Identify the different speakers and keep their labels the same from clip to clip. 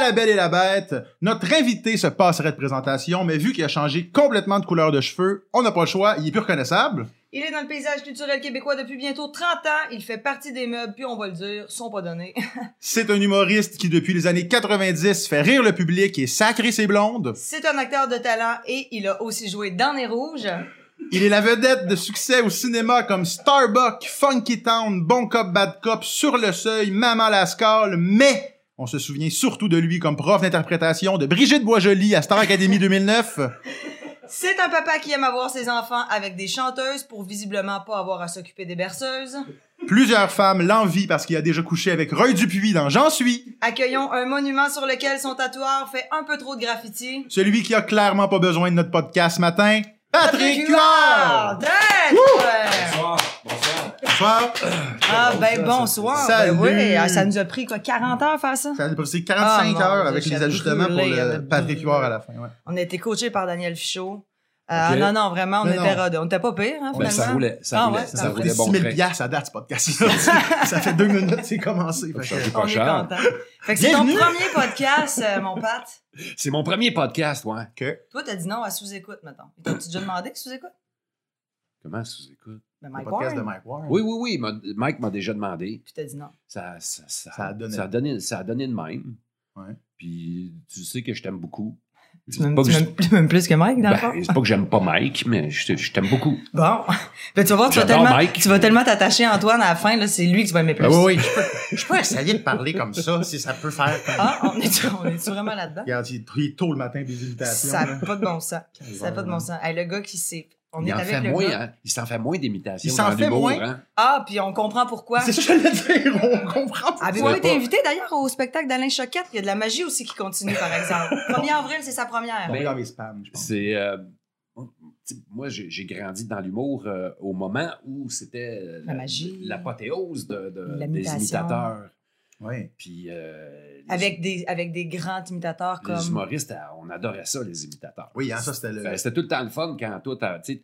Speaker 1: la Belle et la Bête. Notre invité se passerait de présentation, mais vu qu'il a changé complètement de couleur de cheveux, on n'a pas le choix, il est plus reconnaissable.
Speaker 2: Il est dans le paysage culturel québécois depuis bientôt 30 ans. Il fait partie des meubles, puis on va le dire, sont pas donnés.
Speaker 1: C'est un humoriste qui, depuis les années 90, fait rire le public et sacrer ses blondes.
Speaker 2: C'est un acteur de talent et il a aussi joué dans Les Rouges.
Speaker 1: Il est la vedette de succès au cinéma comme Starbuck, Funky Town, Bon Cop, Bad Cop, Sur le Seuil, Maman Lascalle, mais on se souvient surtout de lui comme prof d'interprétation de Brigitte Boisjoli à Star Academy 2009.
Speaker 2: C'est un papa qui aime avoir ses enfants avec des chanteuses pour visiblement pas avoir à s'occuper des berceuses.
Speaker 1: Plusieurs femmes l'envient parce qu'il a déjà couché avec Roy Dupuis dans J'en suis.
Speaker 2: Accueillons un monument sur lequel son tatoueur fait un peu trop de graffiti.
Speaker 1: Celui qui a clairement pas besoin de notre podcast ce matin, Patrick Huard!
Speaker 2: Huard! D'être!
Speaker 3: Bonsoir, bonsoir.
Speaker 1: Bonsoir.
Speaker 2: Ah ben bonsoir!
Speaker 1: ça.
Speaker 2: Ben oui,
Speaker 1: Salut.
Speaker 2: ah, ça nous a pris quoi, 40 heures à faire ça?
Speaker 1: Ça a passé 45
Speaker 2: Ah, mon
Speaker 1: heures
Speaker 2: Dieu,
Speaker 1: avec
Speaker 2: j'ai
Speaker 1: les ajustements pour
Speaker 2: brûlé,
Speaker 1: le
Speaker 2: j'ai
Speaker 1: Patrick
Speaker 2: brûlé.
Speaker 1: Huard à la fin. ouais.
Speaker 2: On a été coachés par Daniel Fichot. Euh,
Speaker 3: Ok.
Speaker 2: Non, non, vraiment, on
Speaker 1: Mais
Speaker 2: était
Speaker 1: non.
Speaker 2: rodés. On était pas pire, hein, finalement.
Speaker 3: Ben, ça roulait, ça
Speaker 2: Ah
Speaker 3: roulait,
Speaker 2: ouais,
Speaker 3: ça,
Speaker 1: Ça a coûté
Speaker 3: roulait bon
Speaker 1: 6 000
Speaker 3: train.
Speaker 1: piastres à date, ce podcast-là. ça fait deux minutes que c'est commencé. Fait que-
Speaker 3: Chargé
Speaker 2: On
Speaker 3: pas
Speaker 2: est
Speaker 3: cher.
Speaker 2: content. Fait que c'est ton
Speaker 1: Bienvenue.
Speaker 2: premier podcast, euh, mon Pat.
Speaker 3: C'est mon premier podcast, ouais.
Speaker 2: Toi, t'as dit non à sous-écoute, mettons. Et T'as-tu déjà demandé que sous-écoute?
Speaker 3: Comment ça s'écoute?
Speaker 2: Ben,
Speaker 1: Le
Speaker 2: Mike
Speaker 1: podcast de
Speaker 2: Warren.
Speaker 1: Mike Ward.
Speaker 3: Oui, oui, oui. m'a- Mike m'a déjà demandé.
Speaker 2: Puis t'as dit non.
Speaker 3: Ça, ça, ça,
Speaker 1: Ça a donné.
Speaker 3: ça a donné, ça a donné de même.
Speaker 1: Ouais.
Speaker 3: Puis tu sais que je t'aime beaucoup.
Speaker 2: Tu
Speaker 3: Je dis
Speaker 2: m'aimes
Speaker 3: pas que je-
Speaker 2: plus que Mike, dans le
Speaker 3: Ben,
Speaker 2: fond?
Speaker 3: c'est pas que j'aime pas Mike, mais je, te- je t'aime beaucoup.
Speaker 2: Bon. Ben, tu vas voir, tu vas
Speaker 3: J'adore
Speaker 2: tellement,
Speaker 3: Mike. Ah
Speaker 2: tu vas tellement t'attacher à Antoine à la fin, là, c'est lui que tu vas aimer plus.
Speaker 1: Ben oui. Je peux, je peux essayer de parler comme ça, si ça peut faire.
Speaker 2: Ah, on est-tu on est-tu vraiment là-dedans?
Speaker 1: Regarde, il est il est tôt le matin des invitations.
Speaker 2: Ça
Speaker 1: là.
Speaker 2: n'a pas de bon sens. Ça n'a pas de bon
Speaker 1: Ouais.
Speaker 2: sens. Hey, le gars qui sait. On
Speaker 3: Il
Speaker 2: est
Speaker 3: en
Speaker 2: avec
Speaker 3: fait
Speaker 2: le
Speaker 3: moins,
Speaker 2: gars.
Speaker 3: hein. Il s'en fait moins d'imitations.
Speaker 1: Il s'en
Speaker 3: dans
Speaker 1: fait
Speaker 3: l'humour,
Speaker 1: moins.
Speaker 3: hein.
Speaker 2: Ah, puis on comprend pourquoi.
Speaker 1: C'est ça que j'allais dire, on comprend pas.
Speaker 2: Avez-vous
Speaker 3: Ouais,
Speaker 2: été
Speaker 3: pas-
Speaker 2: invité d'ailleurs au spectacle d'Alain Choquette? Il y a de la magie aussi qui continue, par exemple. 1er avril, c'est sa première.
Speaker 1: On est dans mes spams, je pense.
Speaker 3: C'est. euh, tu sais, moi, j'ai j'ai grandi dans l'humour euh, au moment où c'était euh,
Speaker 2: La magie.
Speaker 3: l'apothéose de- de- des
Speaker 2: L'imitation.
Speaker 3: imitateurs.
Speaker 1: Oui.
Speaker 3: Puis, euh, les-
Speaker 2: Avec des, avec des grands imitateurs
Speaker 3: les
Speaker 2: comme.
Speaker 3: humoristes, euh, on adorait ça, les imitateurs.
Speaker 1: Oui, hein, ça, c'était le...
Speaker 3: Fait, Euh, ben, C'était tout le temps le fun quand toi, t'as- tu sais,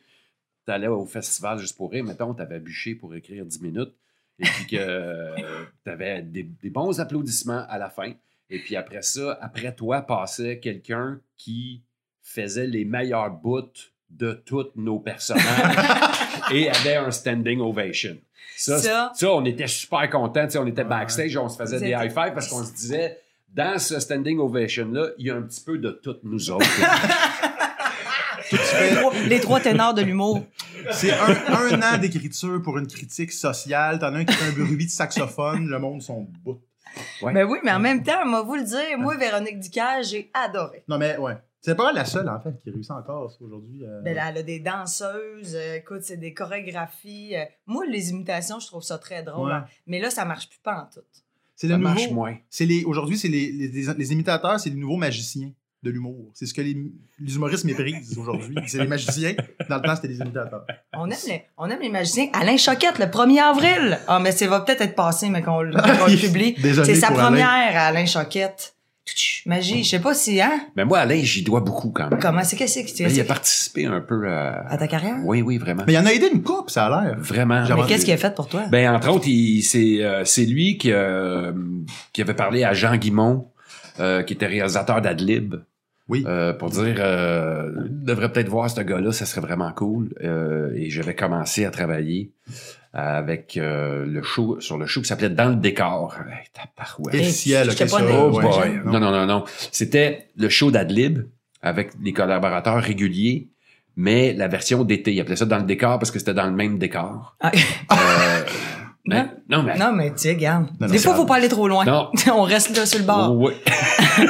Speaker 3: t'allais au festival juste pour rire, mettons, t'avais bûché pour écrire 10 minutes, et puis que euh, t'avais des, des bons applaudissements à la fin. Et puis après ça, après toi, passait quelqu'un qui faisait les meilleurs bouts de tous nos personnages et avait un standing ovation. Ça,
Speaker 2: Ça.
Speaker 3: c'est- ça, on était super contents. tu sais, On était
Speaker 1: Ouais.
Speaker 3: backstage, on se faisait
Speaker 2: Vous
Speaker 3: des
Speaker 2: êtes-
Speaker 3: high five parce qu'on se disait, dans ce standing ovation-là, il y a un petit peu de toutes nous autres.
Speaker 2: Les trois, les trois ténors de l'humour.
Speaker 1: C'est un, un an d'écriture pour une critique sociale. T'en as un qui fait un bruit de saxophone, le monde son bout.
Speaker 2: Ben oui, mais en même temps, moi, vous le dire, moi, Véronique Ducage, j'ai adoré.
Speaker 1: Non, mais ouais. C'est pas la seule, en fait, qui réussit encore ça, aujourd'hui. euh.
Speaker 2: Ben, elle a des danseuses, euh, écoute, c'est des chorégraphies. euh. moi, les imitations, je trouve ça très drôle.
Speaker 1: Ouais.
Speaker 2: hein. Mais là, ça marche plus pas en tout.
Speaker 1: C'est le
Speaker 3: Ça marche
Speaker 1: nouveau.
Speaker 3: moins.
Speaker 1: C'est les, aujourd'hui, c'est les, les, les- les imitateurs, c'est les nouveaux magiciens de l'humour. C'est ce que les, les humoristes méprisent aujourd'hui. C'est les magiciens. Dans le temps, c'était les imitateurs.
Speaker 3: Ah,
Speaker 2: On aime, les, on aime les magiciens. Alain Choquette, le 1er avril. Ah, mais ça va peut-être être passé, mais qu'on le
Speaker 3: Ah,
Speaker 2: qu'on le publie.
Speaker 1: Désolé
Speaker 2: C'est sa
Speaker 1: pour
Speaker 2: première,
Speaker 1: Alain.
Speaker 2: Alain Choquette. Tchou, Magie, je sais pas si, hein?
Speaker 3: Mais moi, Alain, j'y dois beaucoup quand même.
Speaker 2: Comment c'est que c'est que tu
Speaker 3: Ben, il a participé un peu euh,
Speaker 2: à ta carrière?
Speaker 3: Oui, oui, vraiment.
Speaker 1: Mais il y en a aidé une coupe, ça a l'air.
Speaker 3: Vraiment.
Speaker 1: Mais
Speaker 2: Mais qu'est-ce qu'il a fait pour toi?
Speaker 3: Ben, entre autres, il- c'est euh, c'est lui qui, euh, qui avait parlé à Jean Guimont, euh, qui était réalisateur d'Adlib.
Speaker 1: Oui.
Speaker 3: Euh, pour dire, euh, devrait peut-être voir ce gars-là, ça serait vraiment cool. Euh, et j'avais commencé à travailler avec euh, le show, sur le show qui s'appelait Dans le décor. Hey, tabarouette.
Speaker 1: Et le
Speaker 2: Hey,
Speaker 1: ciel, ok,
Speaker 2: Eh, j'étais
Speaker 1: ça.
Speaker 2: pas née.
Speaker 3: Oh
Speaker 1: ouais,
Speaker 3: boy.
Speaker 1: non.
Speaker 3: Non, non, non, non. C'était le show d'Adlib avec des collaborateurs réguliers, mais la version d'été. Ils appelaient ça dans le décor parce que c'était dans le même décor.
Speaker 2: Ah.
Speaker 3: Euh, mais-
Speaker 2: Non.
Speaker 3: non, mais.
Speaker 2: Non, mais tu sais, regarde.
Speaker 1: Non, non,
Speaker 2: Des
Speaker 1: ça
Speaker 2: fois,
Speaker 1: va.
Speaker 2: faut pas aller trop loin.
Speaker 3: Non. Oh.
Speaker 2: on reste là sur le bord.
Speaker 3: Oui.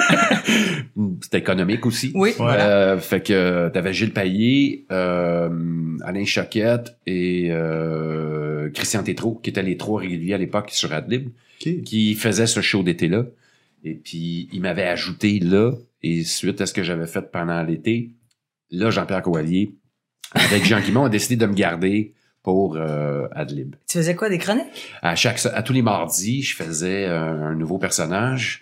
Speaker 3: c'était économique aussi.
Speaker 2: Oui.
Speaker 1: Voilà.
Speaker 3: Euh, fait que t'avais Gilles Payet, euh, Alain Choquette et euh, Christian Tétrault, qui étaient les trois réguliers à l'époque sur Adlib.
Speaker 1: Ok.
Speaker 3: qui faisait ce show d'été-là. Et puis, il m'avait ajouté là, et suite à ce que j'avais fait pendant l'été, là, Jean-Pierre Coallier, avec Jean Guimond, a décidé de me garder pour euh, Adlib.
Speaker 2: Tu faisais quoi, des chroniques?
Speaker 3: À chaque, se- à tous les mardis, je faisais euh, un nouveau personnage.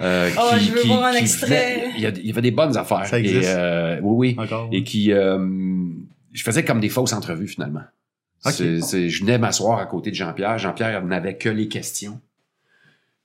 Speaker 3: euh,
Speaker 2: Oh, je veux voir un extrait.
Speaker 3: venait- il, y a- il y avait des bonnes affaires.
Speaker 1: Ça existe.
Speaker 3: Et, euh, oui, oui.
Speaker 1: Encore.
Speaker 3: Et qui, euh, je faisais comme des fausses entrevues finalement.
Speaker 1: Ok.
Speaker 3: C'est- c'est- je venais m'asseoir à côté de Jean-Pierre. Jean-Pierre il n'avait que les questions.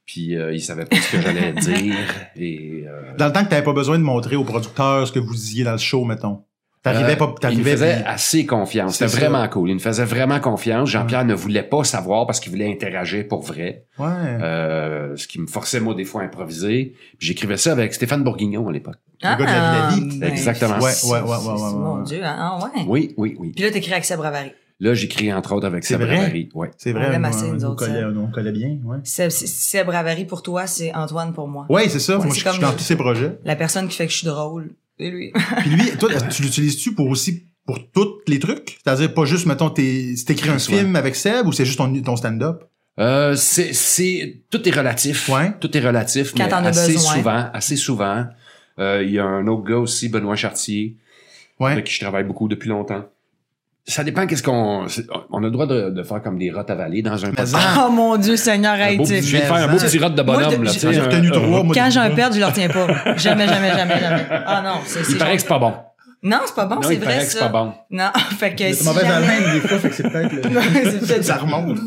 Speaker 3: Puis euh, il savait pas ce que j'allais dire. Et, euh,
Speaker 1: Dans le temps que t'avais pas besoin de montrer au producteur ce que vous disiez dans le show, mettons. T'arrivais
Speaker 3: Euh,
Speaker 1: pas,
Speaker 3: il me
Speaker 1: t'arrivais.
Speaker 3: faisait
Speaker 1: puis-
Speaker 3: assez confiance.
Speaker 1: C'est
Speaker 3: C'était
Speaker 1: ça.
Speaker 3: vraiment cool. Il me faisait vraiment confiance. Jean-Pierre ne voulait pas savoir parce qu'il voulait interagir pour vrai.
Speaker 1: Ouais.
Speaker 3: Euh, ce qui me forçait, moi, des fois, à improviser. Puis J'écrivais ça avec Stéphane Bourguignon à l'époque.
Speaker 1: gars de la
Speaker 2: Ah,
Speaker 1: Villa-Vie.
Speaker 2: ben,
Speaker 3: Exactement.
Speaker 1: Ouais, ouais, ouais, ouais, ouais, ouais,
Speaker 2: Mon
Speaker 1: ouais.
Speaker 2: Dieu, ah ah, ouais.
Speaker 3: Oui, oui, oui.
Speaker 2: Puis là, t'écris avec Seb Bravary.
Speaker 3: Là, j'écris entre autres avec
Speaker 1: C'est
Speaker 3: Seb
Speaker 1: vrai?
Speaker 3: Ravary. Ouais.
Speaker 1: C'est
Speaker 2: on
Speaker 1: vrai,
Speaker 2: aime
Speaker 1: on,
Speaker 2: assez,
Speaker 1: on
Speaker 2: nous
Speaker 1: nous
Speaker 2: autres,
Speaker 1: collait,
Speaker 2: ça.
Speaker 1: on collait bien, ouais.
Speaker 2: Seb, Seb Bravary, pour toi, c'est Antoine pour moi.
Speaker 1: Ouais, c'est ça.
Speaker 2: Ouais,
Speaker 1: Moi,
Speaker 2: c'est
Speaker 1: je je suis
Speaker 2: comme-
Speaker 1: dans tous ces projets.
Speaker 2: La personne qui fait que je suis drôle, c'est lui.
Speaker 1: Puis lui, toi, tu l'utilises-tu pour aussi pour tous les trucs? C'est-à-dire pas juste, mettons, t'es- si t'écris un
Speaker 3: Ouais.
Speaker 1: film avec Seb ou c'est juste ton, ton stand-up?
Speaker 3: Euh, c'est, c'est, tout est relatif.
Speaker 1: Ouais.
Speaker 3: Tout est relatif,
Speaker 2: Quand
Speaker 3: mais
Speaker 2: t'en as
Speaker 3: assez
Speaker 2: besoin.
Speaker 3: souvent, assez souvent. Euh, Il y a un autre gars aussi, Benoît Chartier,
Speaker 1: Ouais.
Speaker 3: avec qui je travaille beaucoup depuis longtemps. Ça dépend qu'est-ce qu'on, c'est- on a le droit de, de faire comme des rottes avalées dans un
Speaker 1: Mais
Speaker 3: podcast.
Speaker 1: en-
Speaker 2: Oh mon Dieu, Seigneur,
Speaker 3: Un Ah. beau
Speaker 2: aïe.
Speaker 3: petit-
Speaker 2: tu-
Speaker 3: je vais te faire un beau petit rot de
Speaker 2: Moi,
Speaker 3: bonhomme,
Speaker 2: de-
Speaker 3: là,
Speaker 2: j'ai-
Speaker 3: tu sais,
Speaker 1: J'ai
Speaker 3: un-
Speaker 1: retenu
Speaker 3: un-
Speaker 1: trois, moi.
Speaker 2: Quand j'ai un perte, je le retiens pas. Jamais, jamais, jamais, jamais. Ah non, c'est
Speaker 3: Il
Speaker 2: c'est
Speaker 3: paraît que
Speaker 2: genre-
Speaker 3: c'est pas bon.
Speaker 2: Non, c'est pas bon,
Speaker 3: non,
Speaker 2: c'est
Speaker 3: il paraît
Speaker 2: vrai
Speaker 3: que c'est pas
Speaker 2: ça.
Speaker 3: bon.
Speaker 2: Non, fait que si
Speaker 1: C'est mauvaise
Speaker 2: jamais-
Speaker 1: haleine, des fois, fait que c'est peut-être
Speaker 2: Non,
Speaker 1: le...
Speaker 2: c'est
Speaker 1: Ça
Speaker 2: peut-être ça.
Speaker 1: remonte.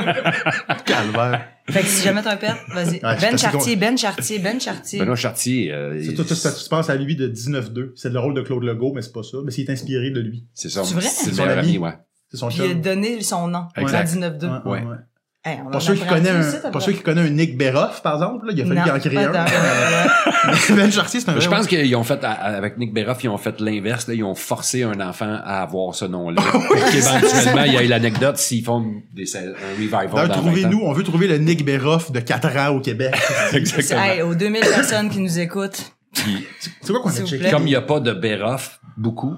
Speaker 1: Calvaire.
Speaker 2: Fait que si jamais t'as un perte, vas-y.
Speaker 1: Ouais, je suis
Speaker 2: ben
Speaker 1: assez
Speaker 2: Chartier, Ben Chartier, Ben Chartier.
Speaker 3: Benoît Chartier, euh,
Speaker 1: C'est
Speaker 3: il-
Speaker 1: tout ça qui se passe à lui de 19-2. C'est le rôle de Claude Legault, mais c'est pas ça. Mais c'est inspiré de lui.
Speaker 3: c'est son,
Speaker 2: C'est vrai?
Speaker 3: c'est le
Speaker 1: Son
Speaker 3: meilleur
Speaker 1: ami.
Speaker 3: ami, ouais.
Speaker 1: C'est son
Speaker 2: Puis il a
Speaker 1: chum.
Speaker 2: donné son nom.
Speaker 3: Exact.
Speaker 2: Exact. 19-2.
Speaker 3: Ouais.
Speaker 2: Hey, on en
Speaker 1: Pour ceux, qui
Speaker 2: apprend
Speaker 1: connaissent
Speaker 2: plus, ça,
Speaker 1: un, pour
Speaker 2: t'apprends.
Speaker 1: ceux qui connaissent un Nick Beroff, par exemple, là, il a fallu
Speaker 2: Non,
Speaker 1: qu'il en crée
Speaker 2: pas
Speaker 1: un.
Speaker 2: dans-
Speaker 1: Mais ben Chartier, c'est un
Speaker 3: Je
Speaker 1: vrai-
Speaker 3: pense qu'ils ont fait, à- à- avec Nick Beroff, ils ont fait l'inverse. là. Ils ont forcé un enfant à avoir ce nom-là.
Speaker 1: Ah
Speaker 3: Puis éventuellement, il y a eu l'anecdote s'ils font des, un revival. dans
Speaker 1: D'ailleurs,
Speaker 3: 20 ans.
Speaker 1: trouvez-nous, on veut trouver le Nick Beroff de 4 ans au Québec.
Speaker 3: Exactement.
Speaker 2: Hey, aux 2000 personnes qui nous écoutent,
Speaker 3: Puis,
Speaker 1: C'est quoi qu'on a
Speaker 2: S'il vous
Speaker 1: checké?
Speaker 2: plaît.
Speaker 3: comme il n'y a pas de Beroff, beaucoup,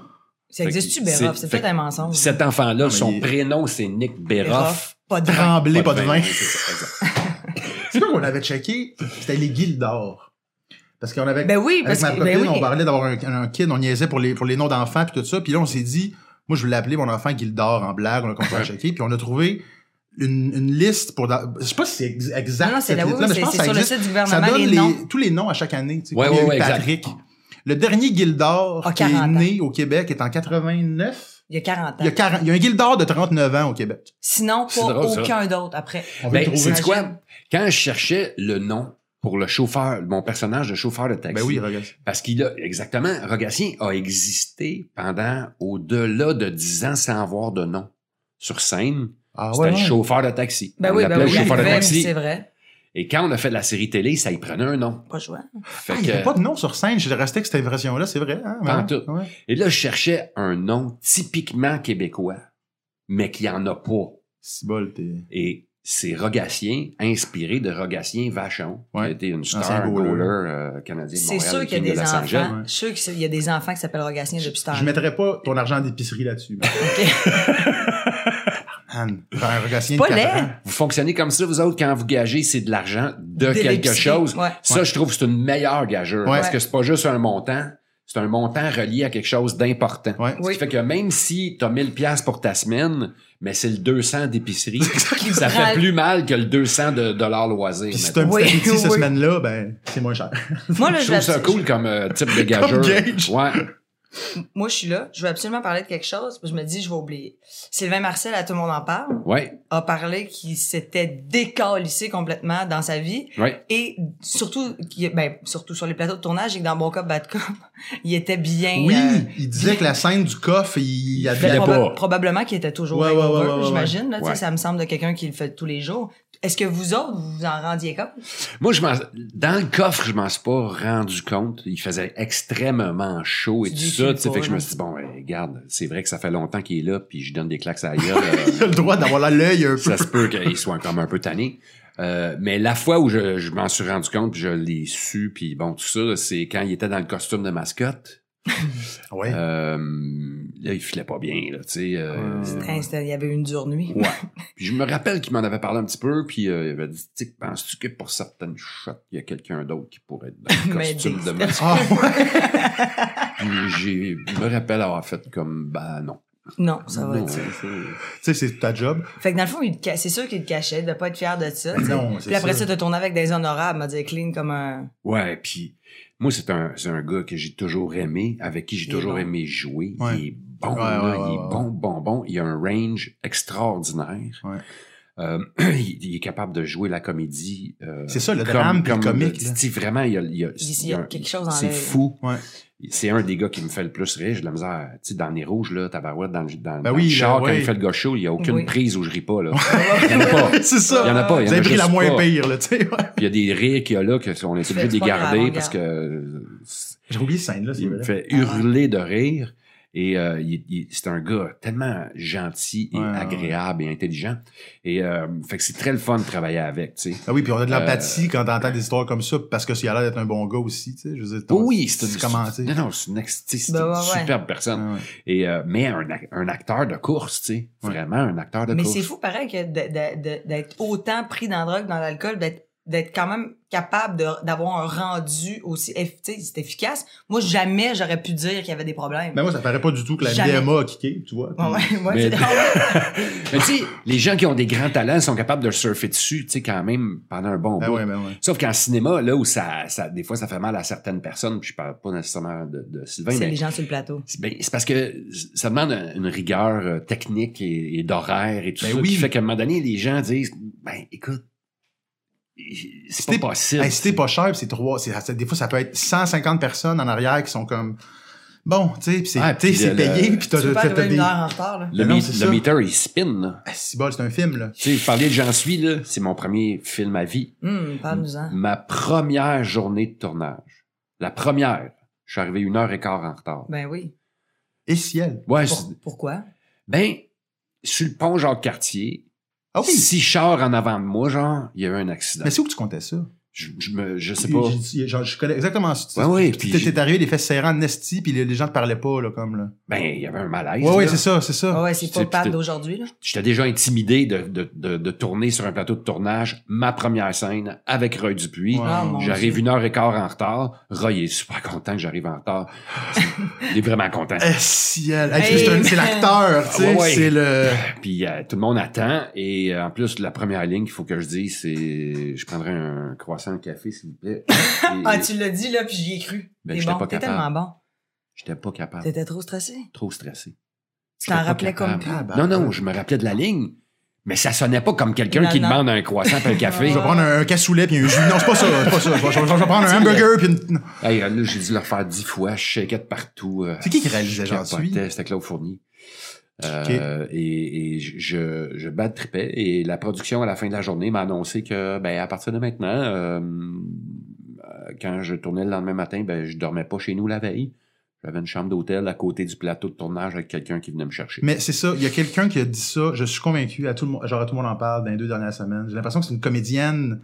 Speaker 2: ça existe-tu,
Speaker 3: Fait que
Speaker 2: Béroff?
Speaker 3: c'est-
Speaker 2: C'est peut-être
Speaker 3: fait-
Speaker 2: un mensonge.
Speaker 3: cet enfant-là,
Speaker 1: Ah, mais
Speaker 3: son
Speaker 1: il-
Speaker 3: prénom, c'est Nick Beroff.
Speaker 2: Béroff, Pas de vin.
Speaker 1: Tremblé, pas de vin.
Speaker 3: c'est ça, exact.
Speaker 1: C'est quoi qu'on avait checké? C'était les guildes d'or. Parce qu'on avait...
Speaker 2: Ben oui,
Speaker 1: Avec
Speaker 2: parce
Speaker 1: ma
Speaker 2: que.
Speaker 1: copine,
Speaker 2: Ben
Speaker 1: on
Speaker 2: oui.
Speaker 1: parlait d'avoir un, un kid, on niaisait pour les, pour les noms d'enfants puis tout ça. Puis là, on s'est dit, moi, je voulais appeler mon enfant Gildor en blague, on a commencé à checker. Puis on a trouvé une, une liste pour... dans- Je sais pas si c'est ex- exact,
Speaker 2: Non, non, c'est
Speaker 1: cette
Speaker 2: là
Speaker 1: liste-là, mais je
Speaker 2: c'est
Speaker 1: pense que
Speaker 2: c'est
Speaker 1: ça
Speaker 2: sur le
Speaker 1: existe.
Speaker 2: site du
Speaker 1: Ça
Speaker 2: gouvernement,
Speaker 1: donne
Speaker 2: les
Speaker 1: les-
Speaker 2: noms.
Speaker 1: tous les noms à chaque année. tu sais,
Speaker 3: Ouais,
Speaker 1: comme il y a
Speaker 3: ouais,
Speaker 1: eu
Speaker 3: ouais, exact.
Speaker 1: Patrick. Le dernier Gildor
Speaker 2: Ah,
Speaker 1: qui est
Speaker 2: 40 ans.
Speaker 1: né au Québec est en 89.
Speaker 2: Il y a 40 ans.
Speaker 1: Il y a, 40 il y a un Gildor de 39 ans au Québec.
Speaker 2: Sinon,
Speaker 3: C'est
Speaker 2: pas
Speaker 3: drôle, ça.
Speaker 2: aucun d'autre après.
Speaker 1: On veut le
Speaker 3: Ben,
Speaker 1: trouver.
Speaker 3: c'est quoi? Quand je cherchais le nom pour le chauffeur, mon personnage de chauffeur de taxi,
Speaker 1: Ben oui, regarde.
Speaker 3: Parce qu'il a, exactement, Rogatien a existé pendant au-delà de 10 ans sans avoir de nom. Sur scène,
Speaker 1: Ah
Speaker 3: c'était le chauffeur de taxi.
Speaker 2: Ben
Speaker 3: on
Speaker 2: oui, ben
Speaker 3: l'appelait
Speaker 2: oui,
Speaker 3: le chauffeur de
Speaker 2: ben,
Speaker 3: taxi.
Speaker 2: c'est vrai.
Speaker 3: Et quand on a fait de la série télé, ça y prenait un nom.
Speaker 2: Pas jouant.
Speaker 3: Fait
Speaker 1: Ah, il n'y
Speaker 3: que-
Speaker 1: avait pas de nom sur scène. J'ai resté avec cette impression-là, c'est vrai. Hein?
Speaker 3: Pas en
Speaker 1: Ouais,
Speaker 3: tout.
Speaker 1: ouais.
Speaker 3: Et là, je cherchais un nom typiquement québécois, mais qui en a pas.
Speaker 1: Si bol, t'es.
Speaker 3: Et c'est Rogatien, inspiré de Rogatien Vachon,
Speaker 1: Ouais.
Speaker 3: qui était une
Speaker 1: Ancien
Speaker 3: star
Speaker 1: goaler.
Speaker 3: goaler euh, canadien de
Speaker 2: C'est
Speaker 3: Montréal.
Speaker 2: sûr
Speaker 3: et
Speaker 2: qu'il y a
Speaker 3: King de
Speaker 2: des
Speaker 3: Los Angeles.
Speaker 2: enfants. Je suis sûr qu'il y a des enfants qui s'appellent Rogatien depuis ce
Speaker 1: Je
Speaker 2: temps-là.
Speaker 1: mettrais pas ton argent d'épicerie là-dessus. Anne, prends un regassien de
Speaker 2: Pas
Speaker 1: quatre
Speaker 2: laid.
Speaker 1: ans.
Speaker 3: Vous fonctionnez comme ça, vous autres, quand vous gagez, c'est de l'argent de
Speaker 2: De
Speaker 3: quelque
Speaker 2: l'épicerie,
Speaker 3: chose.
Speaker 2: ouais.
Speaker 3: Ça, je trouve que c'est une meilleure gageure.
Speaker 1: Ouais.
Speaker 3: Parce que c'est pas juste un montant, c'est un montant relié à quelque chose d'important.
Speaker 1: Ouais.
Speaker 3: Ce
Speaker 2: Oui.
Speaker 3: qui fait que même si t'as 1000 pièces pour ta semaine, mais c'est le 200 d'épicerie, ça fait plus mal que le 200 de dollars loisirs.
Speaker 1: Puis si t'as
Speaker 3: mettons.
Speaker 1: un
Speaker 2: Oui,
Speaker 1: petit appétit cette
Speaker 2: oui.
Speaker 1: semaine-là, ben, c'est moins cher.
Speaker 2: Moi, là,
Speaker 3: Je
Speaker 2: je
Speaker 3: trouve
Speaker 2: vais
Speaker 3: ça
Speaker 2: abs-
Speaker 3: cool comme euh, type de gageure.
Speaker 1: gage.
Speaker 3: Ouais.
Speaker 2: Moi, je suis là. Je veux absolument parler de quelque chose. puis Je me dis, je vais oublier. Sylvain Marcel, à tout le monde en parle,
Speaker 3: Ouais.
Speaker 2: a parlé qu'il s'était décalissé complètement dans sa vie.
Speaker 3: Ouais.
Speaker 2: Et surtout, qu'il- ben, surtout sur les plateaux de tournage et que dans Bon Cop, Bad Cop, il était bien.
Speaker 1: Oui,
Speaker 2: euh,
Speaker 1: il disait que la scène du coffre, il y
Speaker 3: Il
Speaker 1: avait.
Speaker 3: filait
Speaker 2: Proba-
Speaker 3: pas.
Speaker 2: Probablement qu'il était toujours
Speaker 1: Ouais, ouais,
Speaker 2: hangover,
Speaker 1: ouais, ouais, ouais.
Speaker 2: j'imagine. là, tu sais,
Speaker 3: Ouais.
Speaker 2: Ça me semble de quelqu'un qui le fait tous les jours. Est-ce que vous autres, vous vous en rendiez compte?
Speaker 3: Moi, je m'en, dans le coffre, je m'en suis pas rendu compte. Il faisait extrêmement chaud et
Speaker 2: Tu
Speaker 3: tout
Speaker 2: dis
Speaker 3: ça.
Speaker 2: qu'il
Speaker 3: Tu sais,
Speaker 2: faut,
Speaker 3: fait que je
Speaker 2: là.
Speaker 3: me suis dit, bon, eh, regarde, c'est vrai que ça fait longtemps qu'il est là, puis je donne des claques à la gueule. euh,
Speaker 1: Il a le droit d'avoir là l'œil un peu.
Speaker 3: ça se peut qu'il soit comme un peu tanné. Euh, mais la fois où je, je m'en suis rendu compte, puis je l'ai su, puis bon, tout ça, là, c'est quand il était dans le costume de mascotte.
Speaker 1: Ouais.
Speaker 3: Euh, là, il filait pas bien, là, tu sais.
Speaker 1: Ouais.
Speaker 3: euh,
Speaker 2: Putain, Hein, c'était- Il y avait une dure nuit.
Speaker 3: Ouais. Puis je me rappelle qu'il m'en avait parlé un petit peu, puis euh, il avait dit, tu sais, penses-tu que pour certaines shots, il y a quelqu'un d'autre qui pourrait être dans le
Speaker 2: Mais
Speaker 3: costume
Speaker 2: dis-
Speaker 3: de mascotte?
Speaker 1: Ah ouais.
Speaker 3: Puis j'ai, je me rappelle avoir fait comme, ben non.
Speaker 2: Non, ça va.
Speaker 3: Non,
Speaker 2: être-
Speaker 1: Tu sais, c'est ta job.
Speaker 2: Fait que dans le fond, il te ca- c'est sûr qu'il te cachait de pas être fier de ça. tu sais.
Speaker 1: Non, c'est
Speaker 2: Puis après ça,
Speaker 1: ça.
Speaker 2: t'as tourné avec des honorables, m'a dit clean comme un.
Speaker 3: Ouais, puis moi, c'est un, c'est un gars que j'ai toujours aimé, avec qui j'ai
Speaker 2: Il est
Speaker 3: toujours
Speaker 2: bon.
Speaker 3: aimé jouer.
Speaker 1: Ouais.
Speaker 3: Il est bon,
Speaker 1: Ouais,
Speaker 3: là,
Speaker 1: ouais, ouais,
Speaker 3: il est
Speaker 1: ouais,
Speaker 3: bon, bon, bon. Il a un range extraordinaire.
Speaker 1: Ouais.
Speaker 3: euh, il, il est capable de jouer la comédie. euh,
Speaker 1: C'est ça, le drame puis le comique, là.
Speaker 3: si vraiment, il y a, il y a-
Speaker 2: Il y a
Speaker 3: il y a-
Speaker 2: quelque chose en
Speaker 3: C'est
Speaker 2: l'air.
Speaker 3: fou.
Speaker 1: Ouais.
Speaker 3: C'est un des gars qui me fait le plus rire. J'ai de la misère. Tu sais, dans les rouges, là, tabarouette, dans, le- dans,
Speaker 1: Ben
Speaker 3: dans
Speaker 1: oui,
Speaker 3: le char,
Speaker 1: là,
Speaker 3: quand
Speaker 1: oui.
Speaker 3: il fait le gars chaud, il n'y a aucune
Speaker 2: Oui.
Speaker 3: prise où je ris pas, là. Il y en a pas.
Speaker 1: c'est
Speaker 3: Il y
Speaker 1: ça.
Speaker 3: en a pas. il y en
Speaker 1: Vous
Speaker 3: a
Speaker 1: avez pris
Speaker 3: juste
Speaker 1: la moins
Speaker 3: pas.
Speaker 1: pire, là, tu sais. ouais.
Speaker 3: Puis il y a des rires qu'il y a là qu'on est
Speaker 2: Tu
Speaker 3: obligé de
Speaker 2: fais
Speaker 3: les
Speaker 2: pas grave, on
Speaker 3: garder
Speaker 2: garde.
Speaker 3: parce que euh,
Speaker 1: J'ai oublié cette scène-là, c'est
Speaker 3: il me
Speaker 1: vrai.
Speaker 3: fait hurler de rire. Et euh, il- il- c'est un gars tellement gentil et
Speaker 1: Ouais, ouais.
Speaker 3: agréable et intelligent. Et euh, fait que c'est très le fun de travailler avec, tu sais.
Speaker 1: Ah oui, puis on a de
Speaker 3: Euh,
Speaker 1: l'empathie quand t'entends des histoires comme ça, parce que s'il a l'air d'être un bon gars aussi, tu sais. Je veux dire, ton-
Speaker 3: oui, c'est une,
Speaker 1: comment, tu sais.
Speaker 3: non, non, c'est une, ex- tu sais, c'est
Speaker 2: Ben
Speaker 3: une
Speaker 2: ouais, ouais.
Speaker 3: superbe personne.
Speaker 1: Ah ouais.
Speaker 3: Et, euh, mais un, ac- un acteur de course, tu sais.
Speaker 1: Ouais.
Speaker 3: Vraiment un acteur de
Speaker 2: Mais
Speaker 3: course.
Speaker 2: c'est fou, pareil, que de- de- de- d'être autant pris dans la drogue, dans l'alcool, d'être d'être quand même capable de- d'avoir un rendu aussi eff- tu sais, c'est efficace. Moi, jamais j'aurais pu dire qu'il y avait des problèmes.
Speaker 1: Mais
Speaker 3: Ben
Speaker 1: moi, ça paraît pas du tout que la
Speaker 2: Jamais.
Speaker 1: DMA a kické, tu vois.
Speaker 2: Ouais, ouais, ouais,
Speaker 3: Mais-
Speaker 2: c'est drôle.
Speaker 3: Mais tu sais, les gens qui ont des grands talents sont capables de surfer dessus, tu sais, quand même, pendant un bon
Speaker 1: Ah
Speaker 3: bout.
Speaker 1: ouais, ben ouais.
Speaker 3: Sauf qu'en cinéma, là où ça, ça, des fois, ça fait mal à certaines personnes, puis je parle pas nécessairement de, de Sylvain,
Speaker 2: C'est
Speaker 3: ben, mais
Speaker 2: les gens sur le plateau.
Speaker 3: c'est ben, c'est parce que ça demande un- une rigueur euh, technique et, et d'horaire et tout
Speaker 1: Ben
Speaker 3: ça,
Speaker 1: oui.
Speaker 3: qui fait qu'à un moment donné, les gens disent, ben, écoute, c'est
Speaker 1: C'était-
Speaker 3: pas possible.
Speaker 1: Hey, si t'es
Speaker 3: tu
Speaker 1: pas cher, pis c'est trois. c'est- c'est- Des fois, ça peut être 150 personnes en arrière qui sont comme. Bon, tu sais, pis c'est
Speaker 3: Ouais,
Speaker 1: tu sais,
Speaker 3: puis
Speaker 1: c'est
Speaker 3: le-
Speaker 1: payé, pis t'as
Speaker 2: Tu peux
Speaker 1: t'as-
Speaker 2: pas
Speaker 1: t'as
Speaker 2: arriver
Speaker 1: des.
Speaker 2: une heure en retard, là.
Speaker 3: sais. Le,
Speaker 1: Mais non,
Speaker 3: mi-
Speaker 1: c'est
Speaker 3: le
Speaker 1: ça.
Speaker 3: meter, il spin, là.
Speaker 1: Ah, si bol, c'est un film, là.
Speaker 3: Tu sais, je parlais de J'en suis, là. C'est mon premier film à vie.
Speaker 2: Hum, parle-nous-en.
Speaker 3: Ma première journée de tournage. La première. Je suis arrivé une heure et quart en retard.
Speaker 2: Ben oui.
Speaker 1: Et ciel.
Speaker 3: Ouais,
Speaker 2: Pour-
Speaker 3: c'est-
Speaker 2: pourquoi?
Speaker 3: ben, sur le pont Jacques-Cartier,
Speaker 1: Ah oui!
Speaker 3: si je sors en avant de moi, genre, il y a eu un accident.
Speaker 1: Mais c'est où que tu comptais ça?
Speaker 3: Je, je, me, je sais pas.
Speaker 1: J'ai- genre, je connais exactement ça.
Speaker 3: Ouais, ouais,
Speaker 1: Puis
Speaker 3: puis
Speaker 1: t'es
Speaker 3: j'ai-
Speaker 1: t'es arrivé, les fesses serrées en esti, puis les, les gens te parlaient pas, là, comme, là.
Speaker 3: Ben, il y avait un malaise.
Speaker 1: Ouais, ouais,
Speaker 3: là.
Speaker 1: c'est ça, c'est ça.
Speaker 2: Ah ouais, c'est
Speaker 3: c'est-
Speaker 2: pas
Speaker 3: c'est-
Speaker 2: Pab d'aujourd'hui, là.
Speaker 3: J'étais déjà intimidé de, de, de, de tourner sur un plateau de tournage ma première scène avec Roy Dupuis.
Speaker 1: Ouais.
Speaker 2: Ah, mon
Speaker 3: J'arrive
Speaker 2: Dieu.
Speaker 3: une heure et quart en retard. Roy est super content que j'arrive en retard. il est vraiment content.
Speaker 1: Eh, ciel. Hey,
Speaker 2: Hey,
Speaker 1: c'est un- c'est
Speaker 2: man.
Speaker 1: l'acteur, tu sais,
Speaker 3: Ah, Ouais, ouais.
Speaker 1: c'est le.
Speaker 3: Puis euh, tout le monde attend. Et euh, en plus, la première ligne qu'il faut que je dise, c'est je prendrai un croissant de café, s'il vous plaît. Et-
Speaker 2: Ah, tu l'as dit, là, puis j'y ai cru.
Speaker 3: Ben,
Speaker 2: T'es
Speaker 3: j'étais
Speaker 2: bon,
Speaker 3: pas
Speaker 2: t'es
Speaker 3: capable.
Speaker 2: tellement bon.
Speaker 3: J'étais pas capable.
Speaker 2: T'étais trop stressé.
Speaker 3: Trop stressé.
Speaker 2: Tu t'en
Speaker 3: J'étais pas
Speaker 2: rappelais comme
Speaker 3: capable.
Speaker 1: Ah, bah,
Speaker 3: Non, non, je me rappelais de la ligne, mais ça sonnait pas comme quelqu'un
Speaker 2: Non,
Speaker 3: qui
Speaker 2: non.
Speaker 3: demande un croissant et un café.
Speaker 1: Je vais prendre un, un cassoulet puis un jus. Non, c'est pas ça, c'est pas ça. Je vais, je vais- je vais prendre un hamburger puis une. non.
Speaker 3: Hey, euh, là, j'ai dû le refaire dix fois, je shake it partout. euh,
Speaker 1: C'est qui qui réalisait
Speaker 3: je
Speaker 1: J'en
Speaker 3: capotais,
Speaker 1: suis?
Speaker 3: C'était Claude Fournier. Euh, Et, et je, je, je bad tripais. Et la production, à la fin de la journée, m'a annoncé que, ben, à partir de maintenant, euh, euh, quand je tournais le lendemain matin, ben, je dormais pas chez nous la veille. J'avais une chambre d'hôtel à côté du plateau de tournage avec quelqu'un qui venait me chercher.
Speaker 1: Mais c'est ça, il y a quelqu'un qui a dit ça, je suis convaincu, à tout le monde, genre à tout le monde en parle dans les deux dernières semaines. J'ai l'impression que c'est une comédienne.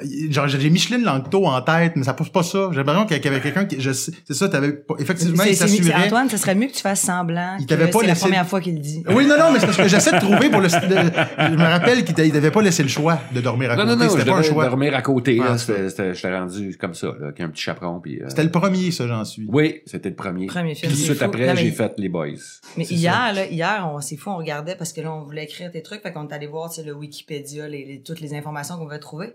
Speaker 1: euh, Genre, j'ai Micheline Langto en tête, mais ça pousse pas ça. J'ai l'impression qu'il y avait quelqu'un qui. je sais- C'est ça, t'avais. pas- Effectivement,
Speaker 2: C'est-
Speaker 1: il
Speaker 2: c'est mieux- c'est
Speaker 1: s'assurait.
Speaker 2: Antoine, ce serait mieux que tu fasses semblant.
Speaker 1: Il
Speaker 2: que
Speaker 1: t'avait pas
Speaker 2: C'est la
Speaker 1: laissé-
Speaker 2: première fois qu'il le dit.
Speaker 1: Oui, non, non, mais c'est parce que j'essaie de trouver pour le. le- je me rappelle qu'il t'a- il t'avait pas laissé le choix de dormir à
Speaker 3: Non,
Speaker 1: côté.
Speaker 3: non, non, je
Speaker 1: c'était pas un
Speaker 3: devais
Speaker 1: choix.
Speaker 3: dormir à côté. là.
Speaker 1: Ah,
Speaker 3: C'était- c'était- J'étais rendu comme ça, là, avec un petit chaperon. Puis, euh,
Speaker 1: C'était le premier, ça, j'en suis.
Speaker 3: Oui, c'était le premier.
Speaker 2: Premier
Speaker 3: Puis
Speaker 2: film.
Speaker 3: tout de
Speaker 2: c'est
Speaker 3: suite
Speaker 2: fou.
Speaker 3: après,
Speaker 2: Non, mais-
Speaker 3: j'ai fait Les Boys.
Speaker 2: Mais
Speaker 1: C'est
Speaker 2: hier, là, hier, on s'est fou, on regardait parce que là, on voulait écrire tes trucs, fait qu'on est allé voir tu sais, le Wikipédia, les, les- toutes les informations qu'on veut trouver.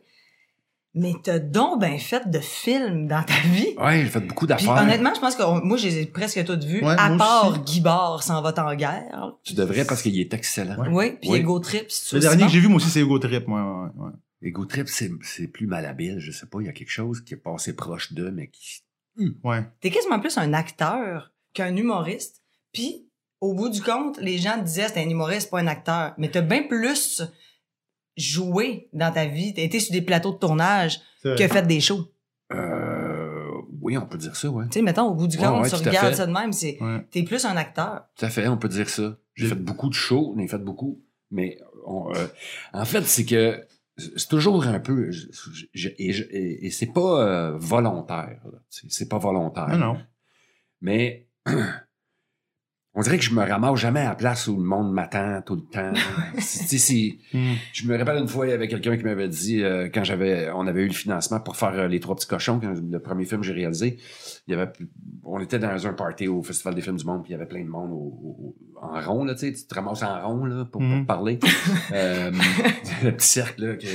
Speaker 2: Mais t'as donc ben fait de films dans ta vie.
Speaker 3: Ouais, j'ai fait beaucoup
Speaker 2: Puis
Speaker 3: d'affaires.
Speaker 2: honnêtement, je pense que on- moi, je les ai presque toutes vues,
Speaker 1: Ouais,
Speaker 2: à
Speaker 1: moi
Speaker 2: part
Speaker 1: aussi.
Speaker 2: Guy Barre s'en va en guerre.
Speaker 3: Tu devrais parce qu'il est excellent.
Speaker 1: Ouais.
Speaker 2: Oui, puis
Speaker 3: Oui.
Speaker 2: Ego Trip, si tu
Speaker 1: Le
Speaker 2: veux,
Speaker 1: dernier
Speaker 2: sinon.
Speaker 1: que j'ai vu, moi aussi, c'est Hugo Trip. Ouais, ouais, ouais.
Speaker 3: Ego Trip, c'est c'est plus malhabile. Je sais pas, il y a quelque chose qui est passé proche d'eux, mais qui.
Speaker 1: ouais.
Speaker 2: T'es quasiment plus un acteur qu'un humoriste. Puis, au bout du compte, les gens te disaient c'est un humoriste, pas un acteur. Mais t'as bien plus joué dans ta vie. T'as été sur des plateaux de tournage
Speaker 1: C'est vrai.
Speaker 2: que fait des shows.
Speaker 3: Euh, oui, on peut dire ça, ouais.
Speaker 2: Tu sais, mettons, au bout du
Speaker 3: Ouais,
Speaker 2: compte,
Speaker 3: ouais,
Speaker 2: tu
Speaker 3: tout à
Speaker 2: regardes
Speaker 3: fait.
Speaker 2: ça de même, c'est
Speaker 1: Ouais.
Speaker 2: t'es plus un acteur.
Speaker 3: Tout à fait, on peut dire ça. J'ai
Speaker 1: J'ai-
Speaker 3: fait beaucoup de shows, j'en ai fait beaucoup. Mais on, euh, en fait, c'est que c'est toujours un peu. je- je- je- et je- et et c'est pas euh, volontaire. là. C'est c'est pas volontaire.
Speaker 1: Non, non.
Speaker 3: Mais on dirait que je me ramasse jamais à la place où le monde m'attend tout le temps. C'est- tu sais, c'est-
Speaker 1: Hmm.
Speaker 3: je me rappelle une fois, il y avait quelqu'un qui m'avait dit, euh, quand j'avais, on avait eu le financement pour faire euh, Les Trois Petits Cochons, quand- le premier film que j'ai réalisé, il y avait, plus- on était dans un party au Festival des Films du Monde, puis il y avait plein de monde au- au- en rond, là, tu sais, tu te ramasses en rond là, pour, pour
Speaker 2: Mm-hmm.
Speaker 1: Mhm.
Speaker 3: parler. Euh, le petit cercle, là, que,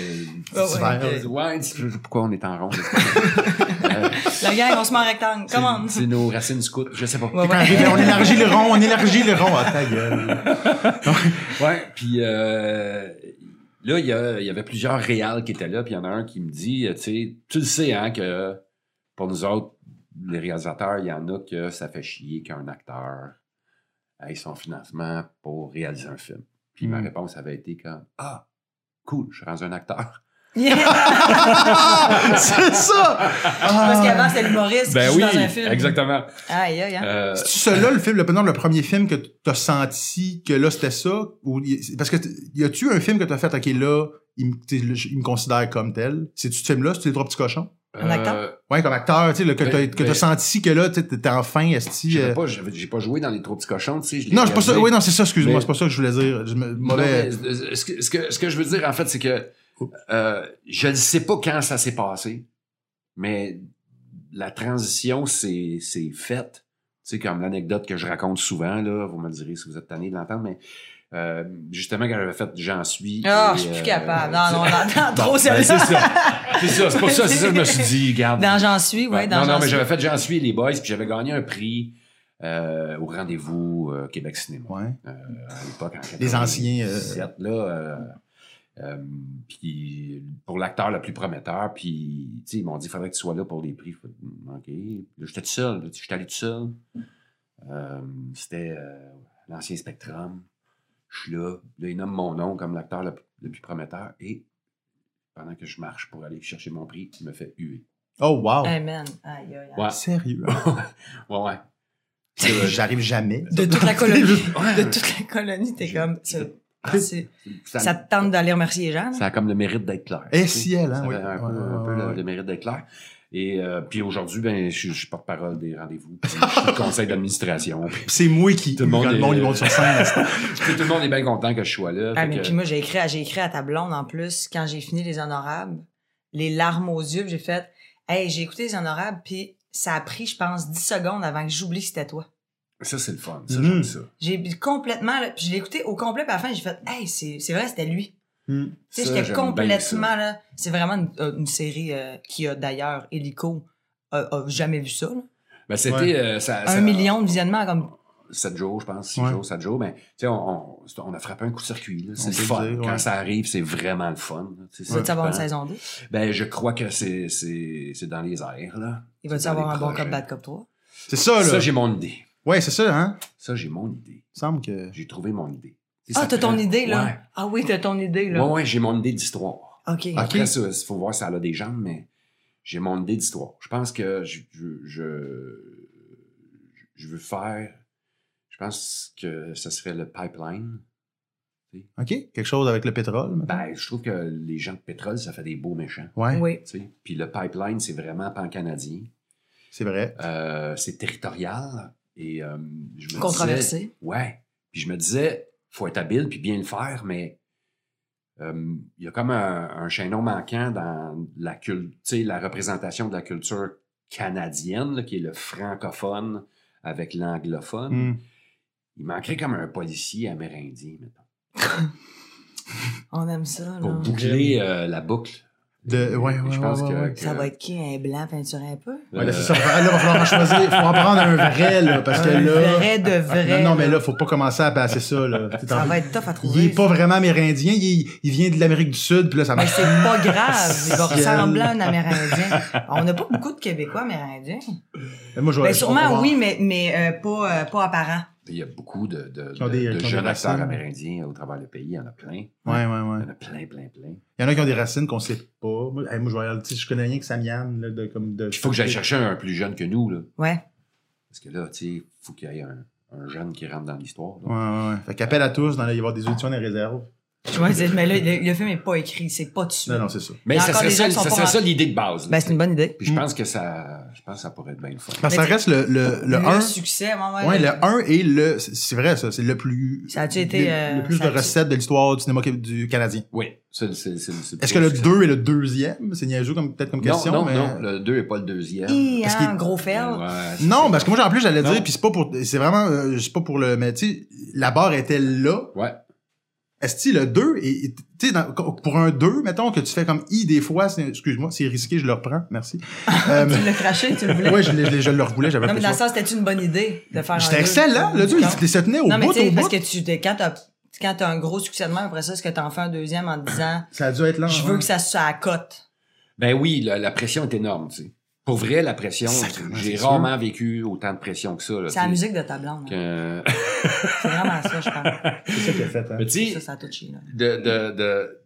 Speaker 2: Ah
Speaker 1: ouais,
Speaker 3: Ouais, tu- pourquoi on est en rond? c'est pas- Euh,
Speaker 2: La gang, on se met en rectangle.
Speaker 3: c'est-
Speaker 2: Comment?
Speaker 3: C'est nos racines scouts, je sais pas.
Speaker 2: Ouais,
Speaker 1: Quand on arrive, on élargit le rond, on élargit le rond. Ah, ta gueule.
Speaker 3: Ouais, puis euh, Là, il y, a- il y avait plusieurs réals qui étaient là, puis il y en a un qui me dit, euh, tu sais, tu le sais, hein, que pour nous autres, les réalisateurs, il y en a que ça fait chier qu'un acteur ait son financement pour réaliser un film. Puis ma
Speaker 2: Hmm.
Speaker 1: Mm.
Speaker 3: réponse avait été comme, ah, cool, je suis rendu un acteur.
Speaker 1: c'est ça!
Speaker 2: Parce qu'avant, c'était l'humoriste qui joue dans un film.
Speaker 3: Ben
Speaker 2: Ah,
Speaker 3: exactement.
Speaker 2: Aïe, hein. aïe, aïe.
Speaker 3: Euh,
Speaker 1: C'est-tu celui-là, le film, le, non, le premier film que t'as senti que là, c'était ça? Ou, y- parce que t- y a-tu un film que t'as fait, OK, là, il me, t'es- le- il me considère comme tel? C'est-tu ce film-là? C'est les trois petits cochons?
Speaker 2: Un acteur?
Speaker 3: euh,
Speaker 1: Ouais, comme acteur, tu sais, là, que
Speaker 3: Ben,
Speaker 1: t'as que
Speaker 3: ben-
Speaker 1: t'as senti que là, tu sais, t'étais enfin esti.
Speaker 3: j'avais
Speaker 1: euh,
Speaker 3: pas- j'avais- J'ai pas, joué dans les trop petits cochons, tu sais. je l'ai
Speaker 1: Non, c'est pas ça.
Speaker 3: réalisé.
Speaker 1: Oui, non, c'est ça, excuse-moi,
Speaker 3: Mais-
Speaker 1: c'est pas ça que je voulais dire. Je me-
Speaker 3: Non,
Speaker 1: mauvais-
Speaker 3: mais, euh, ce, que, ce que- ce que je veux dire, en fait, c'est que euh, je ne sais pas quand ça s'est passé, mais la transition, c'est c'est faite. Tu sais, comme l'anecdote que je raconte souvent, là, vous me le direz si vous êtes tanné de l'entendre, mais euh, justement, quand j'avais fait J'en suis.
Speaker 2: Ah,
Speaker 3: et,
Speaker 2: je suis plus
Speaker 3: euh,
Speaker 2: capable. Non, non, on entend
Speaker 3: Bon,
Speaker 2: trop
Speaker 3: ben,
Speaker 2: celle-là.
Speaker 3: C'est ça. C'est ça. C'est pour ça, c'est ça que je me suis dit, garde.
Speaker 2: Dans J'en suis, oui,
Speaker 3: Ouais,
Speaker 2: dans
Speaker 3: non, non,
Speaker 2: J'en
Speaker 3: mais
Speaker 2: suis.
Speaker 3: j'avais fait J'en suis les boys, puis j'avais gagné un prix euh, au rendez-vous euh, Québec Cinéma
Speaker 1: Ouais.
Speaker 3: à l'époque. en
Speaker 1: Les anciens, euh,
Speaker 3: 97, là, euh, euh, puis pour l'acteur le plus prometteur, puis tu sais, ils m'ont dit il faudrait que tu sois là pour les prix. Fait que, mm, OK. Là, j'étais tout seul, là, tu sais, j'étais allé tout seul. Euh, C'était euh, l'ancien Spectrum. Je suis là. Là, ils nomment mon nom comme l'acteur le, le plus prometteur. Et pendant que je marche pour aller chercher mon prix, il me fait huer.
Speaker 1: Oh, wow.
Speaker 2: Amen. Aïe, aïe, aïe.
Speaker 3: Ouais,
Speaker 1: Sérieux.
Speaker 3: ouais, ouais.
Speaker 1: Euh, J'arrive jamais.
Speaker 2: De toute la colonie. de toute la colonie, t'es
Speaker 3: Je-
Speaker 2: comme.
Speaker 3: je-
Speaker 2: c'est- ah, c'est-
Speaker 3: Ça-
Speaker 2: Ça te tente d'aller remercier les gens, là?
Speaker 3: Ça a comme le mérite d'être clair.
Speaker 1: Eh,
Speaker 3: Tu sais,
Speaker 1: ciel, hein,
Speaker 3: ça
Speaker 1: oui.
Speaker 3: avait Un peu,
Speaker 1: Ouais,
Speaker 3: un
Speaker 1: ouais,
Speaker 3: peu le,
Speaker 1: ouais.
Speaker 3: le mérite d'être clair. Et euh, puis aujourd'hui, ben, je, je suis porte-parole des rendez-vous. puis Je suis le conseil d'administration. puis
Speaker 1: C'est moi qui.
Speaker 3: Tout le monde
Speaker 1: quand le
Speaker 3: est- euh,
Speaker 1: monde il monte sur scène.
Speaker 3: tout le monde est bien content que je sois là.
Speaker 2: Ah,
Speaker 3: fait
Speaker 2: mais
Speaker 3: que-
Speaker 2: puis moi, j'ai écrit, à- j'ai écrit à ta blonde, en plus, quand j'ai fini Les Honorables, les larmes aux yeux, puis j'ai fait, hey, j'ai écouté Les Honorables, puis ça a pris, je pense, 10 secondes avant que j'oublie que c'était toi.
Speaker 3: ça, c'est le fun. Ça,
Speaker 1: Mhm.
Speaker 3: j'aime ça.
Speaker 2: J'ai complètement, là, puis je l'ai écouté au complet, puis à la fin, j'ai fait, hey, c'est c'est vrai, c'était lui.
Speaker 1: Hmm.
Speaker 2: Tu sais,
Speaker 3: Ça,
Speaker 2: j'étais
Speaker 3: j'aime bien
Speaker 2: complètement
Speaker 3: ça.
Speaker 2: là. C'est vraiment une, euh, une série euh, qui a d'ailleurs Helico euh, a jamais vu ça. là.
Speaker 3: Ben, c'était.
Speaker 1: Ouais.
Speaker 3: euh, ça-
Speaker 2: Un
Speaker 3: ça-
Speaker 2: million de visionnements comme
Speaker 3: 7 jours, je pense, 6
Speaker 1: Ouais.
Speaker 3: jours, 7 jours. Mais tu sais, on, on- on a frappé un coup de circuit. là. C'est
Speaker 1: On
Speaker 3: le
Speaker 1: peut le
Speaker 3: fun.
Speaker 1: dire, ouais.
Speaker 3: Quand ça arrive, c'est vraiment le fun. là. Tu sais,
Speaker 2: ça va
Speaker 3: c'est
Speaker 2: avoir une
Speaker 3: le fun.
Speaker 2: saison 2.
Speaker 3: Ben, je crois que c'est c'est- c'est dans les airs. Là.
Speaker 2: Il va tu
Speaker 3: Dans
Speaker 2: avoir
Speaker 3: les
Speaker 2: un bon
Speaker 3: projets.
Speaker 2: cop bad cop 3.
Speaker 1: C'est ça,
Speaker 3: Ça,
Speaker 1: là.
Speaker 3: j'ai mon idée.
Speaker 1: ouais, c'est ça, hein.
Speaker 3: Ça, j'ai mon idée.
Speaker 1: Il semble que.
Speaker 3: J'ai trouvé mon idée. Tu sais,
Speaker 2: Ah,
Speaker 3: ça
Speaker 2: t'as
Speaker 3: prend-
Speaker 2: ton idée là.
Speaker 3: Ouais.
Speaker 2: Ah oui, t'as ton idée là.
Speaker 3: Ouais, ouais, j'ai mon idée d'histoire.
Speaker 2: OK.
Speaker 1: Ah.
Speaker 3: Après ça, il faut voir si elle a des jambes, mais j'ai mon idée d'histoire. Je pense que je, je, je, je veux faire. Je pense que ce serait le pipeline.
Speaker 1: OK? Quelque chose avec le pétrole. mettons.
Speaker 3: Ben, je trouve que les gens de pétrole, ça fait des beaux méchants.
Speaker 1: ouais,
Speaker 2: Oui.
Speaker 3: tu sais. Puis le pipeline, c'est vraiment pan-canadien.
Speaker 1: c'est vrai.
Speaker 3: Euh, c'est territorial. Et euh, je me disais-
Speaker 2: Controversé.
Speaker 3: Ouais. Puis je me disais, faut être habile puis bien le faire, mais euh, il y a comme un, un chaînon manquant dans la, cul- tu sais, la représentation de la culture canadienne, là, qui est le francophone avec
Speaker 2: Euh,
Speaker 3: l'anglophone.
Speaker 1: Hmm.
Speaker 3: Il manquerait comme un policier amérindien, mettons,
Speaker 2: On aime ça
Speaker 3: pour
Speaker 2: là.
Speaker 3: boucler euh, la boucle.
Speaker 1: De- ouais,
Speaker 3: Et
Speaker 1: ouais,
Speaker 3: je pense
Speaker 1: ouais,
Speaker 3: que-
Speaker 1: ouais.
Speaker 3: que,
Speaker 2: Ça va être qui un blanc peinturé un peu
Speaker 1: Ouais, là, c'est ça.
Speaker 3: euh,
Speaker 1: Là, va falloir en choisir. Faut en prendre un vrai, là. Parce que
Speaker 2: Un
Speaker 1: là. ah,
Speaker 2: vrai de vrai.
Speaker 1: Non, non, mais là, faut pas commencer à passer ça, là. T'es
Speaker 2: ça
Speaker 1: en-
Speaker 2: va être tough à
Speaker 1: Il
Speaker 2: trouver.
Speaker 1: est pas vraiment amérindien. Il, est- il vient de l'Amérique du Sud, puis là, ça
Speaker 2: Mais
Speaker 1: marche.
Speaker 2: c'est pas grave, il va
Speaker 1: Ciel.
Speaker 2: ressembler à un Amérindien. On n'a pas beaucoup de Québécois amérindiens.
Speaker 1: Moi, je vais-
Speaker 2: Ben,
Speaker 1: je vais
Speaker 2: sûrement
Speaker 1: voir.
Speaker 2: oui, mais, mais euh, pas, euh, pas apparent.
Speaker 3: il y a beaucoup de, de,
Speaker 1: Qui ont
Speaker 3: de-
Speaker 1: des-
Speaker 3: de
Speaker 1: qui ont des
Speaker 3: jeunes
Speaker 1: racines.
Speaker 3: acteurs amérindiens au travers du pays. Il y en a plein.
Speaker 1: Ouais, ouais, ouais.
Speaker 3: Il y en a plein, plein, plein.
Speaker 1: Il y en a qui ont des racines qu'on sait pas. Moi, hey, moi, je vais aller- tu sais, je connais rien que Samian, là, de, comme de.
Speaker 3: Il faut que j'aille chercher un plus jeune que nous, là.
Speaker 2: Ouais.
Speaker 3: Parce que là, tu sais, il faut qu'il y ait un, un jeune qui rentre dans l'histoire. là.
Speaker 1: Ouais, ouais, ouais. Fait qu'appel à tous, dans, il va y avoir des auditions dans les réserves.
Speaker 2: Tu vois, c'est- mais là, le, le film est pas écrit, c'est pas dessus.
Speaker 1: Non, non, c'est ça.
Speaker 3: Mais
Speaker 2: Il y a
Speaker 3: ça
Speaker 2: encore
Speaker 3: serait
Speaker 2: des gens
Speaker 3: ça,
Speaker 2: qui sont
Speaker 3: ça
Speaker 2: pas
Speaker 3: serait ça
Speaker 2: rentrés.
Speaker 3: l'idée de base. là,
Speaker 2: Ben, c'est une bonne idée.
Speaker 3: Puis je
Speaker 1: Mm.
Speaker 3: pense que ça. Je pense que ça pourrait être bien le fun.
Speaker 1: Parce que ça
Speaker 2: Mais
Speaker 1: reste le, le, le 1.
Speaker 2: succès, ouais, ouais.
Speaker 1: Ouais, le 1 est le. c'est- C'est vrai, ça. C'est le plus.
Speaker 2: Ça a-tu
Speaker 1: Le,
Speaker 2: été, euh,
Speaker 1: le plus
Speaker 2: ça
Speaker 1: de
Speaker 2: a-tu-
Speaker 1: recettes de l'histoire du cinéma qué- du Canadien.
Speaker 3: Oui. c'est- c'est- c'est- c'est-
Speaker 1: Est-ce que le 2 est le deuxième C'est niaiseux comme, peut-être comme
Speaker 3: Non,
Speaker 1: question.
Speaker 3: Non,
Speaker 1: mais...
Speaker 3: non, le 2 n'est pas le deuxième.
Speaker 2: Hi,
Speaker 1: Parce
Speaker 2: hein,
Speaker 1: qu'il-
Speaker 2: un gros fer.
Speaker 3: Ouais, c'est-
Speaker 1: Non, parce que moi, en plus, j'allais
Speaker 3: Non.
Speaker 1: dire, puis c'est pas pour. C'est vraiment. euh, c'est pas pour le. Mais tu sais, la barre était là.
Speaker 3: Ouais.
Speaker 1: Est-ce que le 2 est- est- tu sais, dans- pour un 2, mettons que tu fais comme I des fois, c'est- excuse-moi, c'est risqué, je le reprends, merci. Euh,
Speaker 2: Tu l'as craché, tu le voulais.
Speaker 1: ouais, je, l'ai- je l'ai- je le revoulais, j'avais
Speaker 2: non, mais dans
Speaker 1: appelé
Speaker 2: le
Speaker 1: Ben, ça.
Speaker 2: sens, c'était une bonne idée de faire un
Speaker 1: J'étais
Speaker 2: deux?
Speaker 1: excellent, le 2,
Speaker 2: Non.
Speaker 1: il se tenait au
Speaker 2: Non, mais
Speaker 1: bout,
Speaker 2: tu sais,
Speaker 1: au
Speaker 2: parce
Speaker 1: bout.
Speaker 2: que tu, t'es- quand t'as Tu sais, Quand t'as un gros succès de même, après ça, est-ce que t'en fais un deuxième en te disant,
Speaker 1: Ça a dû être hein. long.
Speaker 2: je veux que ça soit à cote?
Speaker 3: Ben oui, la, la pression est énorme, tu sais. Pour vrai, la pression,
Speaker 1: Sacrément,
Speaker 3: j'ai
Speaker 1: c'est sûr.
Speaker 3: rarement vécu autant de pression que ça. là,
Speaker 2: C'est la
Speaker 3: tu sais,
Speaker 2: musique de ta blonde. hein.
Speaker 3: que-
Speaker 2: C'est vraiment ça, je pense.
Speaker 1: C'est ça qu'il a fait, hein.
Speaker 3: Mais tu sais,
Speaker 2: Ça, ça a touché, là.
Speaker 3: de, de, de-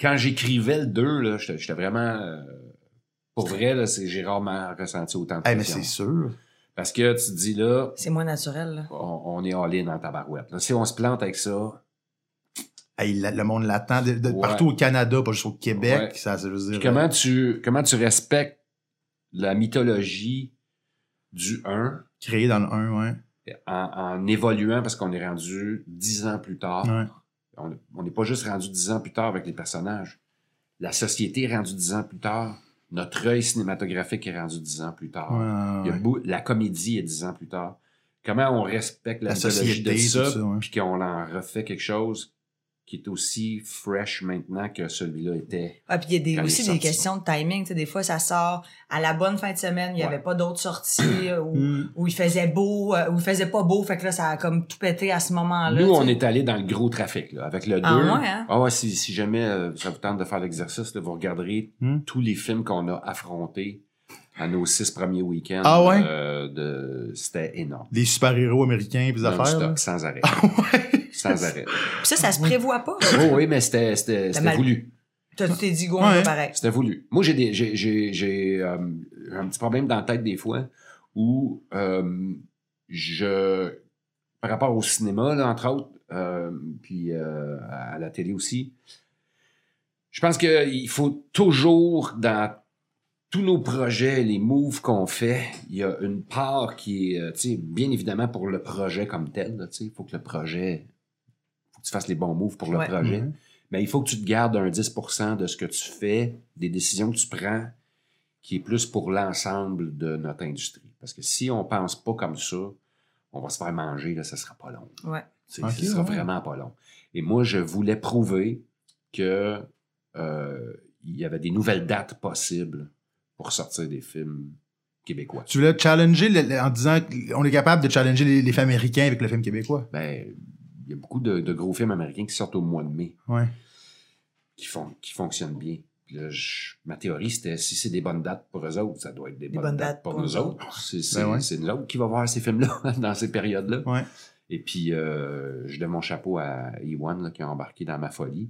Speaker 3: quand j'écrivais le 2, là, j'étais, j'étais vraiment... euh, pour vrai, là, c'est, j'ai rarement ressenti autant de
Speaker 1: Eh, mais
Speaker 3: pression.
Speaker 1: c'est sûr.
Speaker 3: Parce que tu te dis, là,
Speaker 2: C'est moins naturel, là.
Speaker 3: on, on est all-in en tabarouette. là. Si on se plante avec ça...
Speaker 1: Eh, il- le monde l'attend de, de-
Speaker 3: Ouais.
Speaker 1: partout au Canada, pas juste au Québec.
Speaker 3: Ouais.
Speaker 1: Ça, ça veut
Speaker 3: Puis
Speaker 1: dire.
Speaker 3: comment tu, comment tu respectes la mythologie du 1
Speaker 1: euh, Créé dans le 1, ouais.
Speaker 3: en, en évoluant parce qu'on est rendu 10 ans plus tard?
Speaker 1: Ouais.
Speaker 3: On on n'est pas juste rendu dix ans plus tard avec les personnages. La société est rendue dix ans plus tard. Notre œil cinématographique est rendu dix ans plus tard.
Speaker 1: Ouais,
Speaker 3: Ah. Il y a
Speaker 1: ouais.
Speaker 3: beau- la comédie est dix ans plus tard. Comment on respecte la,
Speaker 1: La
Speaker 3: mythologie
Speaker 1: société,
Speaker 3: de ça,
Speaker 1: tout ça, ouais.
Speaker 3: puis qu'on en refait quelque chose qui est aussi fresh maintenant que celui-là était.
Speaker 2: Ah, puis il y a des-
Speaker 3: Quand il est
Speaker 2: aussi des
Speaker 3: sorti.
Speaker 2: questions de timing. Tu sais, des fois, ça sort à la bonne fin de semaine, il n'y
Speaker 3: Ouais.
Speaker 2: avait pas d'autres sorties euh, où,
Speaker 1: Mm.
Speaker 2: où il faisait beau, euh, où il faisait pas beau. Fait que là, ça a comme tout pété à ce moment-là.
Speaker 3: Nous,
Speaker 2: Ah, tu
Speaker 3: on
Speaker 2: sais.
Speaker 3: est allé dans le gros trafic là, avec le 2.
Speaker 2: Ah ouais, hein?
Speaker 3: si, si jamais euh, ça vous tente de faire l'exercice, là, vous regarderez
Speaker 1: Hmm.
Speaker 3: tous les films qu'on a affrontés à nos six premiers week-ends.
Speaker 1: Ah ouais?
Speaker 3: Euh, de... C'était énorme.
Speaker 1: Des super-héros américains, pis des affaires. là.
Speaker 3: Non-stop, sans arrêt. sans arrêt.
Speaker 2: Puis ça, ça se prévoit pas.
Speaker 3: Oh, oui, mais c'était c'était- c'était
Speaker 2: mal-
Speaker 3: voulu.
Speaker 2: T'as- Tu t'es dit, go, on
Speaker 1: Ouais.
Speaker 2: va pareil.
Speaker 3: C'était voulu. Moi, j'ai des- j'ai- j'ai- j'ai, euh, un petit problème dans la tête des fois où euh, je, par rapport au cinéma, là, entre autres, euh, puis euh, à la télé aussi, je pense qu'il faut toujours, dans tous nos projets, les moves qu'on fait, il y a une part qui est, euh, tu sais, bien évidemment pour le projet comme tel, là, tu sais, il faut que le projet, faut que tu fasses les bons moves pour le
Speaker 2: Ouais.
Speaker 3: projet mais il faut que tu te gardes un 10 de ce que tu fais, des décisions que tu prends, qui est plus pour l'ensemble de notre industrie. Parce que si on pense pas comme ça, on va se faire manger, là, ça sera pas long.
Speaker 2: Ouais.
Speaker 3: Tu sais,
Speaker 1: Ok,
Speaker 3: ça sera
Speaker 1: ouais.
Speaker 3: vraiment pas long. Et moi, je voulais prouver que euh, il y avait des nouvelles dates possibles pour sortir des films québécois.
Speaker 1: Tu voulais challenger le- le- en disant qu'on est capable de challenger les, les films américains avec le film québécois.
Speaker 3: Ben, il y a beaucoup de, de gros films américains qui sortent au mois de mai.
Speaker 1: Ouais.
Speaker 3: qui, font, qui fonctionnent bien. Puis là, je- ma théorie, c'était si c'est des bonnes dates pour eux autres, ça doit être des, bonnes, dates, pour nous autres. C'est c'est-
Speaker 1: Ben ouais.
Speaker 3: c'est nous autres qui va voir ces films-là dans ces périodes-là.
Speaker 1: Ouais.
Speaker 3: Et puis, euh, je donne mon chapeau à Iwan là, qui a embarqué dans ma folie.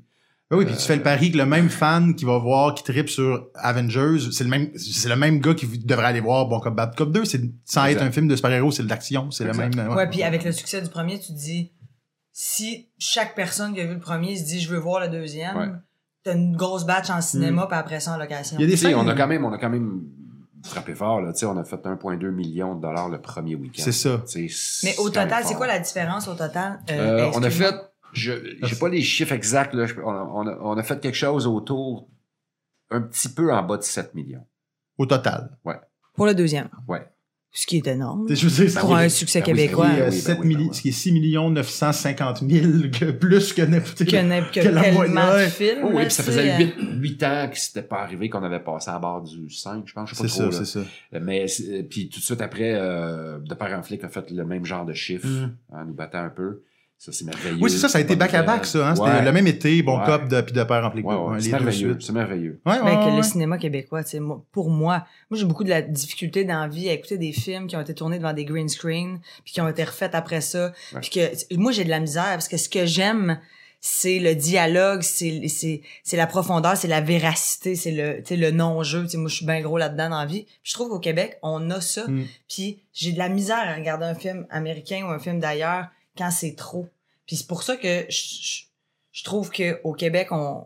Speaker 1: Ben oui, puis tu fais
Speaker 3: Euh,
Speaker 1: le pari que le même fan qui va voir, qui tripe sur Avengers, c'est le même, c'est le même gars qui devrait aller voir Bon Cop Bad Cop 2. C'est, sans
Speaker 3: Exact.
Speaker 1: être un film de super-héros, c'est de l'action, c'est le
Speaker 3: Exact.
Speaker 1: même. euh,
Speaker 2: Ouais, puis avec le succès du premier, tu te dis, si chaque personne qui a vu le premier se dit, je veux voir le deuxième,
Speaker 3: Ouais.
Speaker 2: t'as une grosse batch en cinéma, puis après ça, hein. en location.
Speaker 1: Il y a des
Speaker 3: Tu sais,
Speaker 1: fans-
Speaker 3: on a quand même, on a quand même frappé fort. Là. Tu sais, On a fait 1,2 million de dollars le premier week-end.
Speaker 1: C'est ça.
Speaker 3: Tu sais,
Speaker 2: Mais au
Speaker 3: quand même
Speaker 2: total, c'est
Speaker 3: fort.
Speaker 2: quoi la différence au total? Euh,
Speaker 3: Euh,
Speaker 2: ben,
Speaker 3: on a
Speaker 2: excuse-moi.
Speaker 3: fait, je j'ai pas les chiffres exacts, là, je- on, a, on a- on a fait quelque chose autour un petit peu en bas de 7 millions.
Speaker 1: Au total.
Speaker 2: Pour le deuxième.
Speaker 3: Ouais.
Speaker 2: Ce qui est énorme.
Speaker 1: Je veux dire, c'est-
Speaker 2: Pour
Speaker 3: oui,
Speaker 2: un
Speaker 3: ben
Speaker 2: succès
Speaker 3: oui,
Speaker 2: québécois.
Speaker 3: ben oui,
Speaker 1: euh,
Speaker 3: ben oui,
Speaker 1: 7
Speaker 3: ben oui.
Speaker 1: milli- ce qui est 6 950 000, que plus que n'importe
Speaker 2: que, n'a- que
Speaker 1: Que la
Speaker 2: tellement de
Speaker 1: moyenne.
Speaker 2: films.
Speaker 3: oui,
Speaker 2: là, euh,
Speaker 3: puis ça
Speaker 2: tu
Speaker 3: faisait
Speaker 2: sais,
Speaker 3: 8, ans que c'était pas arrivé qu'on avait passé à bord du 5, je pense, je sais
Speaker 1: C'est
Speaker 3: pas trop.
Speaker 1: ça,
Speaker 3: là.
Speaker 1: c'est ça.
Speaker 3: Mais c'est- puis tout de suite après, euh, De Père en Flic a fait le même genre de chiffre
Speaker 1: Mm.
Speaker 3: en nous battant un peu. Ça, c'est merveilleux.
Speaker 1: Oui, c'est ça, ça a été
Speaker 3: Bonne
Speaker 1: back-à-back,
Speaker 3: nouvelle.
Speaker 1: ça. Hein? C'était
Speaker 3: Ouais.
Speaker 1: le même été, Bon
Speaker 3: Ouais.
Speaker 1: Cop de, puis de Père en Playboy.
Speaker 3: Ouais, ouais,
Speaker 1: Ouais,
Speaker 3: c'est
Speaker 1: les deux
Speaker 3: merveilleux,
Speaker 1: suites.
Speaker 3: c'est merveilleux.
Speaker 1: Ouais,
Speaker 2: Ben, que
Speaker 1: ouais,
Speaker 2: le
Speaker 1: ouais.
Speaker 2: cinéma québécois, tu sais, moi- pour moi, moi j'ai beaucoup de la difficulté dans la vie à écouter des films qui ont été tournés devant des green screen, puis qui ont été refaits après ça,
Speaker 3: Ouais.
Speaker 2: puis que moi j'ai de la misère parce que ce que j'aime, c'est le dialogue, c'est c'est c'est la profondeur, c'est la véracité, c'est le tu sais, le non jeu. Tu sais, moi je suis bien gros là-dedans dans la vie. Puis je trouve qu'au Québec on a ça,
Speaker 1: Mm.
Speaker 2: puis j'ai de la misère à regarder un film américain ou un film d'ailleurs quand c'est trop. Puis c'est pour ça que je, je, je trouve que au Québec on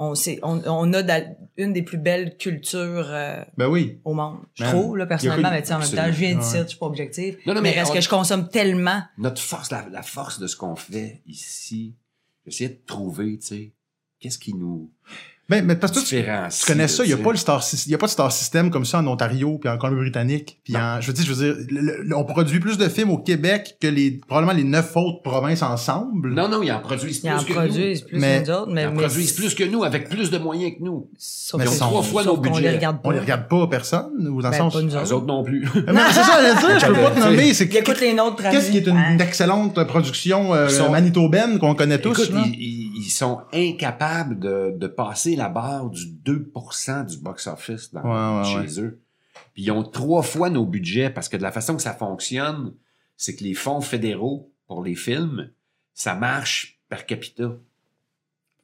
Speaker 2: on, sait- on, on a de- une des plus belles cultures euh,
Speaker 1: Ben oui.
Speaker 2: au monde. Je
Speaker 1: Man,
Speaker 2: trouve, là, personnellement,
Speaker 1: il y a
Speaker 2: mais tu sais, en même temps,
Speaker 3: absolument.
Speaker 2: je viens d'ici,
Speaker 1: Ouais.
Speaker 2: je suis pas objectif.
Speaker 3: Non, non,
Speaker 2: mais
Speaker 3: mais
Speaker 2: parce
Speaker 3: on-
Speaker 2: que je consomme tellement.
Speaker 3: notre force, la, la force de ce qu'on fait ici, j'essayais de trouver, tu sais, qu'est-ce qui nous.
Speaker 1: Ben, mais parce que toi, tu,
Speaker 3: différencier,
Speaker 1: tu connais ça, il n'y a,
Speaker 3: tu sais.
Speaker 1: pas le star sys- il y a pas de star system comme ça en Ontario, puis en Colombie-Britannique. Puis en- je veux dire, je veux dire le- le- on produit plus de films au Québec que les, probablement les neuf autres provinces ensemble.
Speaker 3: Non, non, ils en produisent plus
Speaker 2: Ils en
Speaker 3: que
Speaker 2: produisent plus
Speaker 1: Mais-
Speaker 2: que nous autres,
Speaker 3: nous. Ils
Speaker 2: mais.
Speaker 3: en
Speaker 2: mais-
Speaker 3: produisent plus que nous, avec plus de moyens que nous.
Speaker 2: Sauf
Speaker 1: Mais
Speaker 2: qu'on-
Speaker 1: ils sont trois
Speaker 3: fois
Speaker 2: sauf
Speaker 3: nos
Speaker 2: qu'on
Speaker 3: budgets.
Speaker 2: les regarde pas.
Speaker 1: On les regarde pas, personne, ou dans
Speaker 2: Ben,
Speaker 1: le sens...
Speaker 2: pas nous
Speaker 3: Eux
Speaker 2: autres.
Speaker 3: autres non plus.
Speaker 1: Mais non, c'est ça, j'allais dire, je peux pas te nommer, c'est
Speaker 2: Ils écoutent les nôtres,
Speaker 1: qu'est-ce qui est une,
Speaker 2: Ah.
Speaker 1: une excellente production euh,
Speaker 3: Ils sont-
Speaker 1: manitobaine qu'on connaît tous.
Speaker 3: Écoute,
Speaker 1: là.
Speaker 3: ils, ils- ils sont incapables de, de passer la barre du 2 du box-office dans-
Speaker 1: Ouais, ouais,
Speaker 3: chez eux. Puis ils ont trois fois nos budgets parce que de la façon que ça fonctionne, c'est que les fonds fédéraux pour les films, ça marche par capita.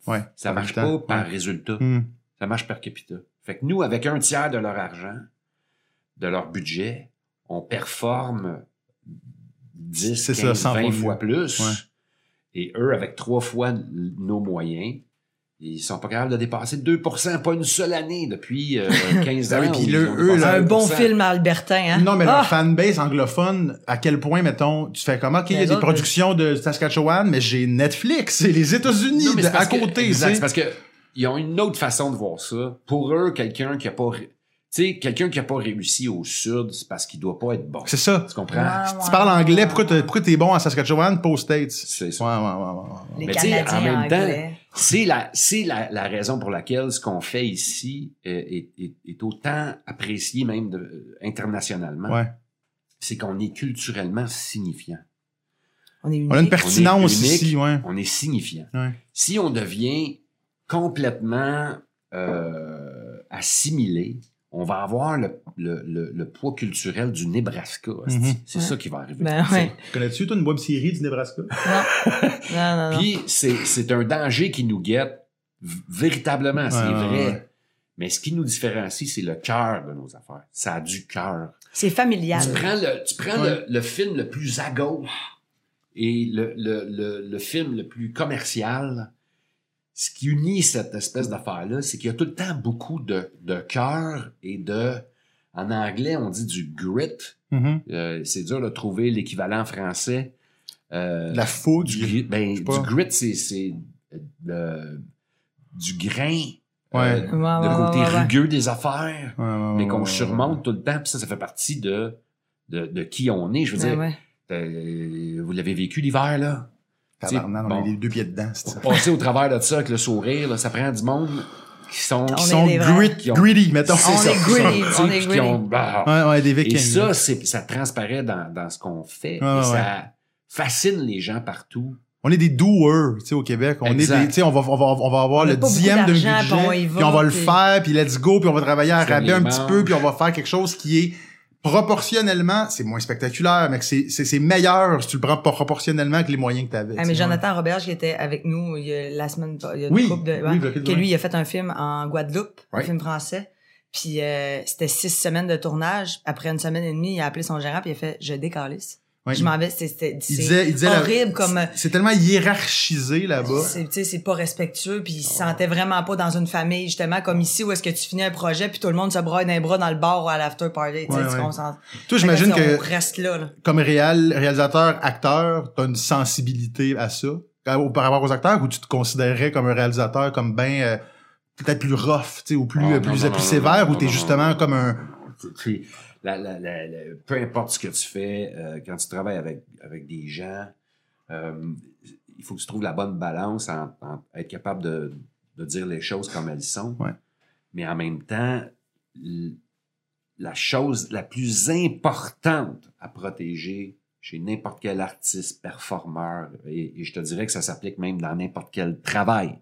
Speaker 1: Ouais,
Speaker 3: Ça
Speaker 1: en
Speaker 3: marche
Speaker 1: même temps,
Speaker 3: pas par
Speaker 1: ouais.
Speaker 3: résultat.
Speaker 1: Hmm.
Speaker 3: Ça marche par capita. Fait que nous, avec un tiers de leur argent, de leur budget, on performe 10,
Speaker 1: C'est
Speaker 3: 15,
Speaker 1: ça, 100
Speaker 3: 20
Speaker 1: fois
Speaker 3: fois plus.
Speaker 1: Ouais.
Speaker 3: Et eux, avec trois fois l- nos moyens, ils sont pas capables de dépasser 2 pas une seule année depuis euh, 15
Speaker 1: Ah
Speaker 3: ans.
Speaker 1: oui, puis
Speaker 3: où ils
Speaker 1: le-
Speaker 3: ont
Speaker 1: eux,
Speaker 3: dépassé
Speaker 1: là,
Speaker 2: un bon
Speaker 3: 2%.
Speaker 2: film à Albertin, hein?
Speaker 1: Non, mais
Speaker 2: Ah!
Speaker 1: leur fanbase anglophone, à quel point, mettons, tu fais comment? OK, il y a
Speaker 2: Les
Speaker 1: des
Speaker 2: autres,
Speaker 1: productions de Saskatchewan, mais j'ai Netflix et les États-Unis
Speaker 3: Non, mais
Speaker 1: de-
Speaker 3: c'est
Speaker 1: à
Speaker 3: parce que-
Speaker 1: côté.
Speaker 3: exact,
Speaker 1: tu
Speaker 3: c'est
Speaker 1: sais.
Speaker 3: parce que ils ont une autre façon de voir ça. Pour eux, quelqu'un qui a pas, ré- tu sais, quelqu'un qui a pas réussi au sud, c'est parce qu'il doit pas être bon.
Speaker 1: C'est ça.
Speaker 3: Tu comprends?
Speaker 1: Si tu parles anglais, pourquoi t'es, pourquoi t'es bon en Saskatchewan, pas aux States?
Speaker 3: C'est
Speaker 1: Ouais,
Speaker 3: ça.
Speaker 1: ouais, ouais, ouais, ouais, ouais.
Speaker 2: Les
Speaker 3: Mais tu sais,
Speaker 2: Canadiens
Speaker 3: en même temps,
Speaker 2: anglais.
Speaker 3: C'est la, c'est la, la raison pour laquelle ce qu'on fait ici euh, est, est, est autant apprécié même de- euh, internationalement.
Speaker 1: Ouais.
Speaker 3: C'est qu'on est culturellement signifiant.
Speaker 2: On est
Speaker 1: On a une
Speaker 2: unique.
Speaker 1: pertinence
Speaker 3: unique.
Speaker 1: ici, ouais.
Speaker 3: On est signifiant.
Speaker 1: Ouais.
Speaker 3: Si on devient complètement euh, assimilé, on va avoir le, le, le, le poids culturel du Nebraska. hostie.
Speaker 1: Mhm.
Speaker 3: C'est
Speaker 2: Ouais.
Speaker 3: ça qui va arriver.
Speaker 2: Ben ouais.
Speaker 1: Connais-tu, toi, une web série du Nebraska?
Speaker 2: Non, non, non.
Speaker 3: Puis c'est c'est un danger qui nous guette v- véritablement, c'est
Speaker 1: Ouais, ouais,
Speaker 3: vrai.
Speaker 1: ouais.
Speaker 3: Mais ce qui nous différencie, c'est le cœur de nos affaires. Ça a du cœur.
Speaker 2: C'est familial.
Speaker 3: Tu prends, le, tu prends
Speaker 1: Ouais.
Speaker 3: le, le film le plus à gauche et le, le, le, le film le plus commercial. Ce qui unit cette espèce d'affaire-là, c'est qu'il y a tout le temps beaucoup de, de cœur et de. En anglais, on dit du grit.
Speaker 1: Mhm.
Speaker 3: Euh, c'est dur de trouver l'équivalent français. Euh,
Speaker 1: La fougue.
Speaker 3: du, gri- ben,
Speaker 1: je sais
Speaker 3: du
Speaker 1: pas.
Speaker 3: grit, c'est, c'est euh, le- du grain,
Speaker 1: Ouais.
Speaker 3: euh,
Speaker 2: Ouais, ouais,
Speaker 3: le
Speaker 2: ouais,
Speaker 3: côté
Speaker 2: Ah, ouais, ouais.
Speaker 3: rugueux des affaires,
Speaker 1: Ouais, ouais, ouais,
Speaker 3: mais qu'on
Speaker 1: ouais,
Speaker 3: surmonte tout le temps. Puis ça, ça fait partie de, de, de qui on est. Je veux
Speaker 2: Ouais,
Speaker 3: dire,
Speaker 2: Ben, ouais.
Speaker 3: euh, vous l'avez vécu l'hiver, là.
Speaker 1: ouais. Tabarnak, on a
Speaker 3: Bon.
Speaker 1: les deux pieds dedans, c'est ça.
Speaker 3: Pour passer au travers de ça avec le sourire, là, ça prend du monde qui sont...
Speaker 2: On
Speaker 1: Ils
Speaker 2: est
Speaker 1: sont
Speaker 2: des vrais.
Speaker 1: grit-
Speaker 3: Qui ont-
Speaker 1: greedy, mettons.
Speaker 2: On
Speaker 3: C'est
Speaker 2: est
Speaker 3: ça,
Speaker 2: greedy,
Speaker 3: qui sont-
Speaker 2: on est
Speaker 3: qui ont-
Speaker 2: greedy.
Speaker 3: bah,
Speaker 1: Ouais, ouais, des
Speaker 3: Et
Speaker 1: vikings.
Speaker 3: ça, c'est, ça transparaît dans, dans ce qu'on fait.
Speaker 1: Ouais,
Speaker 3: et
Speaker 1: ouais,
Speaker 3: ça fascine les gens partout.
Speaker 1: On est des doers, tu sais, au Québec. On
Speaker 3: Exact.
Speaker 1: est des, tu sais, on va, on va, on va avoir
Speaker 2: On a
Speaker 1: le
Speaker 2: pas beaucoup
Speaker 1: dixième de budget,
Speaker 2: d'argent,
Speaker 1: puis
Speaker 2: puis on y va,
Speaker 1: on va le
Speaker 2: puis-
Speaker 1: faire, puis let's go, puis on va travailler à
Speaker 3: Ferme les
Speaker 1: rabais un petit
Speaker 3: manches.
Speaker 1: peu, puis on va faire quelque chose qui est proportionnellement, c'est moins spectaculaire, mais que c'est, c'est, c'est meilleur si tu le prends proportionnellement que les moyens que t'avais.
Speaker 2: Ah,
Speaker 1: tu
Speaker 2: mais
Speaker 1: sais.
Speaker 2: Jonathan Roberge qui était avec nous il y a- la semaine il y a une
Speaker 1: Oui,
Speaker 2: couple de,
Speaker 1: oui, il
Speaker 2: ouais,
Speaker 1: y a quelques
Speaker 2: que
Speaker 1: semaines.
Speaker 2: lui il a fait un film en Guadeloupe, un
Speaker 3: Ouais.
Speaker 2: film français. Puis euh, c'était six semaines de tournage. Après une semaine et demie, il a appelé son gérant puis il a fait je décalisse.
Speaker 1: Ouais.
Speaker 2: Je m'en vais. C'est c'est-
Speaker 1: il
Speaker 2: c'est
Speaker 1: disait, il disait la-
Speaker 2: horrible comme
Speaker 1: c'est- c'est tellement hiérarchisé là-bas. Ah.
Speaker 2: c'est tu sais, c'est pas respectueux puis il se sentait vraiment pas dans une famille justement comme ici où est-ce que tu finis un projet puis tout le monde se braille d'un bras dans le bar ou à l'after party. tu sais,
Speaker 1: Ouais,
Speaker 2: tu
Speaker 1: ouais.
Speaker 2: consens-
Speaker 1: Toi, j'imagine que
Speaker 2: Fait on reste là. là.
Speaker 1: comme réal, réalisateur, acteur, t'as une sensibilité à ça euh, par rapport aux acteurs ou tu te considérerais comme un réalisateur comme ben euh, peut-être plus rough, tu sais, ou plus euh,
Speaker 3: Ah, non,
Speaker 1: plus,
Speaker 3: non, non,
Speaker 1: plus
Speaker 3: non,
Speaker 1: sévère,
Speaker 3: non,
Speaker 1: ou
Speaker 3: non,
Speaker 1: t'es
Speaker 3: non,
Speaker 1: justement
Speaker 3: non.
Speaker 1: comme un
Speaker 3: Tu- tu- la- la- la- la- peu importe ce que tu fais, euh, quand tu travailles avec, avec des gens, euh, il faut que tu trouves la bonne balance en, en être capable de, de dire les choses comme elles sont.
Speaker 1: Ouais.
Speaker 3: Mais en même temps, l- la chose la plus importante à protéger chez n'importe quel artiste, performeur, et, et je te dirais que ça s'applique même dans n'importe quel travail,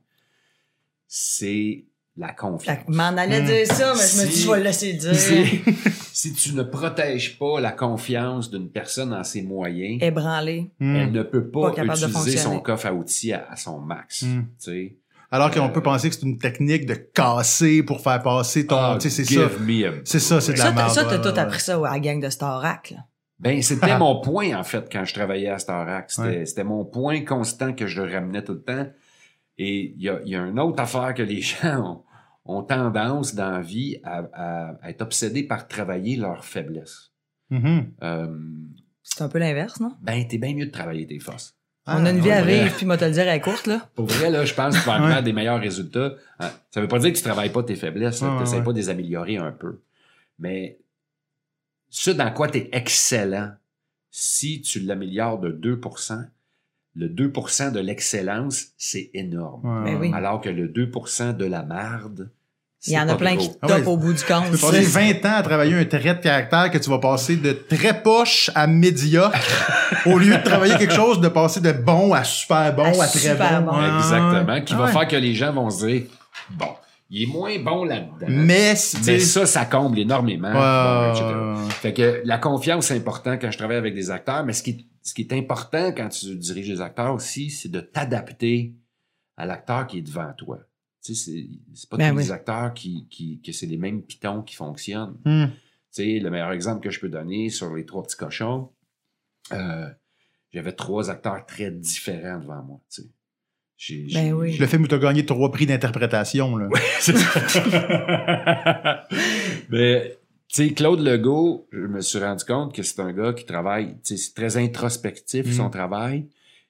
Speaker 3: c'est la
Speaker 2: Fait
Speaker 3: confiance.
Speaker 2: que m'en allais
Speaker 1: Hmm.
Speaker 2: dire ça, mais je me
Speaker 3: Si-
Speaker 2: dis je vais le laisser le dire.
Speaker 3: Si, si tu ne protèges pas la confiance d'une personne en ses moyens,
Speaker 2: Ébranlé.
Speaker 1: Hmm.
Speaker 3: elle ne peut
Speaker 2: Eh ben, Pas
Speaker 3: pas,
Speaker 2: capable de
Speaker 3: utiliser son
Speaker 2: fonctionner.
Speaker 3: coffre à outils à, à son max.
Speaker 1: Mm.
Speaker 3: tu sais.
Speaker 1: Alors qu'on
Speaker 3: Euh,
Speaker 1: peut penser que c'est une technique de casser pour faire passer ton.
Speaker 3: Ah,
Speaker 1: tu sais, c'est ça.
Speaker 3: give me a
Speaker 1: C'est ça, c'est de la
Speaker 2: Ça, t'as-
Speaker 1: merde.
Speaker 2: ça, t'as
Speaker 1: ouais,
Speaker 2: tout
Speaker 1: ouais,
Speaker 2: appris ça ouais, à la gang de Starac. là.
Speaker 3: Ben, c'était mon point, en fait, quand je travaillais à Starac. C'était
Speaker 1: Ah. Ouais.
Speaker 3: c'était mon point constant que je ramenais tout le temps. Et il y a, il y a une autre affaire que les gens ont, ont tendance dans la vie à, à- à être obsédés par travailler leurs faiblesses.
Speaker 1: ouais. Mhm.
Speaker 3: Euh,
Speaker 2: C'est un peu l'inverse, non?
Speaker 3: ben, t'es bien mieux de travailler tes forces.
Speaker 2: On a une
Speaker 1: Ah,
Speaker 2: vie à
Speaker 3: ouais.
Speaker 2: vivre, puis moi te le dire, elle est courte, là.
Speaker 3: Pour vrai, là, je pense que tu vas avoir des meilleurs résultats. Hein, Ça veut pas dire que tu travailles pas tes faiblesses,
Speaker 1: Ouais,
Speaker 3: tu n'essaies
Speaker 1: ouais.
Speaker 3: pas de les améliorer un peu. Mais ce dans quoi tu es excellent, si tu l'améliores de 2 le 2 de l'excellence, c'est énorme.
Speaker 1: Ouais,
Speaker 2: Ben
Speaker 1: ouais.
Speaker 2: oui.
Speaker 3: Alors que le 2 de la marde,
Speaker 2: Il y en a plein qui
Speaker 1: Ah ouais.
Speaker 2: topent au bout du compte.
Speaker 1: Tu peux passer 20 ans à travailler un trait de caractère que tu vas passer de très poche à médiocre au lieu de travailler quelque chose de passer de bon à super bon à,
Speaker 2: À
Speaker 1: très
Speaker 2: super
Speaker 1: bon.
Speaker 2: bon.
Speaker 1: Ouais,
Speaker 3: Exactement,
Speaker 1: ouais.
Speaker 3: qui
Speaker 1: Ah
Speaker 3: va
Speaker 1: ouais.
Speaker 3: faire que les gens vont se dire Bon, il est moins bon là-dedans.
Speaker 1: Mais, c'est-
Speaker 3: Mais ça, ça hein. comble énormément.
Speaker 1: Ouais,
Speaker 3: Bon,
Speaker 1: ouais,
Speaker 3: etc.
Speaker 1: ouais, ouais.
Speaker 3: Fait que la confiance, c'est important quand je travaille avec des acteurs, mais ce qui, est- ce qui est important quand tu diriges des acteurs aussi, c'est de t'adapter à l'acteur qui est devant toi. Tu sais, c'est- c'est pas
Speaker 2: Ben
Speaker 3: tous
Speaker 2: oui.
Speaker 3: les acteurs qui, qui- que c'est les mêmes pitons qui fonctionnent.
Speaker 1: Hmm.
Speaker 3: Tu sais, le meilleur exemple que je peux donner sur les trois petits cochons, euh, j'avais trois acteurs très différents devant moi. tu sais. J'ai- j'ai-
Speaker 2: Ben oui.
Speaker 1: Le film où t'as gagné trois prix d'interprétation, là.
Speaker 3: c'est ça. Mais, Ben, tu sais, Claude Legault, je me suis rendu compte que c'est un gars qui travaille, tu sais, c'est très introspectif
Speaker 1: Mm.
Speaker 3: son travail.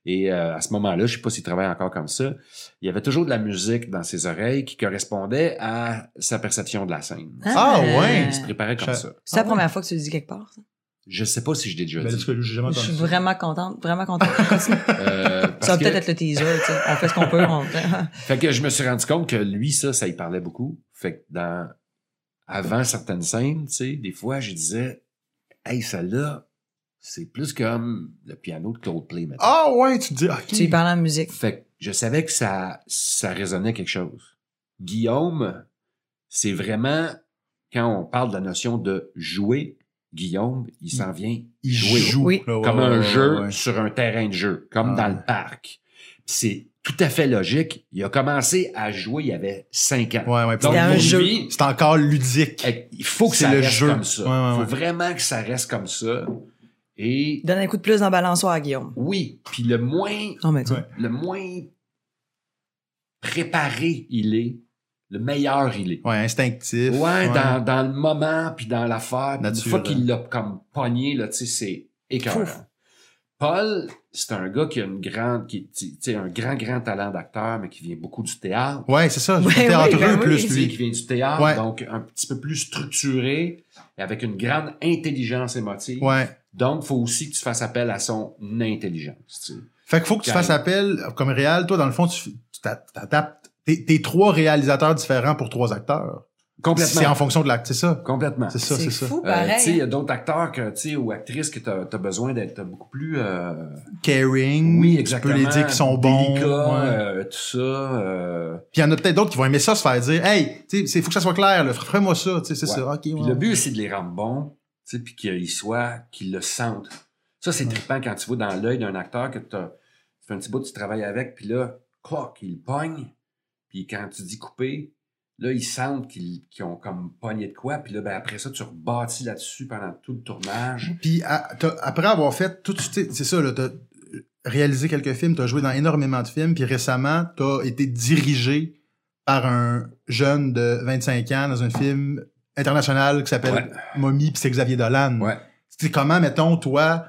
Speaker 3: Et euh, à ce moment-là, je sais pas s'il travaille encore comme ça, il y avait toujours de la musique dans ses oreilles qui correspondait à sa perception de la scène.
Speaker 1: Ah, ouais.
Speaker 3: Il se préparait comme
Speaker 1: Je-
Speaker 3: ça.
Speaker 2: C'est la
Speaker 1: Ah ouais.
Speaker 2: première fois que tu le dis quelque part. ça.
Speaker 3: Je sais pas si je l'ai déjà
Speaker 1: Ben,
Speaker 3: dit.
Speaker 1: c'est ce que j'ai jamais
Speaker 2: Je suis
Speaker 1: entendu.
Speaker 2: vraiment contente, vraiment contente. Continue.
Speaker 3: Euh,
Speaker 2: Ça va
Speaker 3: parce que-
Speaker 2: peut-être être le teaser, tu sais. On fait ce qu'on peut. On...
Speaker 3: Fait que je me suis rendu compte que lui, ça, ça y parlait beaucoup. Fait que dans, avant certaines scènes, tu sais, des fois, je disais, hey, celle-là, c'est plus comme le piano de Coldplay maintenant.
Speaker 1: Ah ouais, tu te dis, ok.
Speaker 2: tu y parles en musique.
Speaker 3: Fait que je savais que ça, ça résonnait quelque chose. Guillaume, c'est vraiment, quand on parle de la notion de jouer, Guillaume, il s'en vient
Speaker 1: Mm. il
Speaker 3: jouer.
Speaker 1: joue.
Speaker 2: Oui.
Speaker 1: là, ouais,
Speaker 3: comme
Speaker 1: ouais,
Speaker 3: un
Speaker 1: ouais,
Speaker 3: jeu
Speaker 1: ouais.
Speaker 3: sur un terrain de jeu, comme
Speaker 1: Ah.
Speaker 3: dans le parc. Puis C'est tout à fait logique. Il a commencé à jouer, il avait 5 ans.
Speaker 1: Ouais, ouais.
Speaker 3: Donc,
Speaker 2: C'était un
Speaker 3: pour
Speaker 2: jeu.
Speaker 3: lui,
Speaker 1: C'est encore ludique.
Speaker 3: eh, il faut que
Speaker 1: C'est
Speaker 3: ça
Speaker 1: le
Speaker 3: reste
Speaker 1: jeu.
Speaker 3: comme ça.
Speaker 1: Ouais, ouais,
Speaker 3: Il
Speaker 1: ouais.
Speaker 3: faut vraiment que ça reste comme ça. Et
Speaker 2: Donne un coup de plus dans le balançoire à Guillaume.
Speaker 3: oui, puis le moins,
Speaker 2: Non, mais tu
Speaker 1: Ouais.
Speaker 3: le moins préparé il est, le meilleur il est.
Speaker 1: Ouais, instinctif.
Speaker 3: Ouais, Dans, dans le moment, puis dans l'affaire. Puis Une
Speaker 1: Naturel.
Speaker 3: fois qu'il l'a comme pogné, là, tu sais, c'est
Speaker 2: Pouf.
Speaker 3: écœurant. Paul, c'est un gars qui a une grande, qui, tu sais, un grand, grand talent d'acteur, mais qui vient beaucoup du théâtre.
Speaker 1: Ouais, c'est ça.
Speaker 2: Ouais,
Speaker 1: C'était
Speaker 2: oui,
Speaker 1: entre
Speaker 2: ben
Speaker 1: eux
Speaker 2: oui.
Speaker 1: plus
Speaker 3: Tu sais,
Speaker 1: lui.
Speaker 3: qui vient du théâtre,
Speaker 1: Ouais.
Speaker 3: donc un petit peu plus structuré et avec une grande intelligence émotive.
Speaker 1: Ouais.
Speaker 3: Donc, il faut aussi que tu fasses appel à son intelligence. tu sais.
Speaker 1: Fait qu'il faut que tu
Speaker 3: Carré.
Speaker 1: fasses appel, comme réal, toi, dans le fond, tu tu t'a- t'adaptes. T'es t'es trois réalisateurs différents pour trois acteurs.
Speaker 3: Complètement.
Speaker 1: C'est en fonction de l'acte, c'est ça.
Speaker 3: Complètement.
Speaker 1: C'est ça,
Speaker 2: sais.
Speaker 1: c'est
Speaker 2: C'est
Speaker 1: ça.
Speaker 2: fou,
Speaker 3: Euh, tu sais, il
Speaker 2: pareil.
Speaker 3: y
Speaker 2: hein.
Speaker 3: a d'autres acteurs que, tu sais, ou actrices que tu as, besoin d'être beaucoup plus euh,
Speaker 1: Caring.
Speaker 3: Oui, exactement.
Speaker 1: Tu peux les dire qu'ils sont bons.
Speaker 3: Délicat,
Speaker 1: Ouais.
Speaker 3: euh, tout ça. euh.
Speaker 1: Puis il y en a peut-être d'autres qui vont aimer ça, se faire dire, hey, tu sais, faut que ça soit clair, là. Fais-moi ça, tu sais, c'est
Speaker 3: Ouais.
Speaker 1: ça. Ok,
Speaker 3: Puis
Speaker 1: ouais.
Speaker 3: le but, c'est de les rendre bons, tu sais, puis qu'ils soient, qu'ils le sentent. Ça, c'est
Speaker 1: Ouais.
Speaker 3: trippant quand tu vois dans l'œil d'un acteur que t'as- tu fais un petit bout, tu travailles avec, puis là, cloc, il pogne. Puis quand tu dis couper, là, ils sentent qu'ils qu'ils ont comme pogné de quoi. Puis là, ben, après ça, tu rebâtis là-dessus pendant tout le tournage.
Speaker 1: Puis à- t'as- après avoir fait tout, tu sais, c'est ça, là, t'as réalisé quelques films, t'as joué dans énormément de films, puis récemment, t'as été dirigé par un jeune de 25 ans dans un film international qui s'appelle
Speaker 3: Ouais.
Speaker 1: Mommy, puis c'est Xavier Dolan.
Speaker 3: Ouais.
Speaker 1: C'est comment, mettons, toi,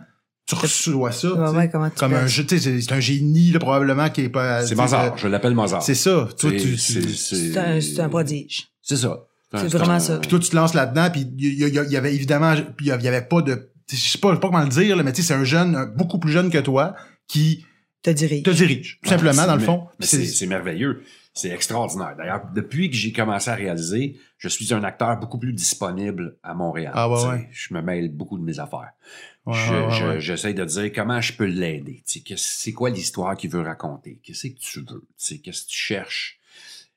Speaker 1: tu reçois ça, tu sais,
Speaker 2: Ouais, ouais, comment tu
Speaker 1: comme
Speaker 2: fais?
Speaker 1: un jeu, tu sais, c'est- c'est un génie, là, probablement, qui est pas...
Speaker 3: C'est
Speaker 1: tu sais,
Speaker 3: Mozart.
Speaker 1: euh,
Speaker 3: Je l'appelle Mozart.
Speaker 1: C'est ça. Toi,
Speaker 3: C'est-
Speaker 1: tu- tu-
Speaker 3: c'est-
Speaker 2: C'est un, c'est un prodige.
Speaker 3: C'est ça.
Speaker 2: C'est
Speaker 3: un-
Speaker 2: vraiment
Speaker 3: un-
Speaker 2: ça.
Speaker 1: Puis toi, tu te lances là-dedans, puis il y, y- y avait évidemment, puis il y avait pas de, je sais pas, je sais pas comment le dire, là, mais tu sais, c'est un jeune, un- beaucoup plus jeune que toi, qui
Speaker 2: Te dirige.
Speaker 1: te dirige, tout
Speaker 3: Ouais,
Speaker 1: simplement,
Speaker 3: c'est-
Speaker 1: dans le
Speaker 3: mais-
Speaker 1: fond.
Speaker 3: mais
Speaker 1: Puis
Speaker 3: C'est
Speaker 1: c'est-
Speaker 3: c'est merveilleux. C'est extraordinaire. D'ailleurs, depuis que j'ai commencé à réaliser, je suis un acteur beaucoup plus disponible à Montréal.
Speaker 1: Ah ouais,
Speaker 3: Tu sais,
Speaker 1: ouais.
Speaker 3: Je me mêle beaucoup de mes affaires.
Speaker 1: ouais,
Speaker 3: Je-
Speaker 1: ouais,
Speaker 3: je-
Speaker 1: ouais.
Speaker 3: J'essaie de dire comment je peux l'aider. Tu sais, qu'est-ce- C'est quoi l'histoire qu'il veut raconter? Qu'est-ce que tu veux? Tu sais, Qu'est-ce que tu cherches?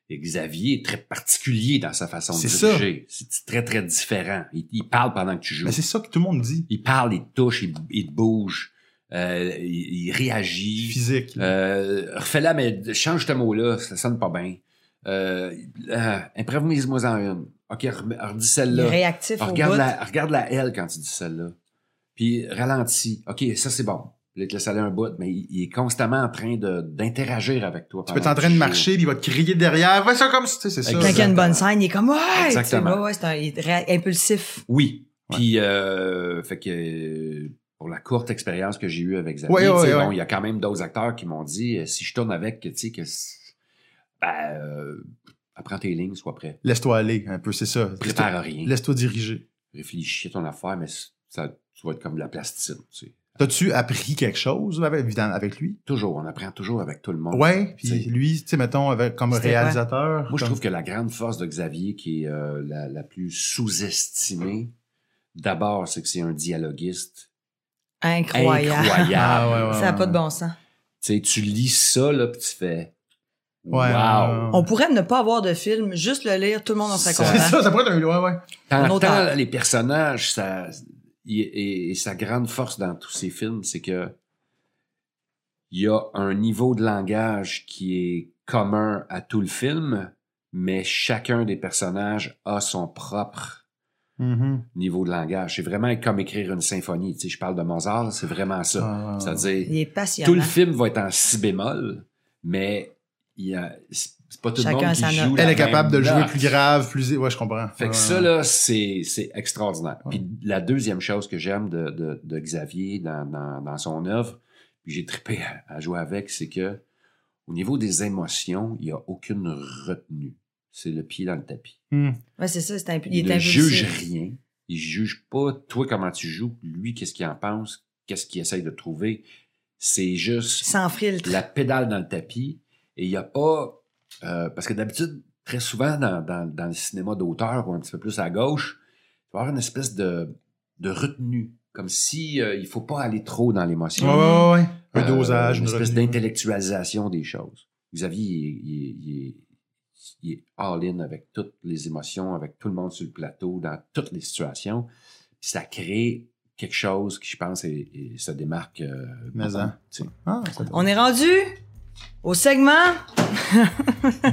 Speaker 3: Et Xavier est très particulier dans sa façon de
Speaker 1: C'est ça.
Speaker 3: diriger. C'est très, très différent. Il, il parle pendant que tu joues.
Speaker 1: Mais c'est ça que tout le monde dit,
Speaker 3: Il parle, il te touche, il, il te bouge, euh, il, il réagit.
Speaker 1: physique.
Speaker 3: Euh, refais-la, mais change ce mot-là, ça sonne pas bien. Euh, euh, Improvise-moi en une. OK, rem- redis
Speaker 2: Il est
Speaker 3: celle-là.
Speaker 2: réactif au bout.
Speaker 3: Regarde la, regarde la L quand tu dis celle-là. Puis ralentis. OK, ça c'est bon. Puis là, te laisse aller un bout, mais il, il est constamment en train de- d'interagir avec toi.
Speaker 1: tu peux être en train de marcher, puis il va te crier derrière, va ça comme ça, tu sais, c'est ça.
Speaker 2: Quand il y a une bonne scène, il est comme, ouais! tu sais,
Speaker 3: Exactement.
Speaker 2: ouais, ouais, c'est un, il est ré- impulsif.
Speaker 3: Oui.
Speaker 1: Ouais.
Speaker 3: Puis, euh, fait que euh, pour la courte expérience que j'ai eue avec Xavier,
Speaker 1: Ouais,
Speaker 3: tu sais,
Speaker 1: ouais, ouais.
Speaker 3: bon, il y a quand même d'autres acteurs qui m'ont dit euh, si je tourne avec, tu sais, que. c'est- Ben, euh, apprends tes lignes, sois prêt.
Speaker 1: Laisse-toi aller un peu, c'est ça. Laisse-toi
Speaker 3: Prépare à rien.
Speaker 1: laisse-toi diriger.
Speaker 3: Réfléchis à ton affaire, mais c- ça, tu vas être comme de la plasticine, tu sais.
Speaker 1: T'as-tu appris quelque chose avec, évidemment, avec lui?
Speaker 3: Toujours, on apprend toujours avec tout le monde.
Speaker 1: Ouais, puis
Speaker 3: Tu sais.
Speaker 1: lui, tu sais, mettons, avec, comme
Speaker 2: C'était
Speaker 1: réalisateur.
Speaker 3: Moi, je
Speaker 1: comme-
Speaker 3: trouve que la grande force de Xavier, qui est euh, la, la plus sous-estimée, d'abord, c'est que c'est un dialoguiste
Speaker 2: Incroyable.
Speaker 3: incroyable.
Speaker 1: Ah, ouais, ouais,
Speaker 2: Ça n'a pas de bon sens.
Speaker 3: Tu sais, tu lis ça, là, puis tu fais.
Speaker 1: Ouais,
Speaker 3: wow!
Speaker 1: ouais, ouais.
Speaker 2: On pourrait ne pas avoir de film, juste le lire, tout le monde en serait
Speaker 3: C'est
Speaker 1: C'est
Speaker 2: content.
Speaker 1: ça, ça pourrait être un. Ouais, ouais.
Speaker 2: Un autre
Speaker 3: T'entends
Speaker 2: art.
Speaker 3: les personnages, ça, y- et, et sa grande force dans tous ces films, c'est que il y a un niveau de langage qui est commun à tout le film, mais chacun des personnages a son propre
Speaker 2: Mm-hmm.
Speaker 1: Mhm.
Speaker 3: niveau de langage. C'est vraiment comme écrire une symphonie. Tu sais, je parle de Mozart, là, c'est vraiment ça.
Speaker 1: Ah,
Speaker 3: C'est-à-dire,
Speaker 2: Il est patient.
Speaker 3: tout le film va être en si bémol, mais il y a- c'est c'est pas tout
Speaker 2: Chacun
Speaker 3: le monde
Speaker 2: a
Speaker 3: qui
Speaker 2: sa
Speaker 3: joue
Speaker 2: note.
Speaker 3: la
Speaker 1: Elle est capable de le
Speaker 3: même
Speaker 1: jouer
Speaker 3: note.
Speaker 1: plus grave, plus. Ouais, je comprends.
Speaker 3: Fait
Speaker 1: Ouais,
Speaker 3: que ça,
Speaker 1: ouais.
Speaker 3: là, c'est c'est extraordinaire.
Speaker 1: Ouais.
Speaker 3: Puis la deuxième chose que j'aime de, de- de Xavier dans, dans- dans son œuvre, puis j'ai trippé à, à jouer avec, c'est que au niveau des émotions, il n'y a aucune retenue. C'est le pied dans le tapis.
Speaker 1: Hmm.
Speaker 2: Ouais, c'est ça, c'est un, il
Speaker 3: Il,
Speaker 2: est
Speaker 3: ne
Speaker 2: impulsif.
Speaker 3: juge rien. Il juge pas toi comment tu joues, lui qu'est-ce qu'il en pense, qu'est-ce qu'il essaye de trouver. C'est juste
Speaker 2: Sans filtre.
Speaker 3: la pédale dans le tapis et il n'y a pas. euh, parce que d'habitude, très souvent dans, dans- dans le cinéma d'auteur ou un petit peu plus à gauche, il va y avoir une espèce de, de retenue. Comme si euh, il faut pas aller trop dans l'émotion.
Speaker 1: Ouais, ouais, ouais. Un
Speaker 3: Euh,
Speaker 1: dosage,
Speaker 3: Une espèce
Speaker 1: retenue.
Speaker 3: d'intellectualisation des choses. Xavier, il, il- il- il est all-in avec toutes les émotions, avec tout le monde sur le plateau, dans toutes les situations. Puis ça crée quelque chose qui, je pense, est- est- se démarque. euh,
Speaker 1: Mais
Speaker 3: beaucoup,
Speaker 1: hein.
Speaker 3: tu sais.
Speaker 1: Ah, c'est bon.
Speaker 2: On est rendu au segment.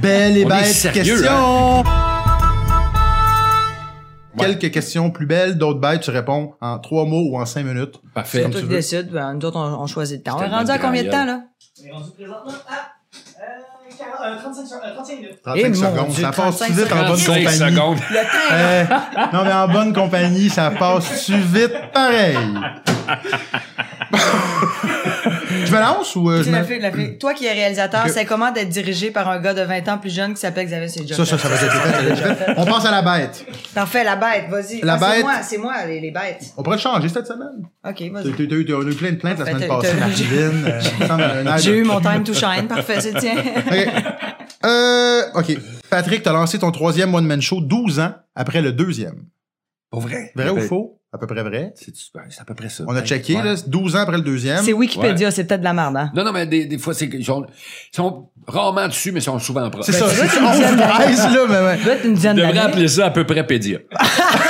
Speaker 1: Belle et
Speaker 3: On est
Speaker 1: bête
Speaker 3: sérieux,
Speaker 1: question!
Speaker 3: Ouais.
Speaker 1: Quelques questions plus belles, d'autres bêtes, tu réponds en trois mots ou en cinq minutes.
Speaker 3: Parfait.
Speaker 1: Comme
Speaker 2: Toi
Speaker 1: tu
Speaker 2: qui
Speaker 1: veux.
Speaker 2: décides, ben, nous autres, on, on choisit le temps. On est
Speaker 3: C'était
Speaker 2: rendu à
Speaker 3: notre
Speaker 2: combien de temps,
Speaker 3: grand
Speaker 2: là?
Speaker 4: On est rendu présentement à euh, 40, euh, 35, secondes- euh, 35 minutes.
Speaker 1: 35
Speaker 2: mon
Speaker 1: secondes,
Speaker 2: Dieu,
Speaker 1: ça passe
Speaker 2: 35
Speaker 1: tu vite en bonne
Speaker 2: secondes.
Speaker 1: compagnie.
Speaker 3: secondes.
Speaker 1: Euh, non, mais en bonne compagnie, ça passe tu vite pareil. je me lance ou euh, je
Speaker 2: La
Speaker 1: me...
Speaker 2: fille, la fille. Toi qui es réalisateur,
Speaker 1: Ok.
Speaker 2: c'est comment d'être dirigé par un gars de 20 ans plus jeune qui s'appelle Xavier Sejour?
Speaker 1: Ça, ça, ça va être fait, ça va être fait. On passe à la bête.
Speaker 2: Parfait, la bête, vas-y.
Speaker 1: La
Speaker 2: Ah,
Speaker 1: bête.
Speaker 2: C'est moi, c'est moi, les, les bêtes.
Speaker 1: On pourrait le changer cette semaine.
Speaker 2: OK,
Speaker 1: T'as
Speaker 2: vas-y.
Speaker 1: t'as- t'as eu, t'as eu plein de plaintes la
Speaker 2: Parfait,
Speaker 1: semaine
Speaker 2: t'as-
Speaker 1: passée,
Speaker 2: t'as-
Speaker 1: Marceline. euh, il me semble, un air
Speaker 2: J'ai
Speaker 1: de-
Speaker 2: eu mon time to shine. Parfait, c'est le tien.
Speaker 1: OK. Euh, OK. Patrick, t'as lancé ton troisième One Man Show 12 ans après le deuxième.
Speaker 3: Pour vrai.
Speaker 1: Vrai ou faux? À peu près vrai.
Speaker 3: C'est c'est à peu près ça.
Speaker 1: Ben, On a checké,
Speaker 3: Ben, Ouais.
Speaker 1: là, 12 ans après le deuxième.
Speaker 2: C'est Wikipédia, c'est peut-être de la merde, hein?
Speaker 3: Non, non, mais des, des fois, c'est qu'ils sont, ils sont rarement dessus, mais ils sont souvent proches.
Speaker 1: C'est ça,
Speaker 2: tu vois,
Speaker 1: c'est
Speaker 2: tu me disais
Speaker 1: 11 13, là, mais ouais.
Speaker 2: Ça doit être une dizaine
Speaker 3: On devrait
Speaker 2: d'années.
Speaker 3: appeler ça à peu près Pédia.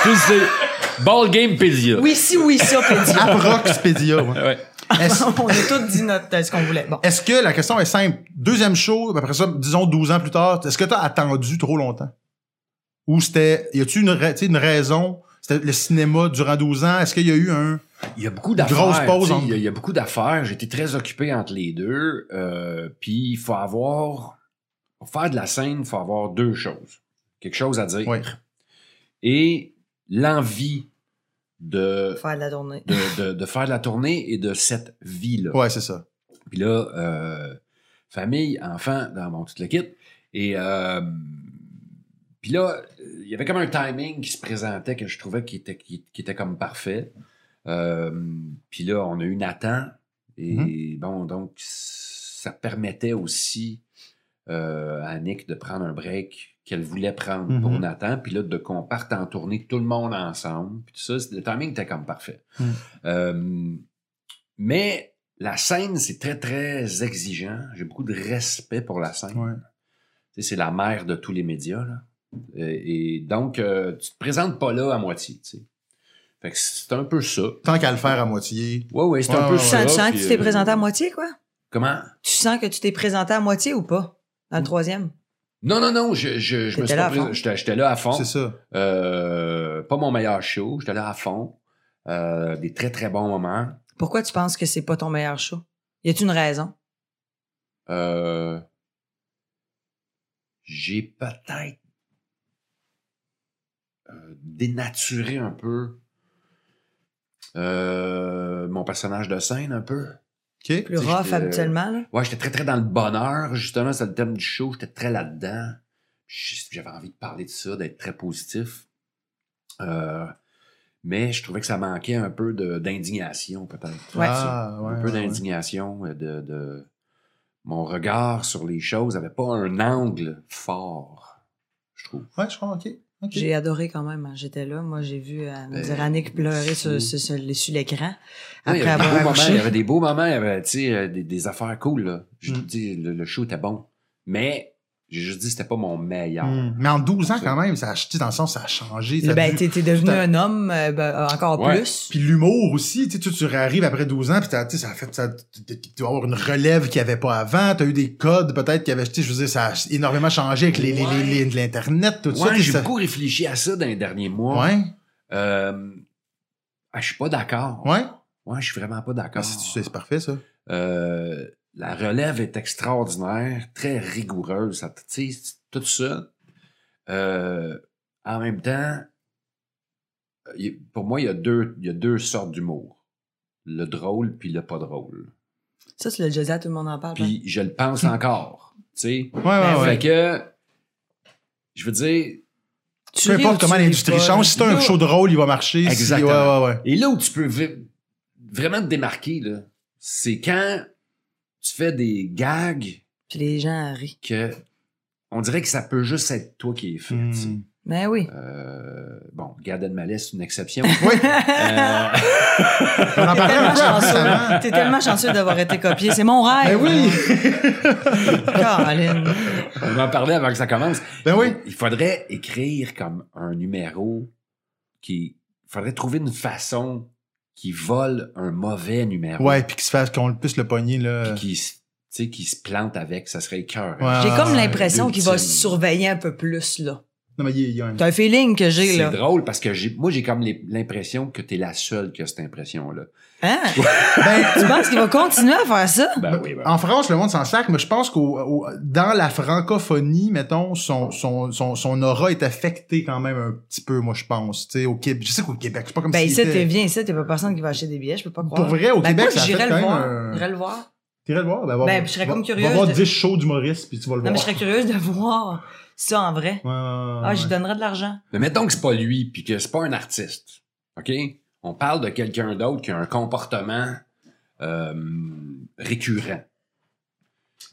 Speaker 3: Tu sais, Ball Game Pédia.
Speaker 2: Oui, si, oui, ça, Pédia.
Speaker 1: Aproxpedia, ouais.
Speaker 3: Ouais.
Speaker 1: Est-ce
Speaker 2: on a tous dit notre, euh, ce qu'on voulait. Bon.
Speaker 1: est-ce que la question est simple? Deuxième show, après ça, disons 12 ans plus tard, est-ce que t'as attendu trop longtemps? Ou c'était, y a-tu une, ra- tu sais, une raison? C'était le cinéma durant 12 ans, est-ce qu'il y a eu un.
Speaker 3: Il y a beaucoup d'affaires.
Speaker 1: Grosse pause
Speaker 3: tu sais,
Speaker 1: entre-
Speaker 3: Il y, a- il y a beaucoup d'affaires. J'étais très occupé entre les deux. euh, Puis il faut avoir. Pour faire de la scène, il faut avoir deux choses. Quelque chose à dire.
Speaker 1: Ouais.
Speaker 3: Et l'envie de,
Speaker 2: Faire de la journée.
Speaker 3: de, de, de faire de la tournée et de cette vie-là.
Speaker 1: Ouais, c'est ça.
Speaker 3: Puis là, euh, famille, enfants, dans mon tout le kit. Et euh, puis là, il y avait comme un timing qui se présentait que je trouvais qui était, qui, qui était comme parfait. Euh, puis là, on a eu Nathan. Et bon, donc, ça permettait aussi euh, à Nick de prendre un break qu'elle voulait prendre pour
Speaker 1: Mhm.
Speaker 3: Nathan. Puis là, de qu'on parte en tournée tout le monde ensemble. Puis tout ça, c'est- le timing était comme parfait.
Speaker 1: Mhm.
Speaker 3: Euh, mais la scène, c'est très, très exigeant. J'ai beaucoup de respect pour la scène.
Speaker 1: Ouais.
Speaker 3: Tu sais, c'est la mère de tous les médias. Là. Euh, Et, et donc, euh, tu te présentes pas là à moitié. tu sais. Fait que c'est un peu ça.
Speaker 1: Tant qu'à le faire à moitié.
Speaker 3: Ouais, ouais, c'est
Speaker 1: Ouais,
Speaker 3: un peu
Speaker 1: ouais,
Speaker 2: Tu
Speaker 1: ouais.
Speaker 3: ça.
Speaker 2: sens, tu sens que
Speaker 3: puis,
Speaker 2: tu t'es
Speaker 3: euh,
Speaker 2: présenté à moitié, quoi?
Speaker 3: Comment?
Speaker 2: Tu sens que tu t'es présenté à moitié ou pas? Dans le troisième?
Speaker 3: Non, non, non, je, je, je
Speaker 2: T'étais
Speaker 3: me
Speaker 2: là
Speaker 3: suis pas
Speaker 2: à
Speaker 3: présenté.
Speaker 2: fond.
Speaker 3: J'étais- J'étais là à fond.
Speaker 1: C'est ça.
Speaker 3: Euh, pas mon meilleur show. J'étais là à fond. Euh, des très, très bons moments.
Speaker 2: Pourquoi tu penses que c'est pas ton meilleur show? Y a-t-il une raison?
Speaker 3: Euh, j'ai peut-être euh, dénaturé un peu euh, mon personnage de scène un peu.
Speaker 1: OK.
Speaker 2: Plus
Speaker 3: Tu sais,
Speaker 2: rough
Speaker 3: j'étais-
Speaker 2: habituellement. là.
Speaker 3: Ouais, j'étais très, très dans le bonheur, justement, c'est le thème du show, j'étais très là-dedans. J- J'avais envie de parler de ça, d'être très positif. Euh, mais je trouvais que ça manquait un peu de- d'indignation, peut-être.
Speaker 2: Ouais.
Speaker 1: Ah, ouais,
Speaker 3: un peu
Speaker 1: ouais, ouais.
Speaker 3: d'indignation, euh, de, de- Mon regard sur les choses n'avait pas un angle fort, je trouve.
Speaker 1: Ouais, je crois, OK. OK.
Speaker 2: J'ai adoré quand même. hein. J'étais là. Moi, j'ai vu euh, me
Speaker 3: Ben,
Speaker 2: dire Annick pleurer sur,
Speaker 3: oui.
Speaker 2: sur, sur, les- sur l'écran après
Speaker 3: Ouais, il, y avait des
Speaker 2: avoir
Speaker 3: beaux moments, il y
Speaker 2: accouché.
Speaker 3: avait des beaux moments, il y avait tu sais, euh, des, des affaires cool. Là. Je
Speaker 1: Mm.
Speaker 3: dis, le, le show était bon. Mais j'ai juste dit que c'était pas mon meilleur.
Speaker 1: Hmm. Mais en 12 ans, quand même, ça a, tu sais, dans le sens, ça a changé. ça a
Speaker 2: Ben,
Speaker 1: dû-
Speaker 2: t'es t'es devenu
Speaker 1: Putain.
Speaker 2: un homme euh, ben, encore
Speaker 3: Ouais.
Speaker 2: plus.
Speaker 1: Puis l'humour aussi, tu sais, tu- tu arrives après 12 ans, puis t'as- tu sais, ça a fait, ça, tu tu- tu dois avoir une relève qu'il n'y avait pas avant, t'as eu des codes peut-être qu'il y avait, tu sais, je veux dire, ça a énormément changé avec les, les- les- les- l'internet, tout ça.
Speaker 3: Ouais,
Speaker 1: puis
Speaker 3: j'ai
Speaker 1: ça-
Speaker 3: beaucoup réfléchi à ça dans les derniers mois.
Speaker 1: ouais,
Speaker 3: Euh, ah, je suis pas d'accord.
Speaker 1: ouais.
Speaker 3: Ouais, je suis vraiment pas
Speaker 1: Ah,
Speaker 3: d'accord.
Speaker 1: c'est- c'est c'est parfait, ça.
Speaker 3: Euh, la relève est extraordinaire, très rigoureuse, ça, tu sais, c'est tout ça. Euh, en même temps, il y- pour moi, il y a deux, il y a deux sortes d'humour. Le drôle puis le pas drôle.
Speaker 2: Ça, tu l'as déjà dit à tout le monde en parle. hein.
Speaker 3: Puis je le pense encore, tu sais.
Speaker 1: Ouais, ouais,
Speaker 2: Ben,
Speaker 1: Ah ouais.
Speaker 3: Fait que, je veux dire,
Speaker 2: Tu
Speaker 1: Peu
Speaker 2: ris ou
Speaker 1: importe
Speaker 2: tu
Speaker 1: comment
Speaker 2: ris
Speaker 1: l'industrie
Speaker 2: pas,
Speaker 1: change, si t'as un
Speaker 3: Là-
Speaker 1: show drôle, il va marcher. si-
Speaker 3: Exactement.
Speaker 1: ouais, ouais, ouais.
Speaker 3: Et là où tu peux vra- vraiment te démarquer, là, c'est quand tu fais des gags
Speaker 2: Puis les gens rient.
Speaker 3: que on dirait que ça peut juste être toi qui les fait. tu sais.
Speaker 1: Hmm.
Speaker 2: Ben oui.
Speaker 3: Euh, bon, Gad Elmaleh, c'est une exception.
Speaker 1: Oui,
Speaker 3: Euh,
Speaker 1: on en
Speaker 2: T'es
Speaker 1: parlait un
Speaker 2: tellement
Speaker 1: peu
Speaker 2: chanceux.
Speaker 1: récemment.
Speaker 2: T'es tellement chanceux d'avoir été copié. C'est mon
Speaker 1: hein. Ben
Speaker 2: rêve.
Speaker 1: oui,
Speaker 2: Caroline.
Speaker 3: on en parlait avant que ça commence.
Speaker 1: ben oui.
Speaker 3: Il faudrait écrire comme un numéro qui. Il faudrait trouver une façon qui vole un mauvais numéro.
Speaker 1: Ouais, puis qu'il se fasse, qu'on puisse le pogner, là.
Speaker 3: Puis qui se- tu sais, qui se plante avec. Ça serait écœurant.
Speaker 1: Ouais.
Speaker 2: J'ai
Speaker 1: Ah,
Speaker 2: comme
Speaker 1: ouais,
Speaker 2: l'impression qu'il va se
Speaker 3: l'ultime.
Speaker 2: surveiller un peu plus, là.
Speaker 1: Non, mais il y a- il y a un...
Speaker 2: T'as un feeling que j'ai,
Speaker 3: C'est
Speaker 2: là.
Speaker 3: drôle parce que j'ai, moi, j'ai comme les- l'impression que t'es la seule qui a cette impression-là.
Speaker 2: Hein?
Speaker 1: Ben,
Speaker 2: tu penses qu'il va continuer à faire ça?
Speaker 3: Ben oui, ben.
Speaker 1: En France, le monde s'en sac, mais je pense qu'au au- dans la francophonie, mettons, son, son, son, son aura est affectée quand même un petit peu, moi, je pense. Tu sais, au Québec, je sais qu'au Québec, c'est pas comme
Speaker 2: Ben,
Speaker 1: si
Speaker 2: ici, t'es bien ici, t'es pas personne qui va acheter des billets, je peux pas croire.
Speaker 1: Pour vrai, au
Speaker 2: Ben,
Speaker 1: Québec,
Speaker 2: quoi,
Speaker 1: ça a
Speaker 2: j'irais
Speaker 1: fait
Speaker 2: le
Speaker 1: quand
Speaker 2: voir.
Speaker 1: même un-
Speaker 2: J'irais le voir.
Speaker 1: T'irais le voir? Ben, va
Speaker 2: Ben,
Speaker 1: voir-
Speaker 2: puis je serais comme
Speaker 1: va-
Speaker 2: curieuse
Speaker 1: Va voir
Speaker 2: de-
Speaker 1: 10 shows d'humoristes, puis tu vas le
Speaker 2: Non,
Speaker 1: voir.
Speaker 2: mais je serais curieuse de voir ça en vrai.
Speaker 1: Ouais, ouais, ouais,
Speaker 2: Ah, j'y
Speaker 1: ouais.
Speaker 2: donnerais de l'argent.
Speaker 3: Mais mettons que c'est pas lui, puis que c'est pas un artiste. OK? On parle de quelqu'un d'autre qui a un comportement euh, récurrent.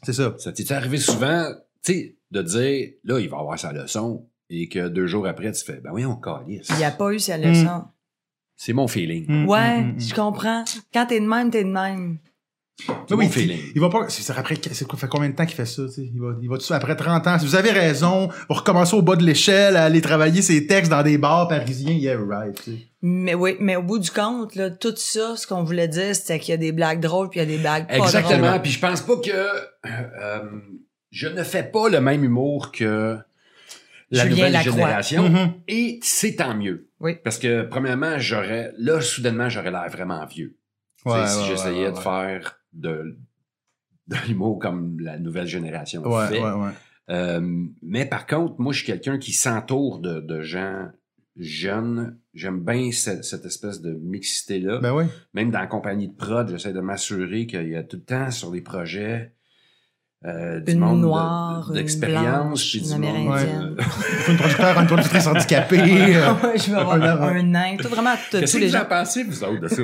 Speaker 1: C'est ça.
Speaker 3: Ça t'est arrivé souvent, tu sais, de dire, là, il va avoir sa leçon, et que deux jours après, tu fais, ben oui, on calisse.
Speaker 2: Il n'y a pas eu sa leçon.
Speaker 3: C'est mon feeling.
Speaker 1: Mm,
Speaker 2: Mm. Ouais,
Speaker 1: mm, mm, mm.
Speaker 2: je comprends. Quand t'es de même, t'es de même.
Speaker 3: C'est
Speaker 1: Ben oui,
Speaker 3: mon feeling.
Speaker 1: Il va pas. C'est ça, après, c'est quoi, fait combien de temps qu'il fait ça, tu sais? Il va, il va dessus après 30 ans. Si vous avez raison, vous recommencez au bas de l'échelle, à aller travailler ses textes dans des bars parisiens, yeah, right, tu sais.
Speaker 2: Mais oui, mais au bout du compte, là, tout ça, ce qu'on voulait dire, c'était qu'il y a des blagues drôles puis il y a des blagues pas drôles.
Speaker 3: Exactement. Puis je pense pas que euh, je ne fais pas le même humour que la
Speaker 2: Julien
Speaker 3: nouvelle
Speaker 2: Lacroix. Mm-hmm.
Speaker 3: génération.
Speaker 1: Mhm.
Speaker 3: Et c'est tant mieux.
Speaker 2: Oui.
Speaker 3: Parce que, premièrement, j'aurais. Là, soudainement, j'aurais l'air vraiment vieux. Tu sais,
Speaker 1: Ouais,
Speaker 3: si
Speaker 1: ouais,
Speaker 3: j'essayais
Speaker 1: ouais,
Speaker 3: de
Speaker 1: ouais.
Speaker 3: faire de, de l'humour comme la nouvelle génération
Speaker 1: Ouais,
Speaker 3: fait.
Speaker 1: ouais, ouais.
Speaker 3: Euh, mais par contre, moi, je suis quelqu'un qui s'entoure de, de gens jeunes. J'aime bien ce- cette espèce de mixité-là.
Speaker 1: Ben oui.
Speaker 3: Même dans la compagnie de prod, j'essaie de m'assurer qu'il y a tout le temps sur les projets. euh, du
Speaker 2: Une
Speaker 3: monde de-
Speaker 2: noire, une
Speaker 3: d'expérience,
Speaker 2: blanche,
Speaker 3: puis du
Speaker 2: une
Speaker 3: monde,
Speaker 2: amérindienne.
Speaker 3: euh,
Speaker 1: Faut une producteur, une productrice handicapée. euh.
Speaker 2: Ouais, je vais avoir un nain. Tout vraiment, t'as
Speaker 3: Qu'est-ce
Speaker 2: tous
Speaker 3: que
Speaker 2: les
Speaker 3: vous en
Speaker 2: gens.
Speaker 3: pensez, vous autres, de ça?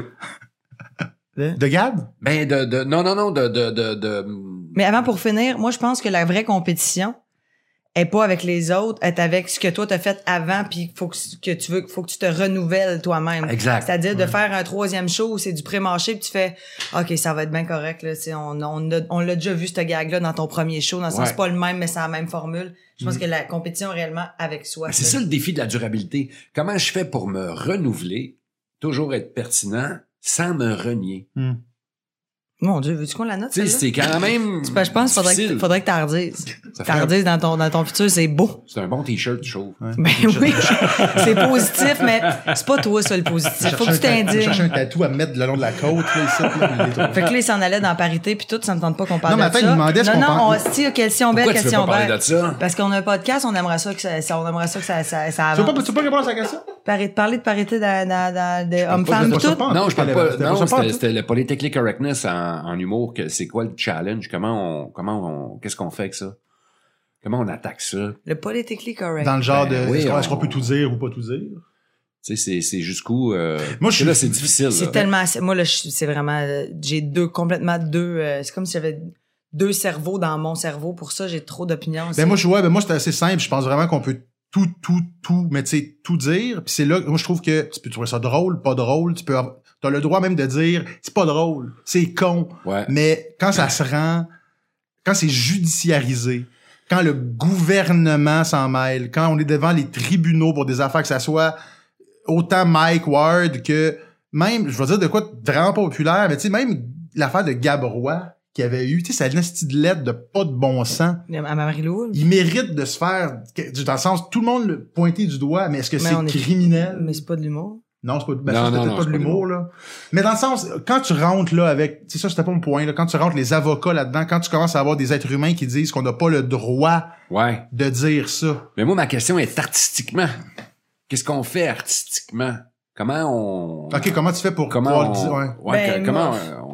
Speaker 1: euh, De Gad?
Speaker 3: Ben, de, de, non, non, non, de, de, de, de-
Speaker 2: Mais avant, pour finir, moi, je pense que la vraie compétition est pas avec les autres, est avec ce que toi t'as fait avant puis faut que, que tu veux, faut que tu te renouvelles toi-même.
Speaker 3: Exact.
Speaker 2: C'est-à-dire de faire un troisième show, où c'est du pré-marché, puis tu fais OK, ça va être bien correct. Là, tu sais, on on a- on l'a déjà vu, ce gag-là, dans ton premier show. Dans le sens,
Speaker 3: Ouais. Mm.
Speaker 2: c'est pas le même, mais c'est la même formule. Je pense
Speaker 1: Mhm.
Speaker 2: que la compétition est réellement avec soi.
Speaker 3: Ben, C'est ça le défi de la durabilité. Comment je fais pour me renouveler, toujours être pertinent, sans me renier?
Speaker 2: Mon Dieu, veux-tu qu'on la note?
Speaker 3: Tu sais,
Speaker 2: celle-là?
Speaker 3: c'est quand même.
Speaker 2: Tu peux- je pense qu'il faudrait, que-
Speaker 3: difficile.
Speaker 2: faudrait que t'en redises.
Speaker 3: Ça fait
Speaker 2: T'en
Speaker 3: un-
Speaker 2: redises dans ton, dans ton futur, c'est beau.
Speaker 3: C'est un bon t-shirt, je trouve.
Speaker 2: Ben oui, c'est positif, mais c'est pas toi, ça, le positif. Faut que tu t'indignes.
Speaker 1: chercher un tatou à mettre le long de la côte, là, ici, là, il est trop-
Speaker 2: Fait que là, ils s'en allaient dans parité, puis tout, ça me tente pas qu'on parle
Speaker 1: Non, mais
Speaker 2: de
Speaker 1: attends,
Speaker 2: ça.
Speaker 1: il demandait ce
Speaker 2: non,
Speaker 1: qu'on
Speaker 2: non,
Speaker 1: parle-
Speaker 2: on- si, question belle,
Speaker 3: Pourquoi tu veux
Speaker 2: question
Speaker 3: pas parler
Speaker 2: belle.
Speaker 3: de ça?
Speaker 2: Parce qu'on a un podcast, on aimerait ça que ça, ça- on aimerait ça que ça, ça, ça
Speaker 1: Tu veux
Speaker 2: avance.
Speaker 1: pas, tu veux pas répondre à sa question?
Speaker 2: Parler, parler de parité dans, dans, dans, de
Speaker 1: Pas-
Speaker 2: hommes-femmes,
Speaker 1: pas ça,
Speaker 2: tout.
Speaker 1: pas en
Speaker 3: Non,
Speaker 1: tout,
Speaker 3: je parle
Speaker 1: c'était-
Speaker 3: pas.
Speaker 1: c'était
Speaker 3: Non,
Speaker 1: ça, pas en
Speaker 3: c'était-
Speaker 1: tout.
Speaker 3: c'était le political correctness en, en humour. que C'est quoi le challenge? Comment on. Comment on. Qu'est-ce qu'on fait avec ça? Comment on attaque ça?
Speaker 2: Le politically correct.
Speaker 1: Dans le genre de.
Speaker 3: Ben oui,
Speaker 1: est-ce qu'on- est-ce qu'on
Speaker 3: on-
Speaker 1: peut tout dire ou pas tout dire?
Speaker 3: Tu sais, c'est- c'est jusqu'où. euh,
Speaker 1: Moi, je
Speaker 3: parce que
Speaker 1: suis-
Speaker 3: Là, c'est difficile.
Speaker 2: C'est
Speaker 3: là.
Speaker 2: tellement. c'est- Moi, là, je- c'est vraiment. euh, J'ai deux, complètement deux. euh, c'est comme si j'avais deux cerveaux dans mon cerveau. Pour ça, j'ai trop d'opinions.
Speaker 1: Ben
Speaker 2: C'est-
Speaker 1: moi, je, ouais, ben moi, c'est assez simple. Je pense vraiment qu'on peut tout, tout, tout, mais tu sais, tout dire. Puis c'est là, moi, je trouve que tu peux trouver ça drôle, pas drôle. Tu peux avoir- t'as le droit même de dire, c'est pas drôle, c'est con.
Speaker 3: Ouais.
Speaker 1: Mais quand ça se rend, quand c'est judiciarisé, quand le gouvernement s'en mêle, quand on est devant les tribunaux pour des affaires, que ça soit autant Mike Ward que même, je vais dire de quoi de vraiment populaire, mais tu sais, même l'affaire de Gabrois qui avait eu, tu sais, sa nasty de lettre de pas de bon sens
Speaker 2: À Marie-Lou.
Speaker 1: il mérite de se faire, dans le sens, tout le monde le pointer du doigt, mais est-ce que
Speaker 2: Mais
Speaker 1: c'est
Speaker 2: on est-
Speaker 1: criminel?
Speaker 2: Mais c'est pas de l'humour.
Speaker 1: Non, c'est pas, ben,
Speaker 3: Non,
Speaker 1: ça, c'est
Speaker 3: non,
Speaker 1: peut-être
Speaker 3: non,
Speaker 1: pas de
Speaker 3: c'est pas de
Speaker 1: l'humour, là. Mais dans le sens, quand tu rentres, là, avec, c'est ça, c'était pas mon point, là, quand tu rentres les avocats là-dedans, quand tu commences à avoir des êtres humains qui disent qu'on n'a pas le droit
Speaker 3: Ouais.
Speaker 1: de dire ça.
Speaker 3: Mais moi, ma question est artistiquement. Qu'est-ce qu'on fait artistiquement? Comment on.
Speaker 1: OK, comment tu fais pour
Speaker 3: Comment
Speaker 1: pouvoir
Speaker 3: on.
Speaker 1: le dire? Ouais.
Speaker 3: ouais,
Speaker 2: Ben,
Speaker 3: que- comment
Speaker 2: moi-
Speaker 3: on,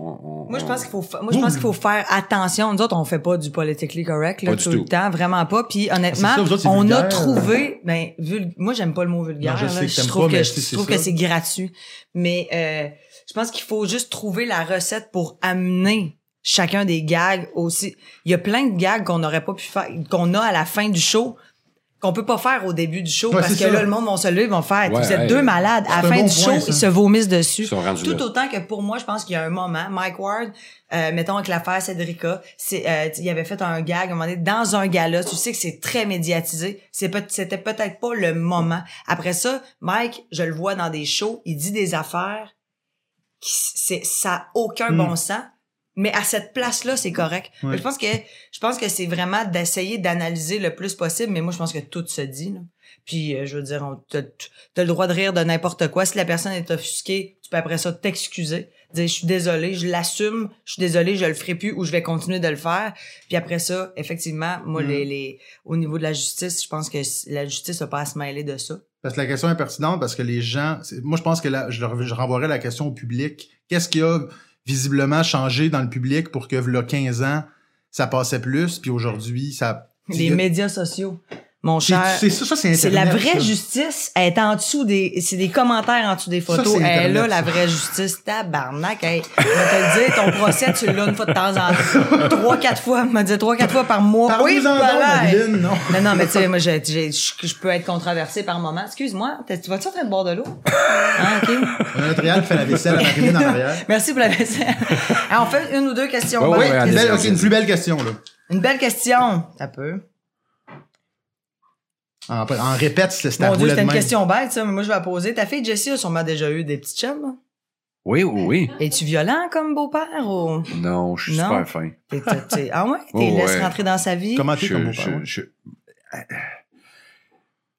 Speaker 3: on-
Speaker 2: Moi, je
Speaker 3: on-
Speaker 2: pense qu'il faut, fa- moi, je pense qu'il faut faire attention. Nous autres, on fait pas du politically correct, là,
Speaker 3: Pas du
Speaker 2: tout,
Speaker 3: tout.
Speaker 2: le temps. Vraiment pas. Puis, honnêtement,
Speaker 1: Ah, C'est ça, vous autres, c'est
Speaker 2: on a
Speaker 1: vulgaire.
Speaker 2: trouvé, ben, vul- moi, j'aime pas le mot vulgaire,
Speaker 1: Non, je sais
Speaker 2: là.
Speaker 1: que t'aimes
Speaker 2: trouve
Speaker 1: pas, mais
Speaker 2: que,
Speaker 1: c'est- c'est
Speaker 2: je trouve
Speaker 1: ça.
Speaker 2: que c'est gratuit. Mais, euh, je pense qu'il faut juste trouver la recette pour amener chacun des gags aussi. Il y a plein de gags qu'on n'aurait pas pu faire, qu'on a à la fin du show. Qu'on peut pas faire au début du show
Speaker 1: Ouais,
Speaker 2: parce que
Speaker 1: c'est ça.
Speaker 2: là, le monde vont se lever, ils vont faire.
Speaker 3: Ouais,
Speaker 2: vous êtes
Speaker 3: hey.
Speaker 2: deux malades. À
Speaker 1: C'est
Speaker 2: la
Speaker 1: un
Speaker 2: fin
Speaker 1: bon point,
Speaker 2: du show,
Speaker 1: ça.
Speaker 2: ils se vomissent dessus.
Speaker 3: Ils sont rendus
Speaker 2: Tout
Speaker 3: là.
Speaker 2: autant que pour moi, je pense qu'il y a un moment, Mike Ward, euh, mettons avec l'affaire Cédrica, c'est, euh, il avait fait un gag à un moment donné dans un gala. Tu sais que c'est très médiatisé. C'est peut- c'était peut-être pas le moment. Après ça, Mike, je le vois dans des shows, il dit des affaires qui s- c'est ça a aucun
Speaker 1: Hmm.
Speaker 2: bon sens. Mais à cette place-là, c'est correct.
Speaker 1: Ouais.
Speaker 2: Je pense que je pense que c'est vraiment d'essayer d'analyser le plus possible. Mais moi, je pense que tout se dit. Là. Puis, euh, je veux dire, on- t'as t'as le droit de rire de n'importe quoi. Si la personne est offusquée, tu peux après ça t'excuser. Dire, je suis désolé, je l'assume, je suis désolé, je le ferai plus ou je vais continuer de le faire. Puis après ça, effectivement, moi,
Speaker 1: Mm.
Speaker 2: les, les, au niveau de la justice, je pense que c- la justice n'a pas à se mêler de ça.
Speaker 1: Parce que la question est pertinente, parce que les gens, c'est- moi, je pense que la- je, leur- je renvoierais la question au public. Qu'est-ce qui a visiblement changé dans le public pour que, v'là 15 ans, ça passait plus, puis aujourd'hui, ça...
Speaker 2: Les médias sociaux, mon
Speaker 1: C'est-
Speaker 2: cher.
Speaker 1: C'est ça, ça c'est
Speaker 2: C'est la
Speaker 1: Internet,
Speaker 2: vraie
Speaker 1: ça.
Speaker 2: justice. Elle est en dessous des. C'est des commentaires en dessous des photos.
Speaker 1: c'est
Speaker 2: elle a
Speaker 1: Internet, ça.
Speaker 2: la vraie justice. Tabarnak. Hey, je vais te le dire, ton procès, tu l'as une fois de temps en temps. Trois, quatre fois. Me dit trois, quatre fois par mois.
Speaker 1: Parlez-en
Speaker 2: oui,
Speaker 1: donc,
Speaker 2: voilà.
Speaker 1: Madeline, non?
Speaker 2: Non, non, mais tu sais, moi, j'ai- j'ai- je je peux être controversée par moment. Excuse-moi, t'es- tu vas-tu en train de boire de l'eau? Hein, ok.
Speaker 1: On a notre réal qui fait la vaisselle à Marilyn en arrière.
Speaker 2: Merci pour la vaisselle. Alors, on fait une ou deux questions.
Speaker 3: Ouais,
Speaker 2: Bonne
Speaker 3: ouais,
Speaker 1: Ah Une,
Speaker 2: question.
Speaker 1: belle- ok, une plus belle question, là.
Speaker 2: Une belle question. Ça peut.
Speaker 1: En, en répète, c'est c'est à
Speaker 2: Mon Dieu,
Speaker 1: rouler de
Speaker 2: c'était une
Speaker 1: même.
Speaker 2: question bête, ça, mais moi, je vais la poser. Ta fille Jessie a sûrement déjà eu des petits chums, là?
Speaker 3: Oui, oui,
Speaker 2: Es-tu violent comme beau-père ou
Speaker 3: oui. Non, je suis
Speaker 2: Non.
Speaker 3: super fin.
Speaker 2: t'es, t'es- t'es- ah ouais, t'es
Speaker 3: Oh,
Speaker 2: laisse
Speaker 3: ouais.
Speaker 2: rentrer dans sa vie
Speaker 1: Comment t'es
Speaker 3: Je,
Speaker 1: comme
Speaker 3: je,
Speaker 1: beau-père?
Speaker 3: je,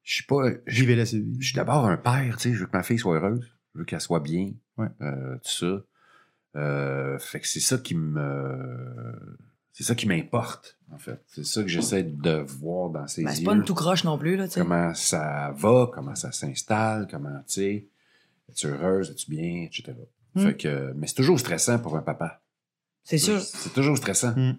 Speaker 3: je suis pas. Je,
Speaker 1: Vivez la série.
Speaker 3: je suis d'abord un père, tu sais. Je veux que ma fille soit heureuse. Je veux qu'elle soit bien.
Speaker 1: Ouais.
Speaker 3: Euh, tout ça. Euh, fait que c'est ça qui me. C'est ça qui m'importe, en fait. C'est ça que j'essaie de voir dans ses
Speaker 2: Ben, c'est
Speaker 3: yeux.
Speaker 2: pas une tout croche non plus, là, tu sais.
Speaker 3: Comment ça va, comment ça s'installe, comment, tu sais, es-tu heureuse, es-tu bien, etc.
Speaker 1: Mm.
Speaker 3: Fait que, mais c'est toujours stressant pour un papa.
Speaker 2: Hmm. C'est sûr. Hmm.
Speaker 3: C'est toujours stressant.
Speaker 1: Tu te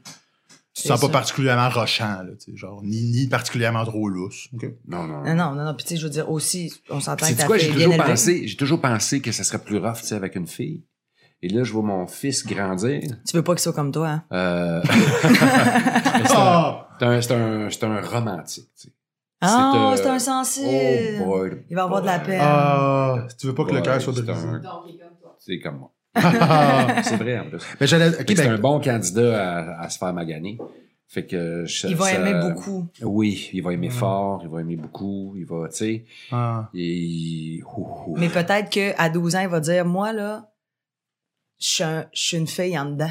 Speaker 1: sens
Speaker 2: C'est
Speaker 1: pas
Speaker 2: ça.
Speaker 1: particulièrement rochant, là, tu sais, genre, ni, ni particulièrement trop lousse.
Speaker 3: Non, non.
Speaker 2: Non, non, non, non. Puis, tu sais, je veux dire, aussi, on s'entend que
Speaker 3: C'est
Speaker 2: ta
Speaker 3: quoi,
Speaker 2: fille
Speaker 3: j'ai
Speaker 2: est bien
Speaker 3: toujours
Speaker 2: élevée.
Speaker 3: pensé, j'ai toujours pensé que ça serait plus rough, tu sais, avec une fille. Et là, je vois mon fils grandir.
Speaker 2: Tu veux pas qu'il soit comme toi, hein?
Speaker 3: Euh,
Speaker 1: Ah!
Speaker 3: c'est un, c'est un- c'est un- c'est un romantique, tu sais.
Speaker 2: Ah, c'est,
Speaker 3: euh,
Speaker 2: un sensible.
Speaker 3: Oh boy.
Speaker 2: Euh, Il va avoir de la
Speaker 3: boy.
Speaker 2: peine.
Speaker 1: Ah! tu veux pas que le
Speaker 3: Ouais,
Speaker 1: cœur soit
Speaker 3: c'est
Speaker 1: brisé.
Speaker 3: un-
Speaker 4: Donc, il est comme toi.
Speaker 3: C'est comme moi.
Speaker 1: Ah!
Speaker 3: C'est vrai, en plus.
Speaker 1: Ben, j'allais- ok,
Speaker 3: Fait que c'est
Speaker 1: ben,
Speaker 3: un bon candidat à, à se faire maganer. Fait que je-
Speaker 2: il va
Speaker 3: ça-
Speaker 2: aimer beaucoup.
Speaker 3: Oui, il va aimer
Speaker 1: Ouais.
Speaker 3: fort, il va aimer beaucoup, il va, tu sais,
Speaker 1: ah.
Speaker 3: et... oh, ouh, ouh.
Speaker 2: Mais peut-être qu'à 12 ans, il va dire, moi, là, je suis un- je suis une fille en dedans.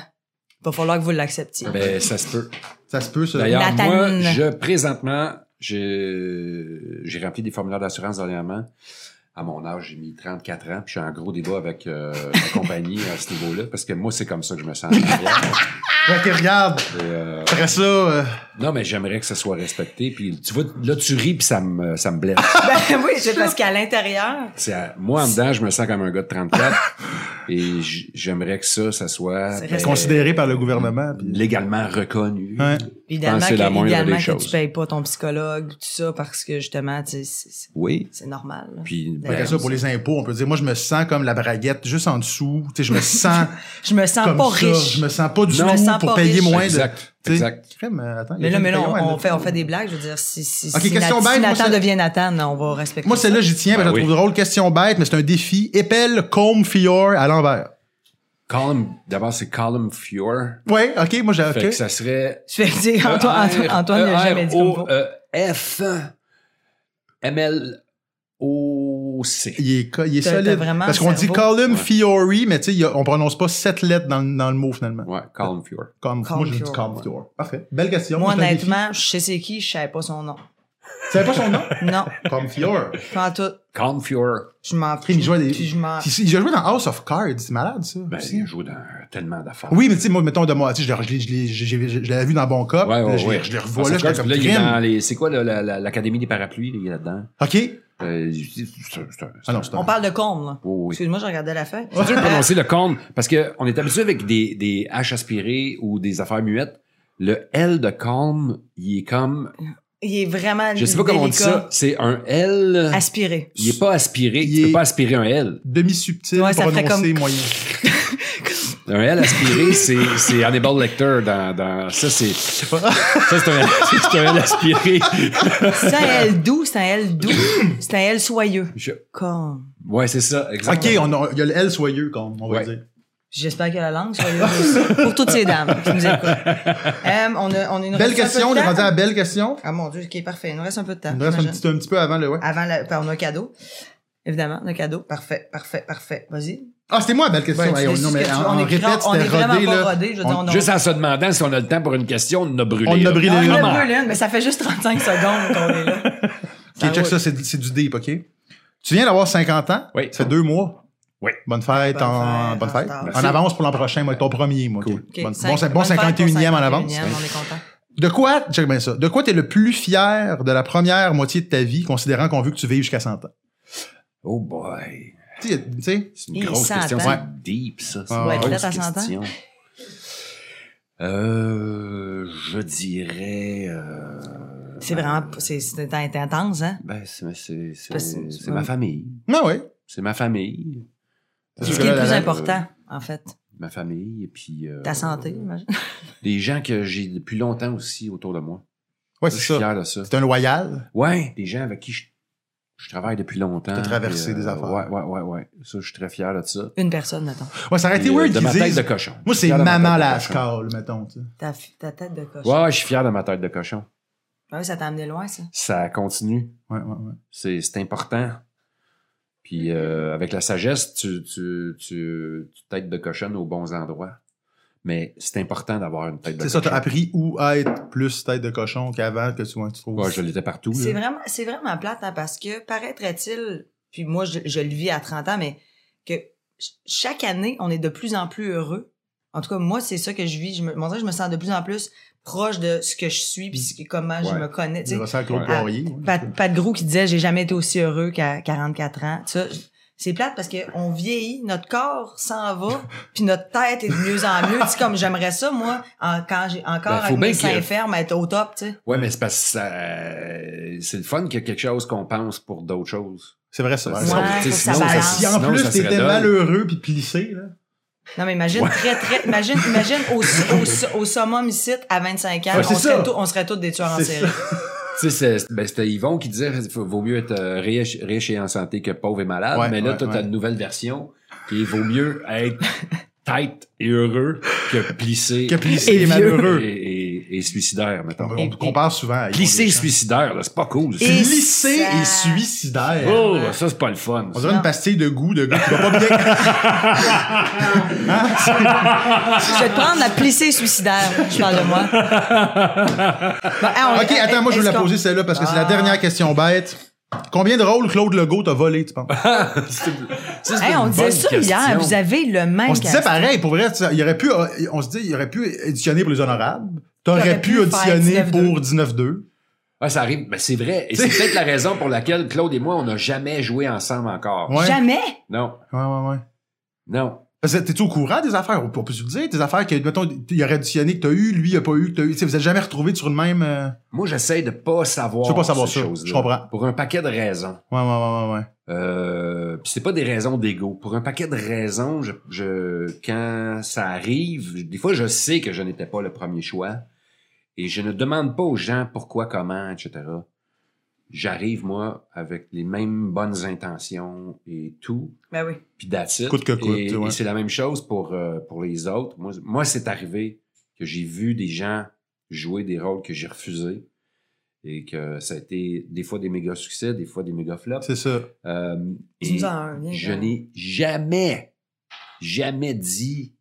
Speaker 2: Il va falloir que vous l'acceptiez.
Speaker 3: Ben, ça se peut.
Speaker 1: Ça se peut, ça.
Speaker 3: D'ailleurs,
Speaker 2: La
Speaker 3: moi,
Speaker 2: tanine.
Speaker 3: je, présentement, je- j'ai rempli des formulaires d'assurance dernièrement. À mon âge, j'ai mis 34 ans, puis je suis en gros débat avec euh, la compagnie à ce niveau-là, parce que moi, c'est comme ça que je me sens. en arrière.
Speaker 1: Fait que regarde,
Speaker 3: Et, euh,
Speaker 1: après ça, euh,
Speaker 3: non, mais j'aimerais que ça soit respecté. Puis tu vois, là, tu ris, puis ça me, ça me blesse.
Speaker 2: ben oui, c'est parce qu'à l'intérieur,
Speaker 3: C'est à- moi, en dedans, je me sens comme un gars de 34. et j- j'aimerais que ça, ça soit
Speaker 2: C'est
Speaker 3: ben,
Speaker 2: respecté.
Speaker 1: considéré par le gouvernement. puis- euh,
Speaker 3: légalement reconnu.
Speaker 1: Ouais.
Speaker 2: évidemment,
Speaker 3: Pensez
Speaker 2: que,
Speaker 3: la moindre
Speaker 2: évidemment
Speaker 3: des
Speaker 2: que tu
Speaker 3: choses.
Speaker 2: payes pas ton psychologue, tout ça, parce que justement, tu sais, c'est- c'est-
Speaker 3: Oui.
Speaker 2: c'est normal. là.
Speaker 3: Puis,
Speaker 1: Fait que
Speaker 2: Ben,
Speaker 1: ça, pour les impôts, on peut dire, moi, je me sens comme la braguette juste en dessous. Tu sais, je me sens
Speaker 2: Je me sens
Speaker 1: comme
Speaker 2: pas
Speaker 1: ça.
Speaker 2: riche.
Speaker 1: Je me sens pas du
Speaker 2: Je me
Speaker 1: tout
Speaker 2: sens
Speaker 1: pour
Speaker 2: pas
Speaker 1: payer
Speaker 2: riche.
Speaker 1: moins de...
Speaker 3: exact,
Speaker 1: tu sais.
Speaker 3: exact.
Speaker 1: Crème, euh, attends, il y a
Speaker 2: Mais là,
Speaker 1: une
Speaker 2: mais là,
Speaker 1: payon, elle
Speaker 2: on,
Speaker 1: l'a-
Speaker 2: on fait, on fait des blagues. Je veux dire, si, si,
Speaker 1: Ok,
Speaker 2: si,
Speaker 1: question
Speaker 2: Nat-
Speaker 1: bête,
Speaker 2: si
Speaker 1: moi,
Speaker 2: Nathan
Speaker 1: c'est-
Speaker 2: devient Nathan, non, on va respecter
Speaker 1: Moi,
Speaker 2: ça.
Speaker 1: celle-là, j'y tiens, ben,
Speaker 3: Ben
Speaker 1: je la
Speaker 3: oui.
Speaker 1: trouve drôle. Question bête, mais c'est un défi. Épelle, combe, fior à l'envers.
Speaker 3: Column, d'abord, c'est Column Fior.
Speaker 1: Ouais, ok, moi, j'ai,
Speaker 3: Fait
Speaker 1: ok.
Speaker 3: que ça serait. E
Speaker 2: Je vais
Speaker 3: Euh,
Speaker 2: dire, Antoine, Antoine, Antoine n'a jamais dit comme ça.
Speaker 3: F. M. L. O. C.
Speaker 1: Il est, co- il est
Speaker 2: T'as- t'as
Speaker 1: solide.
Speaker 2: vraiment
Speaker 1: Parce
Speaker 2: le
Speaker 1: qu'on dit
Speaker 2: cerveau.
Speaker 1: column
Speaker 3: Ouais.
Speaker 1: fiori, mais tu sais, il y a- on prononce pas sept lettres dans, le- dans le mot, finalement.
Speaker 3: Ouais, Column Fior.
Speaker 1: Comme,
Speaker 2: Column
Speaker 1: moi, je dis
Speaker 2: Fiore,
Speaker 1: column
Speaker 2: ouais.
Speaker 1: fior. Parfait. Belle question.
Speaker 2: Moi,
Speaker 1: c'est un défi.
Speaker 2: honnêtement, je sais c'est qui, je savais pas son nom.
Speaker 1: Tu savais pas son nom?
Speaker 2: Non,
Speaker 1: Column fior.
Speaker 2: pas en tout.
Speaker 3: Column Fior.
Speaker 2: Je m'en
Speaker 1: Crime, il jouait des-
Speaker 2: Puis je m'en.
Speaker 1: Il, il a joué dans House of Cards. C'est malade, ça.
Speaker 3: Ben,
Speaker 1: aussi.
Speaker 3: il joue dans tellement d'affaires.
Speaker 1: Ah. Oui, mais tu sais, moi, mettons, de moi, tu sais, je l'ai- je l'ai- je l'ai- je l'ai- je l'avais vu dans Bon Cop.
Speaker 3: Ouais,
Speaker 1: là,
Speaker 3: ouais,
Speaker 1: je, l'ai-
Speaker 3: ouais.
Speaker 1: je l'ai
Speaker 3: Ah,
Speaker 1: revois là,
Speaker 3: c'est
Speaker 1: j'étais
Speaker 3: correct.
Speaker 1: comme
Speaker 3: Là, il est
Speaker 1: crime.
Speaker 3: dans les. C'est quoi la- la- la- l'Académie des parapluies, il est là-dedans?
Speaker 1: OK.
Speaker 3: Euh, c'est- c'est- c'est-
Speaker 1: Ah non, c'est
Speaker 2: On
Speaker 1: un-
Speaker 2: parle de cornes, là.
Speaker 3: Oh, oui.
Speaker 2: Excuse-moi, je regardais la feuille.
Speaker 3: C'est dur de
Speaker 2: Euh,
Speaker 3: prononcer le corne parce qu'on est habitué avec des, des H aspirées ou des affaires muettes. Le L de calme, il est comme.
Speaker 2: Il est vraiment.
Speaker 3: Je sais pas comment on dit ça.
Speaker 2: délicat.
Speaker 3: C'est un L.
Speaker 2: Aspiré.
Speaker 3: Il est pas aspiré.
Speaker 1: Il
Speaker 3: Tu
Speaker 1: est-
Speaker 3: peux pas aspirer un L.
Speaker 1: Demi-subtil,
Speaker 2: Ouais, ça ferait
Speaker 1: prononcé,
Speaker 2: comme-
Speaker 1: moyen.
Speaker 3: Un L aspiré, c'est c'est Hannibal Lecter dans. dans- ça, c'est. Ça, c'est un, c'est un L aspiré.
Speaker 2: C'est un L doux, c'est un L doux, c'est un L soyeux.
Speaker 3: Je-
Speaker 2: Cornes.
Speaker 3: ouais, c'est ça.
Speaker 1: OK,
Speaker 3: Exactement.
Speaker 1: on a- il y a le L soyeux, comme on va
Speaker 3: Ouais.
Speaker 1: dire.
Speaker 2: J'espère que la langue soyeuse aussi. Pour toutes ces dames qui nous écoutent. Euh, on, a, on a une
Speaker 1: Belle question, on est rendu à la belle question.
Speaker 2: Ah mon Dieu, ok, parfait. Il nous reste un peu de temps.
Speaker 1: Il nous reste un
Speaker 2: j'imagine.
Speaker 1: petit, un petit peu avant le. Ouais.
Speaker 2: Avant, la- ben, on a un cadeau. Évidemment, on a un cadeau. Parfait, parfait, parfait. Vas-y.
Speaker 1: Ah, c'était moi la belle question.
Speaker 2: Ouais, tu
Speaker 1: Hey, on,
Speaker 2: décides
Speaker 1: non, mais
Speaker 2: ce que tu
Speaker 1: en-
Speaker 2: veux. on,
Speaker 1: en
Speaker 2: est
Speaker 1: répète,
Speaker 2: grand- on est
Speaker 1: c'était
Speaker 2: vraiment
Speaker 1: rodé,
Speaker 2: pas
Speaker 1: là.
Speaker 2: rodé. Je veux dire,
Speaker 3: On-
Speaker 2: on, a-
Speaker 3: juste en se demandant si on a le temps pour une question, on a brûlé.
Speaker 1: On en a
Speaker 3: là.
Speaker 1: brûlé.
Speaker 2: Ah, on
Speaker 1: là.
Speaker 2: a
Speaker 3: Comment?
Speaker 2: brûlé une, mais ça fait juste 35 secondes qu'on est là. Ah Ça
Speaker 1: OK, check
Speaker 2: roule.
Speaker 1: ça, c'est c'est du deep, OK? Tu viens d'avoir 50 ans?
Speaker 3: Oui.
Speaker 1: Ça fait deux mois.
Speaker 3: Oui.
Speaker 1: Bonne fête,
Speaker 2: Bonne
Speaker 1: en,
Speaker 2: fête,
Speaker 1: bonne
Speaker 2: en
Speaker 1: fête.
Speaker 2: retard.
Speaker 1: En,
Speaker 3: Merci.
Speaker 1: avance pour l'an prochain, moi, ton premier, moi.
Speaker 3: Cool.
Speaker 2: Ok,
Speaker 1: Bonne-
Speaker 2: cinq-
Speaker 1: bon, bon
Speaker 2: bonne fête pour
Speaker 1: 51e en avance.
Speaker 2: 51e, on est content.
Speaker 1: De quoi, check bien ça, de quoi t'es le plus fier de la première moitié de ta vie, considérant qu'on veut que tu vives jusqu'à 100 ans?
Speaker 3: Oh boy.
Speaker 1: Tu sais, tu sais,
Speaker 3: C'est une
Speaker 2: Et
Speaker 3: grosse
Speaker 2: ça
Speaker 3: question.
Speaker 2: attend.
Speaker 3: C'est deep, ça.
Speaker 2: Ah,
Speaker 3: C'est une
Speaker 1: Ouais,
Speaker 3: grosse
Speaker 2: peut-être à 100 ans.
Speaker 3: question. Euh, je dirais. euh,
Speaker 2: C'est vraiment, c'est, c'est c'est intense, hein?
Speaker 3: Ben, c'est, c'est, c'est,
Speaker 2: Parce-
Speaker 3: c'est ma famille.
Speaker 1: non, oui.
Speaker 3: C'est ma famille. Euh,
Speaker 2: C'est
Speaker 1: Parce
Speaker 2: ce
Speaker 1: que
Speaker 2: qui est
Speaker 1: là,
Speaker 2: le
Speaker 1: la-
Speaker 2: plus
Speaker 1: la-
Speaker 2: important, en fait.
Speaker 3: Ma famille et puis. euh,
Speaker 2: Ta santé, imagine.
Speaker 3: Des gens que j'ai depuis longtemps aussi autour de moi.
Speaker 1: Ouais,
Speaker 3: je
Speaker 1: c'est
Speaker 3: suis
Speaker 1: ça.
Speaker 3: fier de ça.
Speaker 1: C'est un loyal.
Speaker 3: Ouais, des gens avec qui je, je travaille depuis longtemps.
Speaker 1: T'as traversé
Speaker 3: Et,
Speaker 1: des affaires.
Speaker 3: Ouais, ouais, ouais, ouais. Ça, je suis très fier de ça.
Speaker 2: Une personne, mettons.
Speaker 1: Ouais, ça aurait été
Speaker 3: Et, euh,
Speaker 1: weird
Speaker 3: de
Speaker 1: qu'ils
Speaker 3: ma tête
Speaker 1: disent.
Speaker 3: de cochon.
Speaker 1: Moi, c'est
Speaker 3: Fier de ma
Speaker 1: maman
Speaker 3: tête de
Speaker 1: la
Speaker 3: cochon.
Speaker 1: scowl, mettons. tu sais.
Speaker 2: Ta, fi- ta tête de cochon.
Speaker 3: Ouais, ouais, je suis fier de ma tête de cochon.
Speaker 2: Ah oui, ça t'a amené loin, ça.
Speaker 3: Ça continue.
Speaker 1: Ouais, ouais, ouais.
Speaker 3: C'est c'est important. Puis euh, avec la sagesse, tu, tu, tu, tu têtes de cochonne aux bons endroits. Mais c'est important d'avoir une tête de
Speaker 1: C'est
Speaker 3: cochon.
Speaker 1: ça, t'as appris où être plus tête de cochon qu'avant que souvent tu trouves.
Speaker 3: Ouais, je l'étais partout.
Speaker 2: C'est
Speaker 3: là.
Speaker 2: vraiment, c'est vraiment plate, hein, parce que paraîtrait-il, puis moi, je, je le vis à 30 ans, mais que ch- chaque année, on est de plus en plus heureux. En tout cas, moi, c'est ça que je vis. Je me, on dirait que je me sens de plus en plus proche de ce que je suis, puis ce que- comment je
Speaker 3: Ouais.
Speaker 2: me connais. tu sais.
Speaker 1: Tu ça à Claude
Speaker 3: Ouais.
Speaker 1: Poirier. ouais.
Speaker 2: Ah, Pat, Pat Grou qui disait j'ai jamais été aussi heureux qu'à 44 ans. Ça, c'est plate parce que on vieillit, notre corps s'en va, puis notre tête est de mieux en mieux. C'est comme j'aimerais ça moi en- quand j'ai encore
Speaker 3: Ben, faut
Speaker 2: avec
Speaker 3: bien
Speaker 2: mes
Speaker 3: que-
Speaker 2: seins fermes être au top, tu sais.
Speaker 3: Ouais, mais c'est parce que ça- euh, c'est le fun qu'il y a quelque chose qu'on pense pour d'autres choses.
Speaker 1: C'est vrai, ça.
Speaker 3: Ça-
Speaker 1: ouais.
Speaker 2: Ouais,
Speaker 3: sinon,
Speaker 2: faut
Speaker 3: tu sais,
Speaker 2: que ça
Speaker 3: sinon,
Speaker 1: Ah,
Speaker 2: balance.
Speaker 1: si en
Speaker 3: sinon,
Speaker 1: plus
Speaker 3: ça serait
Speaker 1: t'étais
Speaker 3: dull.
Speaker 1: malheureux puis plissé, là.
Speaker 2: Non mais imagine très très imagine imagine au, au, au, summum ici à 25 ans,
Speaker 1: Ouais, c'est
Speaker 2: on,
Speaker 1: ça.
Speaker 2: serait tous- on serait tous des tueurs en
Speaker 1: C'est
Speaker 2: série.
Speaker 3: Tu sais, c'est- ben, c'était Yvon qui disait faut- vaut mieux être euh, riche, riche et en santé que pauvre et malade.
Speaker 1: Ouais,
Speaker 3: mais là,
Speaker 1: ouais,
Speaker 3: toi,
Speaker 1: ouais.
Speaker 3: t'as une nouvelle version qui est, vaut mieux être tête et heureux que plissé,
Speaker 1: Que plissé
Speaker 2: Et
Speaker 1: et
Speaker 3: et,
Speaker 1: malheureux.
Speaker 3: et- et suicidaire, mettons.
Speaker 1: On
Speaker 2: Et-
Speaker 1: on compare souvent à.
Speaker 3: Plissé et suicidaire, là, c'est pas cool. ça.
Speaker 2: Et-
Speaker 1: Plissé
Speaker 2: ça-
Speaker 1: et euh, suicidaire.
Speaker 3: Oh, ça, c'est pas le fun.
Speaker 1: On
Speaker 3: ça.
Speaker 1: dirait une pastille de goût de gars qui va pas bien.
Speaker 2: Je vais te prendre la plissée suicidaire, je parle de moi. Ben, Bon, hein, on-
Speaker 1: ok, attends, moi je
Speaker 2: est-ce
Speaker 1: vais la
Speaker 2: qu'on-
Speaker 1: poser celle-là parce que c'est la
Speaker 2: Ah.
Speaker 1: dernière question bête. Combien de rôles Claude Legault t'a volé, tu penses?
Speaker 3: C'est- c'est
Speaker 2: Hey,
Speaker 3: une
Speaker 2: on disait
Speaker 3: bonne
Speaker 2: ça hier,
Speaker 3: question.
Speaker 2: vous avez le même
Speaker 1: On se disait
Speaker 2: casting.
Speaker 1: pareil, pour vrai, tu sais, il aurait pu, euh, on se dit, il aurait pu auditionner pour les honorables.
Speaker 2: T'aurais
Speaker 1: T'aurais pu
Speaker 2: pu faire
Speaker 1: auditionner
Speaker 2: 19-2.
Speaker 1: pour 19-2.
Speaker 3: Ouais, ça arrive, mais c'est vrai. Et c'est peut-être la raison pour laquelle Claude et moi, on n'a jamais joué ensemble encore.
Speaker 1: Ouais.
Speaker 2: Jamais!
Speaker 3: Non,
Speaker 1: Ouais, ouais, ouais.
Speaker 3: non.
Speaker 1: Parce que t'es-tu au courant des affaires? On peut on peut se le dire, des affaires que, mettons, il aurait auditionné que t'as eu, lui, il a pas eu, que t'as eu. Tu sais, vous êtes jamais retrouvés sur le même. euh,
Speaker 3: Moi, j'essaie de pas savoir.
Speaker 1: Tu veux pas savoir
Speaker 3: ces
Speaker 1: ça,
Speaker 3: choses-là.
Speaker 1: je comprends.
Speaker 3: Pour un paquet de raisons.
Speaker 1: Ouais, ouais, ouais, ouais, ouais.
Speaker 3: Euh, pis c'est pas des raisons d'ego. Pour un paquet de raisons, je, je- quand ça arrive, je- des fois, je sais que je n'étais pas le premier choix et je ne demande pas aux gens pourquoi, comment, etc. J'arrive, moi, avec les mêmes bonnes intentions et tout.
Speaker 2: Ben oui.
Speaker 3: Puis that's it.
Speaker 1: Coûte que coûte,
Speaker 3: Et,
Speaker 1: tu vois.
Speaker 3: et c'est la même chose pour, euh, pour les autres. Moi, moi c'est arrivé que j'ai vu des gens jouer des rôles que j'ai refusés et que ça a été des fois des méga succès, des fois des méga flops.
Speaker 1: C'est ça.
Speaker 3: Euh,
Speaker 2: Tu
Speaker 3: et
Speaker 2: nous en as un, viens,
Speaker 3: je
Speaker 2: quand.
Speaker 3: n'ai jamais, jamais dit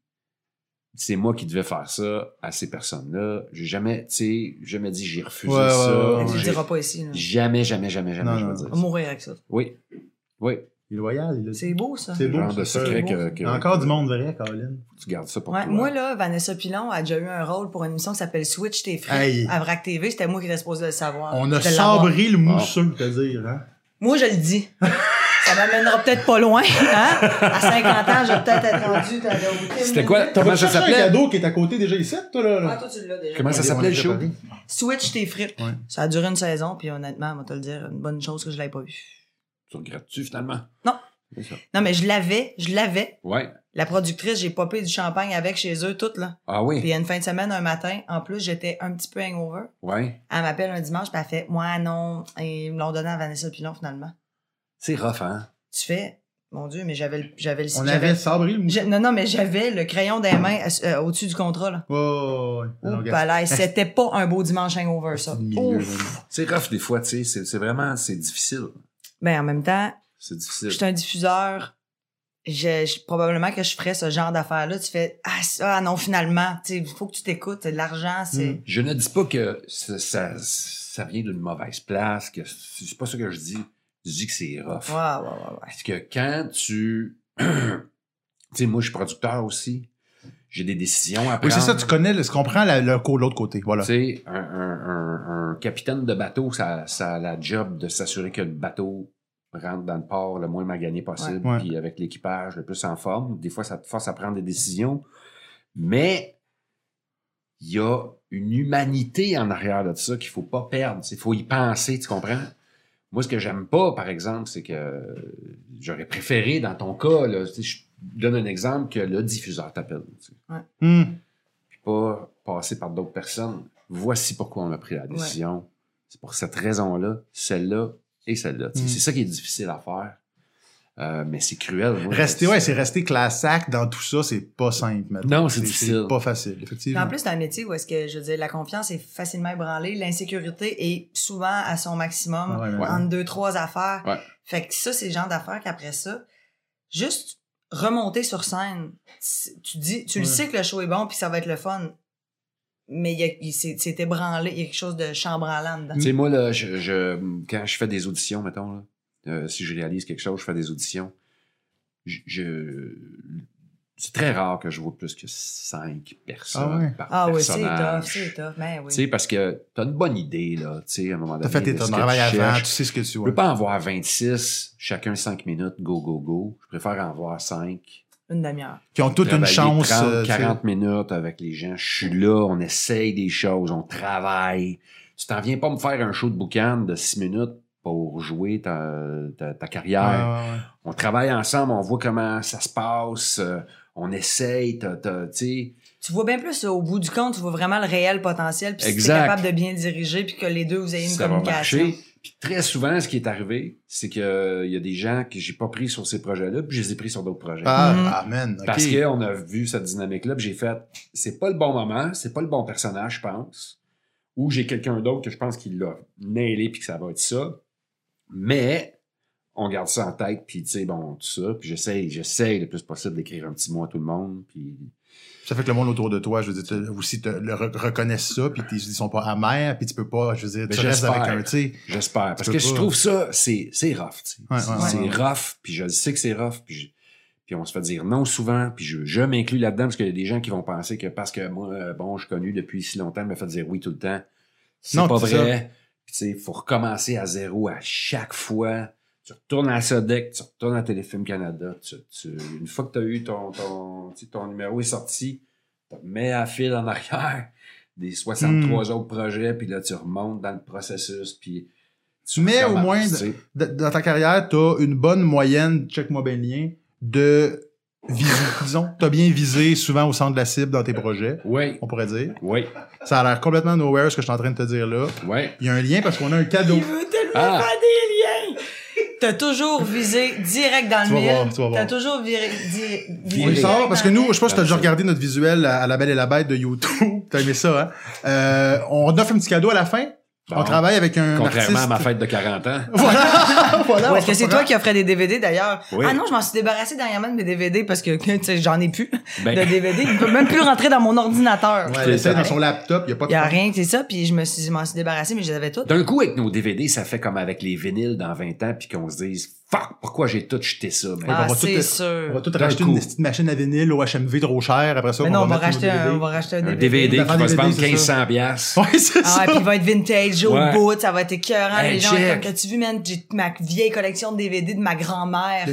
Speaker 3: c'est moi qui devais faire ça à ces personnes-là. J'ai jamais, tu sais, jamais dit j'ai refusé
Speaker 1: Ouais, ouais,
Speaker 3: ça.
Speaker 1: ouais,
Speaker 2: Tu
Speaker 1: ouais.
Speaker 2: le
Speaker 3: J'ai-
Speaker 2: diras pas ici. là.
Speaker 3: Jamais, jamais, jamais, jamais,
Speaker 1: Non,
Speaker 3: je vais
Speaker 1: non.
Speaker 3: dire
Speaker 2: On va
Speaker 3: ça.
Speaker 2: mourir avec ça.
Speaker 3: Oui, oui.
Speaker 1: Il est loyal, il a
Speaker 2: C'est beau, ça.
Speaker 1: C'est
Speaker 3: Le
Speaker 1: beau,
Speaker 3: genre de
Speaker 1: c'est ça.
Speaker 3: secret
Speaker 2: C'est beau.
Speaker 3: que, que-
Speaker 1: Il y a encore du monde vrai, Colin.
Speaker 3: Tu gardes ça pour
Speaker 2: Ouais,
Speaker 3: toi.
Speaker 2: moi, là, Vanessa Pilon a déjà eu un rôle pour une émission qui s'appelle Switch tes frères
Speaker 1: Hey.
Speaker 2: à VRAC TV. C'était moi qui étais supposé le savoir.
Speaker 1: On a
Speaker 2: De l'avoir.
Speaker 1: sabré
Speaker 3: Ah.
Speaker 1: le mousseux, te dire, hein.
Speaker 2: Moi, je le dis. Ça m'amènera peut-être pas loin. Hein? À 50 ans, je vais peut-être être rendu dans le week-end.
Speaker 3: C'était quoi? Comment ça
Speaker 1: un
Speaker 3: s'appelait?
Speaker 1: cadeau qui est à côté déjà ici, toi, là?
Speaker 2: Ah, toi, tu l'as déjà.
Speaker 3: Comment ça s'appelait le show?
Speaker 2: Switch tes frites.
Speaker 1: Ouais.
Speaker 2: Ça a duré une saison, puis honnêtement, on va te le dire, une bonne chose que je l'avais pas vu.
Speaker 3: Tu regrettes-tu finalement?
Speaker 2: Non.
Speaker 3: C'est ça.
Speaker 2: Non, mais je l'avais, je l'avais.
Speaker 3: Ouais.
Speaker 2: La productrice, j'ai popé du champagne avec chez eux, toutes, là.
Speaker 3: Ah oui.
Speaker 2: Puis une fin de semaine, un matin, en plus, j'étais un petit peu hangover.
Speaker 3: Ouais.
Speaker 2: Elle m'appelle un dimanche, puis elle fait Moi, non. Et ils me l'ont donné à Vanessa Pilon, finalement.
Speaker 3: C'est rough, hein?
Speaker 2: Tu fais Mon Dieu, mais j'avais le. J'avais le
Speaker 1: On
Speaker 2: j'avais-
Speaker 1: avait sabré le
Speaker 2: j'ai-
Speaker 1: mousseux.
Speaker 2: Non, non, mais j'avais le crayon des mains euh, au-dessus du contrat, là.
Speaker 1: Ouais,
Speaker 3: Oh,
Speaker 1: ouais, ouais.
Speaker 2: Au
Speaker 1: Non, regarde.
Speaker 2: palais. C'était pas un beau dimanche hangover, ça.
Speaker 1: C'est le milieu,
Speaker 2: bah, Ouf.
Speaker 3: C'est rough des fois, tu sais. C'est- C'est vraiment, c'est difficile.
Speaker 2: Mais Ben, en même temps,
Speaker 3: C'est difficile.
Speaker 2: je suis un diffuseur. Je, je- probablement que je ferais ce genre d'affaires-là. Tu fais Ah, ça, ah non, finalement. Tu sais, il faut que tu t'écoutes. C'est de L'argent, c'est.
Speaker 1: Mm.
Speaker 3: Je ne dis pas que ça, ça, ça vient d'une mauvaise place, que c'est pas ça que je dis. Je dis que c'est rough.
Speaker 2: Ouais, ouais, ouais, ouais.
Speaker 3: Parce que quand tu. tu sais, moi, je suis producteur aussi. J'ai des décisions à
Speaker 1: Oui,
Speaker 3: prendre.
Speaker 1: c'est ça, tu connais le- ce qu'on prend la- le co- l'autre côté. Voilà.
Speaker 3: Tu sais, un, un- un- un capitaine de bateau, ça, ça a la job de s'assurer que le bateau rentre dans le port le moins magané possible,
Speaker 1: Ouais. Ouais.
Speaker 3: puis avec l'équipage le plus en forme. Des fois, ça te force à prendre des décisions. Mais il y a une humanité en arrière de ça qu'il faut pas perdre. Il faut y penser, tu comprends? Moi, ce que j'aime pas, par exemple, c'est que euh, j'aurais préféré, dans ton cas, là, tu sais, je donne un exemple, que le diffuseur t'appelle. tu sais
Speaker 1: Hmm.
Speaker 3: puis pas passer par d'autres personnes. Voici pourquoi on a pris la décision. C'est pour cette raison-là, celle-là et celle-là. Tu sais,
Speaker 1: Mm.
Speaker 3: C'est ça qui est difficile à faire. Euh, mais c'est cruel. moi,
Speaker 1: Rester,
Speaker 3: je-
Speaker 1: ouais, c'est rester classac dans tout ça, c'est pas simple. maintenant.
Speaker 3: Non, c'est difficile.
Speaker 1: C'est pas facile,
Speaker 2: Puis
Speaker 1: effectivement.
Speaker 2: en plus, c'est un métier où est-ce que, je veux dire, la confiance est facilement ébranlée, l'insécurité est souvent à son maximum,
Speaker 1: Ouais, ouais, ouais.
Speaker 2: entre deux, trois affaires.
Speaker 3: Ouais.
Speaker 2: Fait que ça, c'est le genre d'affaires qu'après ça, juste remonter sur scène, tu- tu dis, tu le
Speaker 1: Ouais.
Speaker 2: sais que le show est bon puis ça va être le fun, mais il y a- il- c'est c'est ébranlé, il y a quelque chose de chambranlant dedans.
Speaker 3: Tu sais, moi, là, je, je- quand je fais des auditions, mettons, là, euh, si je réalise quelque chose, je fais des auditions. Je, je- c'est très rare que je vois plus que cinq personnes
Speaker 1: Ah ouais.
Speaker 3: par
Speaker 2: Ah oui, c'est tough,
Speaker 3: personnage.
Speaker 2: c'est tough, mais oui.
Speaker 3: Tu sais, parce que t'as une bonne idée, là, tu sais, à un moment donné.
Speaker 1: T'as fait tes
Speaker 3: de ce que
Speaker 1: travail
Speaker 3: tu
Speaker 1: avant,
Speaker 3: cherches.
Speaker 1: tu sais ce que tu
Speaker 3: Je
Speaker 1: vois.
Speaker 3: peux pas en voir 26, chacun 5 minutes, go, go, go. Je préfère en voir 5.
Speaker 2: Une demi-heure.
Speaker 1: Qui ont toute une chance. euh, tu sais.
Speaker 3: 40 minutes avec les gens. Je suis là, on essaye des choses, on travaille. Tu t'en viens pas me faire un show de boucan de 6 minutes pour jouer ta, ta- ta
Speaker 1: Ouais,
Speaker 3: carrière.
Speaker 1: ouais, ouais.
Speaker 3: On travaille ensemble, on voit comment ça se passe, euh, on essaye, t'as- t'as- tu sais.
Speaker 2: Tu vois bien plus au bout du compte, tu vois vraiment le réel potentiel, puis si t'es
Speaker 3: Exact.
Speaker 2: capable de bien le diriger, puis que les deux vous ayez une
Speaker 3: ça va
Speaker 2: communication.
Speaker 3: marcher. Puis très souvent, ce qui est arrivé, c'est qu'il y a des gens que j'ai pas pris sur ces projets-là, puis je les ai pris sur d'autres projets.
Speaker 2: Mhm.
Speaker 1: Ah, amen. ok.
Speaker 3: Parce qu'on a vu cette dynamique-là, puis j'ai fait, c'est pas le bon moment, c'est pas le bon personnage, je pense, ou j'ai quelqu'un d'autre que je pense qu'il l'a nailé, puis que ça va être ça, mais on garde ça en tête, puis tu sais, bon, tout ça, puis j'essaye, j'essaye le plus possible d'écrire un petit mot à tout le monde, puis
Speaker 1: Ça fait que le monde autour de toi, je veux dire, te- aussi te le re- reconnaissent ça, puis t'es- ils sont pas amers, puis tu peux pas, je veux dire,
Speaker 3: Ben,
Speaker 1: tu restes
Speaker 3: j'espère.
Speaker 1: avec un, tu sais.
Speaker 3: J'espère. Parce
Speaker 1: Tu
Speaker 3: que
Speaker 1: peux
Speaker 3: je
Speaker 1: pas.
Speaker 3: trouve ça, c'est c'est rough. tu sais.
Speaker 1: Ouais, ouais,
Speaker 3: c'est
Speaker 2: ouais.
Speaker 3: rough, puis je le sais que c'est rough, puis, je- puis on se fait dire non souvent, puis je, je m'inclus là-dedans parce qu'il y a des gens qui vont penser que parce que moi, euh, bon, je suis connu depuis si longtemps, me fait dire oui tout le temps. C'est
Speaker 1: Non,
Speaker 3: pas
Speaker 1: c'est ça.
Speaker 3: vrai. Puis, tu sais, faut recommencer à zéro à chaque fois. Tu retournes à Sodec, tu retournes à Téléfilm Canada. Tu, tu- une fois que tu as eu ton, ton, tu sais, ton numéro est sorti, tu te mets à fil en arrière des 63
Speaker 1: Hmm.
Speaker 3: autres projets, puis là, tu remontes dans le processus, puis tu
Speaker 1: Mais au
Speaker 3: recommences,
Speaker 1: moins,
Speaker 3: tu sais.
Speaker 1: D- Dans ta carrière, t'as une bonne moyenne, check-moi bien le lien, de viser, disons. T'as bien visé souvent au centre de la cible dans tes projets,
Speaker 3: Oui,
Speaker 1: on pourrait dire.
Speaker 3: oui,
Speaker 1: Ça a l'air complètement nowhere ce que je suis en train de te dire là.
Speaker 3: oui.
Speaker 1: Il y a un lien parce qu'on a un cadeau.
Speaker 2: Il veut tellement
Speaker 3: Ah.
Speaker 2: faire des liens. T'as toujours visé direct dans
Speaker 1: Tu
Speaker 2: le
Speaker 1: vas
Speaker 2: mille.
Speaker 1: voir, tu vas voir.
Speaker 2: T'as toujours viré, di- visé
Speaker 1: On le
Speaker 3: Viré.
Speaker 1: sort parce que nous, je sais pas si t'as déjà
Speaker 3: Absolument.
Speaker 1: regardé notre visuel à à La Belle et la Bête de YouTube. T'as aimé ça, hein? Euh, on offre un petit cadeau à la fin.
Speaker 3: Bon,
Speaker 1: On travaille avec un
Speaker 3: Contrairement à ma
Speaker 1: artiste.
Speaker 3: fête de 40 ans.
Speaker 1: Voilà! voilà
Speaker 2: Ou
Speaker 1: on
Speaker 2: est-ce que c'est
Speaker 1: comprend.
Speaker 2: toi qui offrais des DVD d'ailleurs?
Speaker 3: Oui.
Speaker 2: Ah non, je m'en suis débarrassée dernièrement de mes DVD parce que tu sais, j'en ai plus
Speaker 3: Ben,
Speaker 2: de DVD. Il peut même plus rentrer dans mon ordinateur.
Speaker 1: Ouais, elle essaie dans son laptop, il a pas de
Speaker 2: Il y a rien, c'est ça. Puis je me suis, je m'en suis débarrassée, mais je les avais toutes.
Speaker 3: D'un coup, avec nos DVD, ça fait comme avec les vinyles dans 20 ans, puis qu'on se dise « Fuck, pourquoi j'ai tout jeté ça? man?
Speaker 1: on
Speaker 2: Ah,
Speaker 1: va tout te-
Speaker 2: c'est
Speaker 1: On va
Speaker 2: sûr.
Speaker 1: tout
Speaker 3: D'un
Speaker 1: racheter
Speaker 3: coup.
Speaker 1: une petite machine à vinyle au HMV trop cher. Après ça,
Speaker 2: Mais non, on va,
Speaker 1: mettre
Speaker 2: racheter
Speaker 1: nos
Speaker 2: un,
Speaker 1: DVD.
Speaker 2: on va racheter un
Speaker 3: Un
Speaker 2: DVD.
Speaker 3: DVD qui
Speaker 1: Dans
Speaker 3: va se
Speaker 1: DVD,
Speaker 3: vendre
Speaker 1: c'est
Speaker 3: 1500 piastres.
Speaker 1: Ouais, c'est
Speaker 2: Ah,
Speaker 1: ça.
Speaker 2: puis il va être vintage au
Speaker 3: Ouais.
Speaker 2: bout, ça va être écœurant.
Speaker 3: Hey,
Speaker 2: les gens,
Speaker 3: check.
Speaker 2: comme t'as-tu vu, man, j'ai ma vieille collection de DVD de ma grand-mère.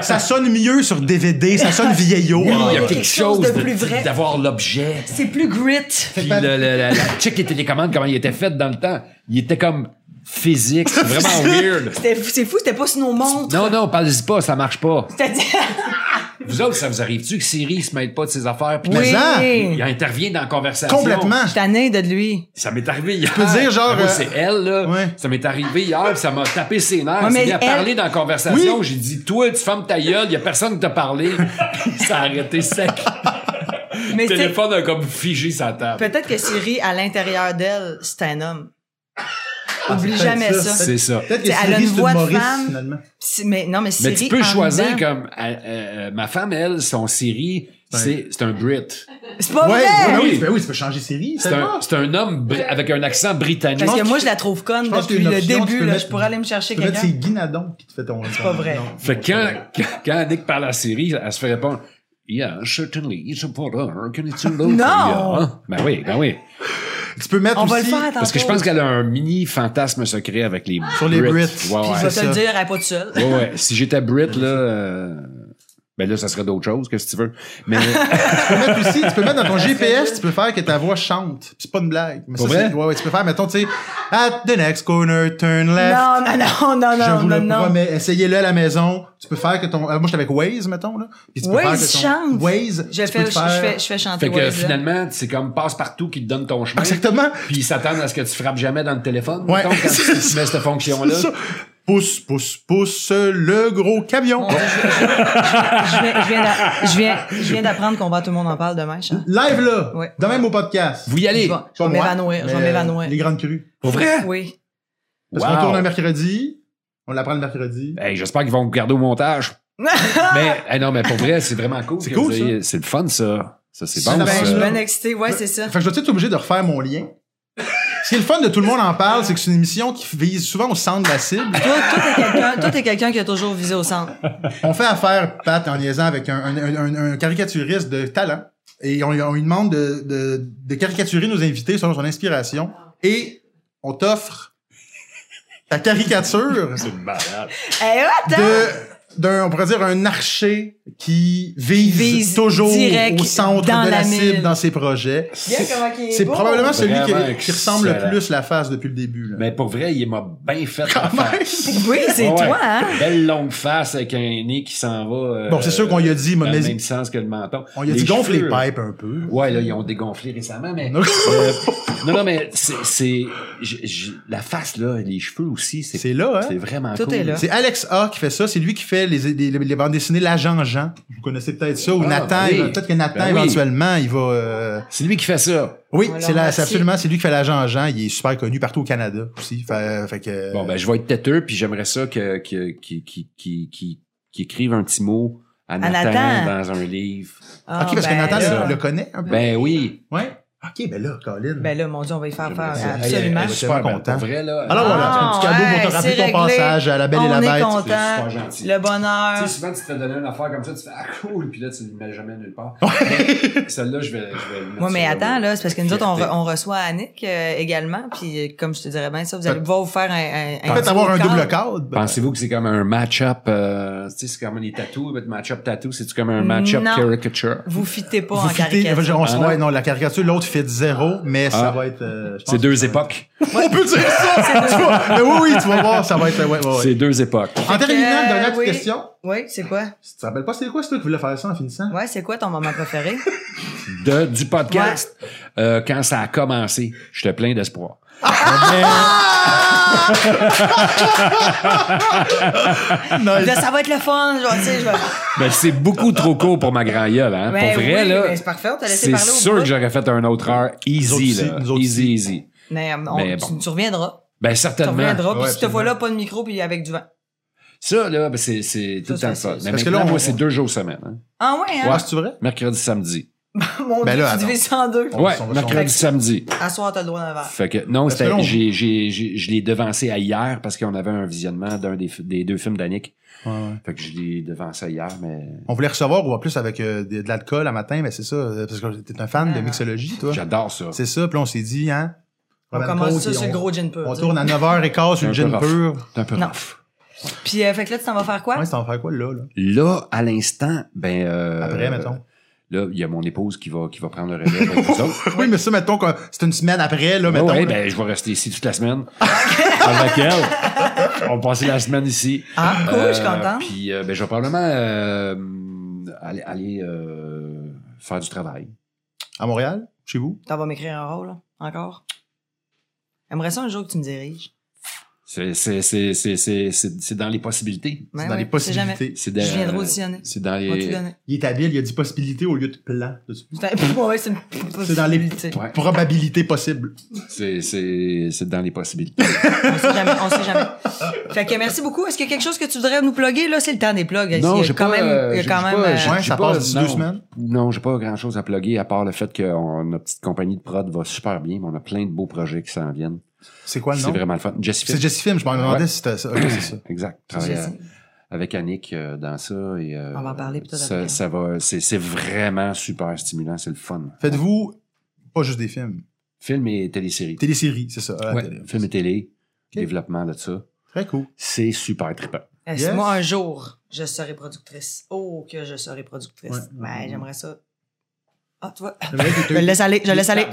Speaker 1: ça sonne mieux sur DVD, ça sonne vieillot.
Speaker 3: Oui, il y
Speaker 2: il y
Speaker 3: a
Speaker 2: a
Speaker 3: quelque
Speaker 2: quelque chose
Speaker 3: chose
Speaker 2: de plus vrai.
Speaker 3: de- d'avoir l'objet.
Speaker 2: C'est plus grit.
Speaker 3: Puis le, le- la, la check les télécommandes, comment il était fait dans le temps. Il était comme physique, c'est vraiment weird.
Speaker 2: C'était fou- C'est fou, c'était pas sur nos montres.
Speaker 3: Non, non, parle-y pas, ça marche pas.
Speaker 2: C'est-à-dire-
Speaker 3: Vous autres, ça vous arrive-tu que Siri se mêle pas de ses affaires? Puis
Speaker 1: Mais
Speaker 2: Oui.
Speaker 1: ça,
Speaker 3: il intervient dans la conversation.
Speaker 1: Complètement.
Speaker 2: Je suis tannée de lui.
Speaker 3: Ça m'est arrivé hier. Tu
Speaker 1: peux dire, genre, euh,
Speaker 3: c'est elle, là.
Speaker 1: ouais.
Speaker 3: Ça m'est arrivé hier, puis ça m'a tapé ses nerfs.
Speaker 2: Ouais,
Speaker 3: c'est
Speaker 2: mais
Speaker 3: bien
Speaker 2: elle-
Speaker 3: parlé dans la conversation. J'ai dit, toi, tu fermes ta gueule, il y a personne qui t'a parlé. Puis ça a arrêté sec.
Speaker 2: Mais
Speaker 3: Le
Speaker 2: tu sais,
Speaker 3: téléphone a comme figé sa table.
Speaker 2: peut-être que Siri, à l'intérieur d'elle, c'est un homme. Oublie
Speaker 1: Ah, peut-être
Speaker 2: jamais
Speaker 1: ça.
Speaker 2: ça.
Speaker 3: C'est ça.
Speaker 1: Peut-être que
Speaker 2: Elle a
Speaker 1: Siri,
Speaker 2: une
Speaker 1: c'est
Speaker 2: voix de
Speaker 1: Maurice,
Speaker 2: femme.
Speaker 1: finalement.
Speaker 2: Si- Mais non, mais Siri.
Speaker 3: Mais tu peux
Speaker 2: en
Speaker 3: choisir
Speaker 2: dedans-
Speaker 3: comme euh, euh, ma femme, elle, son Siri, c'est c'est un Brit.
Speaker 2: C'est pas
Speaker 1: Ouais,
Speaker 2: vrai!
Speaker 1: ouais,
Speaker 3: Oui.
Speaker 1: oui, tu peux- oui, tu peux changer Siri.
Speaker 3: C'est un, c'est un homme bri- avec un accent britannique.
Speaker 2: Parce
Speaker 1: pense
Speaker 2: que moi,
Speaker 1: que-
Speaker 2: je la trouve conne
Speaker 1: je pense
Speaker 2: depuis
Speaker 1: qu'il y a une
Speaker 2: le
Speaker 1: option, tu
Speaker 2: début.
Speaker 1: peux
Speaker 2: là.
Speaker 1: mettre-
Speaker 2: je pourrais aller me chercher
Speaker 1: Tu peux mettre,
Speaker 2: quelqu'un.
Speaker 1: c'est Guinadon qui te fait ton. C'est
Speaker 2: pas vrai.
Speaker 3: Fait que quand, quand, quand Nick parle à Siri, elle se fait répondre Yeah, certainly, it's a border. Can it look?
Speaker 2: Non!
Speaker 3: Yeah. Ben oui, ben oui.
Speaker 1: Tu peux mettre
Speaker 2: On va le
Speaker 1: aussi-
Speaker 2: faire tantôt.
Speaker 3: Parce que je pense qu'elle a un mini fantasme secret avec les
Speaker 1: Sur les Brits.
Speaker 3: Ouais,
Speaker 2: Puis
Speaker 3: ouais.
Speaker 2: je vais te
Speaker 1: c'est
Speaker 2: le
Speaker 1: ça.
Speaker 2: dire, elle est pas toute seule.
Speaker 3: Ouais, ouais. Si j'étais Brit, là. euh, Ben là, ça serait d'autres choses, que si tu veux. Mais
Speaker 1: Tu peux mettre aussi, tu peux mettre dans ton GPS, tu peux faire que ta voix chante. C'est pas une blague. Mais
Speaker 3: Pour
Speaker 1: ça, c'est-
Speaker 3: vrai?
Speaker 1: ouais, ouais, tu peux faire, mettons, tu sais, at the next corner, turn left.
Speaker 2: Non, non, non, non,
Speaker 1: Je
Speaker 2: non,
Speaker 1: vous
Speaker 2: non,
Speaker 1: le
Speaker 2: Oh, non.
Speaker 1: promets, essayez-le à la maison. Tu peux faire que ton. euh, moi, j'étais avec Waze, mettons, là. Puis tu peux faire
Speaker 2: Waze
Speaker 1: que ton-
Speaker 2: chante.
Speaker 1: Waze.
Speaker 2: Je
Speaker 1: tu peux
Speaker 2: fais,
Speaker 1: te
Speaker 2: je,
Speaker 1: faire-
Speaker 2: je fais, je fais chanter
Speaker 3: fait que
Speaker 2: Waze, là.
Speaker 3: finalement, c'est comme passe-partout qui te donne ton chemin.
Speaker 1: Exactement.
Speaker 3: Puis ils s'attendent à ce que tu frappes jamais dans le téléphone.
Speaker 1: Ouais.
Speaker 3: mettons, quand tu
Speaker 1: C'est ça.
Speaker 3: mets cette fonction-là.
Speaker 1: C'est ça. Pousse, pousse, pousse le gros camion.
Speaker 2: Je viens- je viens d'a- je viens- je viens d'apprendre qu'on va tout le monde en parle demain, Charles.
Speaker 1: Live là.
Speaker 2: Ouais.
Speaker 1: Dans même au podcast.
Speaker 3: Vous y allez.
Speaker 2: Je vais- je vais m'évanouir, je vais
Speaker 1: Mais, euh,
Speaker 2: m'évanouir.
Speaker 1: Les grandes crues.
Speaker 3: Pour vrai?
Speaker 2: Oui.
Speaker 1: Parce
Speaker 3: Wow.
Speaker 1: qu'on tourne un mercredi. On l'apprend le mercredi.
Speaker 3: Hey, j'espère qu'ils vont vous garder au montage. mais, hey, non, mais pour vrai, c'est vraiment cool.
Speaker 1: C'est
Speaker 3: que
Speaker 1: cool,
Speaker 3: vous ayez- C'est le fun, ça. Ça, c'est bon,
Speaker 1: la
Speaker 2: Ben,
Speaker 1: c'est
Speaker 2: je suis
Speaker 1: ça.
Speaker 3: ça.
Speaker 2: bien excitée, ouais, c'est ça.
Speaker 1: Fait que je dois être obligé de refaire mon lien. Ce qui est le fun de tout le monde en parle, c'est que c'est une émission qui vise souvent au centre de la cible.
Speaker 2: Toi, toi, t'es quelqu'un, toi, t'es quelqu'un qui a toujours visé au centre.
Speaker 1: On fait affaire, Pat, en liaisant avec un, un- un- un caricaturiste de talent. Et on, on lui demande de, de- de caricaturer nos invités selon son inspiration. Et on t'offre ta caricature
Speaker 2: Eh, attends!
Speaker 1: de d'un on pourrait dire un archer qui vise,
Speaker 2: Vise
Speaker 1: toujours
Speaker 2: direct
Speaker 1: au centre
Speaker 2: dans
Speaker 1: de la,
Speaker 2: la
Speaker 1: cible
Speaker 2: mille.
Speaker 1: dans ses projets.
Speaker 2: Regarde comment qu'il est
Speaker 1: C'est
Speaker 2: beau.
Speaker 1: probablement celui qui-
Speaker 3: Vraiment
Speaker 1: qui, ressemble le
Speaker 3: excellent.
Speaker 1: plus la face depuis le début. là.
Speaker 3: Mais pour vrai, il m'a bien fait. l'affaire.
Speaker 2: Oui, c'est
Speaker 3: Ouais, ouais.
Speaker 2: toi, hein?
Speaker 3: Belle longue face avec un nez qui s'en va. euh,
Speaker 1: Bon, c'est sûr qu'on lui a dit,
Speaker 3: dans le
Speaker 1: mais-
Speaker 3: même sens que le menton.
Speaker 1: On lui a
Speaker 3: Les
Speaker 1: dit gonfle les
Speaker 3: cheveux,
Speaker 1: pipes un peu.
Speaker 3: Ouais, là, ils ont dégonflé récemment, mais.
Speaker 1: Non.
Speaker 3: euh, non, non, mais c'est. c'est- j- j- la face, là, les cheveux aussi, c'est
Speaker 1: C'est là, hein?
Speaker 3: c'est vraiment
Speaker 2: Tout
Speaker 3: cool.
Speaker 2: est là.
Speaker 1: C'est Alex A qui fait ça. C'est lui qui fait les, les, les bandes dessinées La Jean Jean. Vous connaissez peut-être ça. Ou
Speaker 3: Ah,
Speaker 1: Nathan.
Speaker 3: oui.
Speaker 1: il va- Peut-être que Nathan,
Speaker 3: Ben oui.
Speaker 1: éventuellement, il va... euh,
Speaker 3: C'est lui qui fait ça.
Speaker 1: Oui,
Speaker 2: Alors,
Speaker 1: c'est la- c'est
Speaker 2: merci.
Speaker 1: absolument... C'est lui qui fait La Jean Jean. Il est super connu partout au Canada aussi. Fait, fait que... euh,
Speaker 3: ben. Bon, ben, je vais être têteux, puis j'aimerais ça que, que, qui, qui, qui, qui, qui écrive un petit mot à
Speaker 2: À
Speaker 3: Nathan,
Speaker 2: Nathan.
Speaker 3: dans un livre.
Speaker 2: Ah,
Speaker 1: ok, parce que
Speaker 2: ben
Speaker 1: Nathan
Speaker 2: là.
Speaker 1: le, le connaît un peu.
Speaker 3: Ben oui.
Speaker 1: ouais. Ok, ben là, Colin. Ah,
Speaker 2: Ben là, mon Dieu, on va y faire
Speaker 3: J'aimerais
Speaker 2: faire
Speaker 3: ça.
Speaker 2: absolument.
Speaker 1: Hey, hey, hey,
Speaker 3: Super
Speaker 1: Tellement
Speaker 3: ben,
Speaker 1: content.
Speaker 3: pour vrai, là.
Speaker 1: Alors voilà,
Speaker 2: Ah,
Speaker 1: c'est un petit cadeau
Speaker 2: hey,
Speaker 1: pour te rappeler
Speaker 2: c'est
Speaker 1: ton
Speaker 2: réglé.
Speaker 1: passage à La Belle et la
Speaker 2: on est
Speaker 1: Bête.
Speaker 3: super
Speaker 2: content.
Speaker 3: gentil.
Speaker 2: Le
Speaker 1: Ah.
Speaker 3: Tu
Speaker 2: bonheur.
Speaker 3: sais, souvent, tu te fais donner une affaire comme ça, tu fais Ah cool, puis là, tu ne le mets jamais nulle part.
Speaker 1: Ouais.
Speaker 3: Celle-là, je vais. Je vais le mettre
Speaker 2: Moi, mais
Speaker 3: sur le-
Speaker 2: attends, là, c'est parce que nous autres, on, re-
Speaker 3: Fierté.
Speaker 2: on reçoit Annick euh, également. Puis, euh, comme je te dirais bien ça, vous allez
Speaker 1: Fait-
Speaker 2: pouvoir vous faire un. un, un
Speaker 1: Peut-être
Speaker 2: petit
Speaker 1: avoir un
Speaker 2: cadre.
Speaker 1: double cadre.
Speaker 3: Pensez-vous que c'est comme un match-up, euh, tu sais, c'est comme les tattoos, votre match-up tattoo, c'est-tu comme un match-up
Speaker 2: Non.
Speaker 3: caricature?
Speaker 2: Vous fitez pas en
Speaker 1: Vous fitez-
Speaker 2: caricature.
Speaker 1: on se-
Speaker 3: Ah, non.
Speaker 1: ouais, non, la caricature, l'autre fait zéro, mais ça
Speaker 3: Ah.
Speaker 1: va être. euh, je pense
Speaker 3: C'est
Speaker 1: que
Speaker 3: deux
Speaker 1: ça va être-
Speaker 3: époques.
Speaker 1: On peut dire ça! tu vois. Mais oui, oui, tu vas voir, ça va être. ouais, ouais, ouais.
Speaker 3: C'est deux époques.
Speaker 1: En terminant,
Speaker 2: Euh,
Speaker 1: dernière petite
Speaker 2: oui.
Speaker 1: question.
Speaker 2: Oui, c'est quoi?
Speaker 1: Tu te rappelles pas, c'est quoi ce truc qui voulait faire ça en finissant?
Speaker 2: Ouais, c'est quoi ton moment préféré?
Speaker 3: de, du podcast euh, quand ça a commencé. J'étais plein d'espoir. Ah,
Speaker 2: Là, ça va être le fun. Genre, tu sais, je vais.
Speaker 1: Ah,
Speaker 3: Mais Ben, c'est beaucoup trop court pour ma grand gueule, hein.
Speaker 2: Ben
Speaker 3: pour vrai,
Speaker 2: oui,
Speaker 3: là.
Speaker 2: ben c'est parfait, on t'a laissé
Speaker 3: C'est
Speaker 2: parler au
Speaker 3: sûr
Speaker 2: bout.
Speaker 3: que j'aurais fait un autre heure
Speaker 1: autres
Speaker 3: easy,
Speaker 1: aussi,
Speaker 3: là.
Speaker 1: nous autres
Speaker 3: Easy, easy.
Speaker 2: Mais, euh, on-
Speaker 3: Mais
Speaker 2: tu-
Speaker 3: bon.
Speaker 2: tu, reviendras.
Speaker 3: Ben,
Speaker 2: Tu
Speaker 3: certainement.
Speaker 2: reviendras. Puis,
Speaker 1: Ouais,
Speaker 2: cette
Speaker 1: absolument.
Speaker 2: fois-là, pas de micro, puis avec du vent.
Speaker 3: Ça, là, ben, c'est, c'est tout le
Speaker 2: Ça,
Speaker 3: temps le
Speaker 2: c'est-
Speaker 3: fun.
Speaker 2: c'est-
Speaker 3: Mais
Speaker 1: parce que
Speaker 3: maintenant,
Speaker 1: là, on-
Speaker 3: moi, c'est deux jours semaine, hein.
Speaker 2: Ah ouais, hein?
Speaker 1: Ouais, c'est-tu vrai?
Speaker 3: Mercredi, samedi.
Speaker 2: Mon
Speaker 1: Ben
Speaker 2: Dieu,
Speaker 1: là,
Speaker 2: tu
Speaker 1: attends.
Speaker 2: divises ça en deux.
Speaker 1: On-
Speaker 3: ouais,
Speaker 1: on- on-
Speaker 3: mercredi, samedi.
Speaker 2: À soir, t'as le droit d'un verre.
Speaker 3: Fait que, non,
Speaker 1: Parce que
Speaker 3: c'était,
Speaker 1: là, on-
Speaker 3: j'ai, j'ai, j'ai- je l'ai devancé à hier parce qu'on avait un visionnement d'un des, fi- des deux films d'Annick. Fait que je l'ai devancé hier, mais
Speaker 1: On voulait recevoir, on va plus avec euh, de, de l'alcool à matin, mais c'est ça, euh, parce que t'es un fan de
Speaker 2: Ah.
Speaker 1: mixologie, toi.
Speaker 3: j'adore ça.
Speaker 1: C'est ça, puis on s'est dit, hein?
Speaker 2: On
Speaker 1: Robin
Speaker 2: commence
Speaker 1: Coke,
Speaker 2: ça
Speaker 1: et
Speaker 2: sur
Speaker 1: on-
Speaker 2: le gros gin pur.
Speaker 1: On
Speaker 2: tu
Speaker 1: tourne à 9h15 sur le
Speaker 3: C'est un
Speaker 1: gin
Speaker 3: peu
Speaker 1: pur.
Speaker 3: C'est un peu
Speaker 2: Non.
Speaker 3: rough.
Speaker 2: sais. Puis, euh, fait que là, tu t'en vas faire quoi?
Speaker 1: Ouais, c'est en faire quoi, là? là?
Speaker 3: Là, à l'instant, ben. euh,
Speaker 1: Après, mettons.
Speaker 3: Là, il y a mon épouse qui va, qui va prendre le relais avec vous autres.
Speaker 1: Oui, mais ça, mettons que c'est une semaine après, là,
Speaker 3: Ouais,
Speaker 1: mettons.
Speaker 3: ouais,
Speaker 1: là.
Speaker 3: ben, je vais rester ici toute la semaine avec elle. On va passer la semaine ici.
Speaker 2: Ah, cool, je suis
Speaker 3: Euh,
Speaker 2: contente.
Speaker 3: Puis, euh, ben, je vais probablement euh, aller, aller euh, faire du travail.
Speaker 1: À Montréal, chez vous?
Speaker 2: T'en vas m'écrire un rôle, là, encore? J'aimerais ça un jour que tu me diriges.
Speaker 3: C'est c'est- c'est- c'est- c'est- c'est- c'est dans les possibilités.
Speaker 2: Ben
Speaker 1: c'est dans
Speaker 2: ouais,
Speaker 1: les
Speaker 2: tu sais jamais.
Speaker 1: possibilités.
Speaker 3: C'est
Speaker 2: Je
Speaker 3: dans- euh,
Speaker 2: viendrai auditionner.
Speaker 3: C'est dans
Speaker 2: Je vais tout
Speaker 3: les.
Speaker 2: donner.
Speaker 1: Il est habile, il y a 10 possibilités au lieu de plan.
Speaker 2: C'est un- ouais, c'est une
Speaker 1: C'est dans les-
Speaker 2: possibilité.
Speaker 3: Ouais,
Speaker 1: Probabilité possible.
Speaker 3: c'est- c'est c'est dans les possibilités.
Speaker 2: On sait jamais, on sait jamais. Fait que merci beaucoup. Est-ce qu'il y a quelque chose que tu voudrais nous plugger? Là, c'est le temps des plugs. Il y a
Speaker 3: j'ai
Speaker 2: quand
Speaker 3: pas,
Speaker 2: même,
Speaker 3: euh,
Speaker 2: il y a
Speaker 3: j'ai-
Speaker 2: quand
Speaker 3: j'ai
Speaker 2: même,
Speaker 3: pas-
Speaker 2: euh,
Speaker 3: j'ai-
Speaker 1: Ouais,
Speaker 3: j'ai
Speaker 1: ça
Speaker 3: pas-
Speaker 1: passe d'ici deux
Speaker 3: non.
Speaker 1: semaines.
Speaker 3: Non, j'ai pas grand chose à plugger à part le fait que on- notre petite compagnie de prod va super bien, mais on a plein de beaux projets qui s'en viennent.
Speaker 1: C'est quoi le
Speaker 3: c'est
Speaker 1: nom?
Speaker 3: vraiment le fun. Jessica.
Speaker 1: C'est Jesse Film, je m'en demandais
Speaker 3: Ouais.
Speaker 1: si c'était ça. Ok, c'est ça.
Speaker 3: Exact.
Speaker 2: j'ai-
Speaker 3: Travaille avec Annick euh, dans ça et euh,
Speaker 2: On va en parler plus tard après.
Speaker 3: ça, ça va c'est c'est vraiment super stimulant, c'est le fun.
Speaker 1: Faites-vous pas juste des films.
Speaker 3: Film et télésérie.
Speaker 1: Télésérie, c'est ça. à la
Speaker 3: Ouais,
Speaker 1: télé.
Speaker 3: film et télé,
Speaker 1: Ok.
Speaker 3: développement de ça.
Speaker 1: Très cool.
Speaker 3: C'est super trippant.
Speaker 2: Est-ce
Speaker 1: Yes.
Speaker 2: que Moi, un jour, je serai productrice. Oh, que je serai productrice.
Speaker 1: Ouais.
Speaker 2: Ben, j'aimerais ça. Ah, tu vois.
Speaker 1: Le mec
Speaker 2: Je
Speaker 1: était-
Speaker 2: le laisse aller, je le laisse aller.
Speaker 3: Ouais.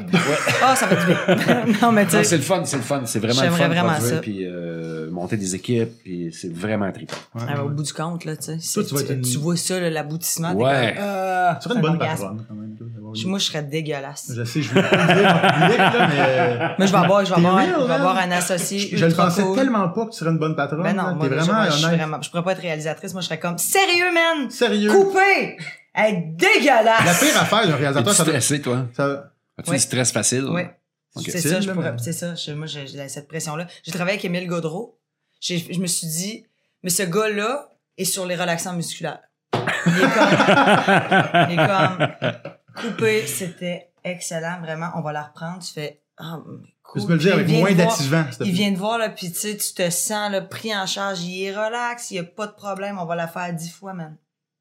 Speaker 2: Ah, ça va du bien. non, mais tu
Speaker 3: Non,
Speaker 2: sais.
Speaker 3: Ah, c'est le fun, c'est le fun, c'est vraiment le
Speaker 2: J'aimerais
Speaker 3: fun. de
Speaker 2: vraiment
Speaker 3: produire,
Speaker 2: ça.
Speaker 3: Puis euh, monter des équipes, puis c'est vraiment trippant.
Speaker 1: Ouais.
Speaker 2: Ah, ben, au bout du compte, là, tu sais. c'est-
Speaker 1: tu vas être
Speaker 2: tu,
Speaker 1: une-
Speaker 2: tu vois ça, là, l'aboutissement. t'es
Speaker 3: Ouais.
Speaker 2: comme, Ah,
Speaker 1: Tu serais
Speaker 2: un
Speaker 1: une bonne
Speaker 2: orgasme.
Speaker 1: patronne, quand même. là, d'avoir eu-
Speaker 2: Je- Moi, je serais dégueulasse.
Speaker 1: Je sais, je voulais pas le dire en public, là,
Speaker 2: Moi, je vais avoir, je vais
Speaker 1: T'es
Speaker 2: avoir,
Speaker 1: real,
Speaker 2: je vais
Speaker 1: man.
Speaker 2: avoir un
Speaker 1: mais.
Speaker 2: associé.
Speaker 1: Je, je le
Speaker 2: ultra
Speaker 1: pensais
Speaker 2: cool.
Speaker 1: tellement pas que tu serais une bonne patronne.
Speaker 2: Ben non,
Speaker 1: T'es
Speaker 2: moi, je-
Speaker 1: vraiment
Speaker 2: moi, je suis
Speaker 1: honnête.
Speaker 2: vraiment, je pourrais pas être réalisatrice. Moi, je serais comme, sérieux, man!
Speaker 1: Sérieux.
Speaker 2: Coupé! Elle est dégueulasse!
Speaker 1: La pire affaire d'un
Speaker 3: Es-tu
Speaker 1: réalisateur, ça doit-
Speaker 3: stressé, toi?
Speaker 1: ça-
Speaker 3: As-tu
Speaker 2: Ouais.
Speaker 3: du stress facile?
Speaker 2: Ouais.
Speaker 3: Ok.
Speaker 2: C'est
Speaker 1: C'est
Speaker 2: ça,
Speaker 1: là,
Speaker 2: je
Speaker 1: mais-
Speaker 2: pourrais- c'est ça. Je- moi, j'ai j'ai cette pression-là. J'ai travaillé avec Émile Gaudreau. J'ai- Je me suis dit, mais ce gars-là est sur les relaxants musculaires. Il est comme, il est comme coupé. C'était excellent, vraiment. On va la reprendre. Tu fais, ah, cool.
Speaker 1: Tu peux le dire
Speaker 2: Puis
Speaker 1: avec
Speaker 2: il vient
Speaker 1: moins
Speaker 2: de voir-
Speaker 1: d'attivants. s'il te
Speaker 2: Il
Speaker 1: plaît.
Speaker 2: vient de voir, là, puis tu sais, tu te sens là, pris en charge. Il est relax, il n'y a pas de problème. On va la faire dix fois, man.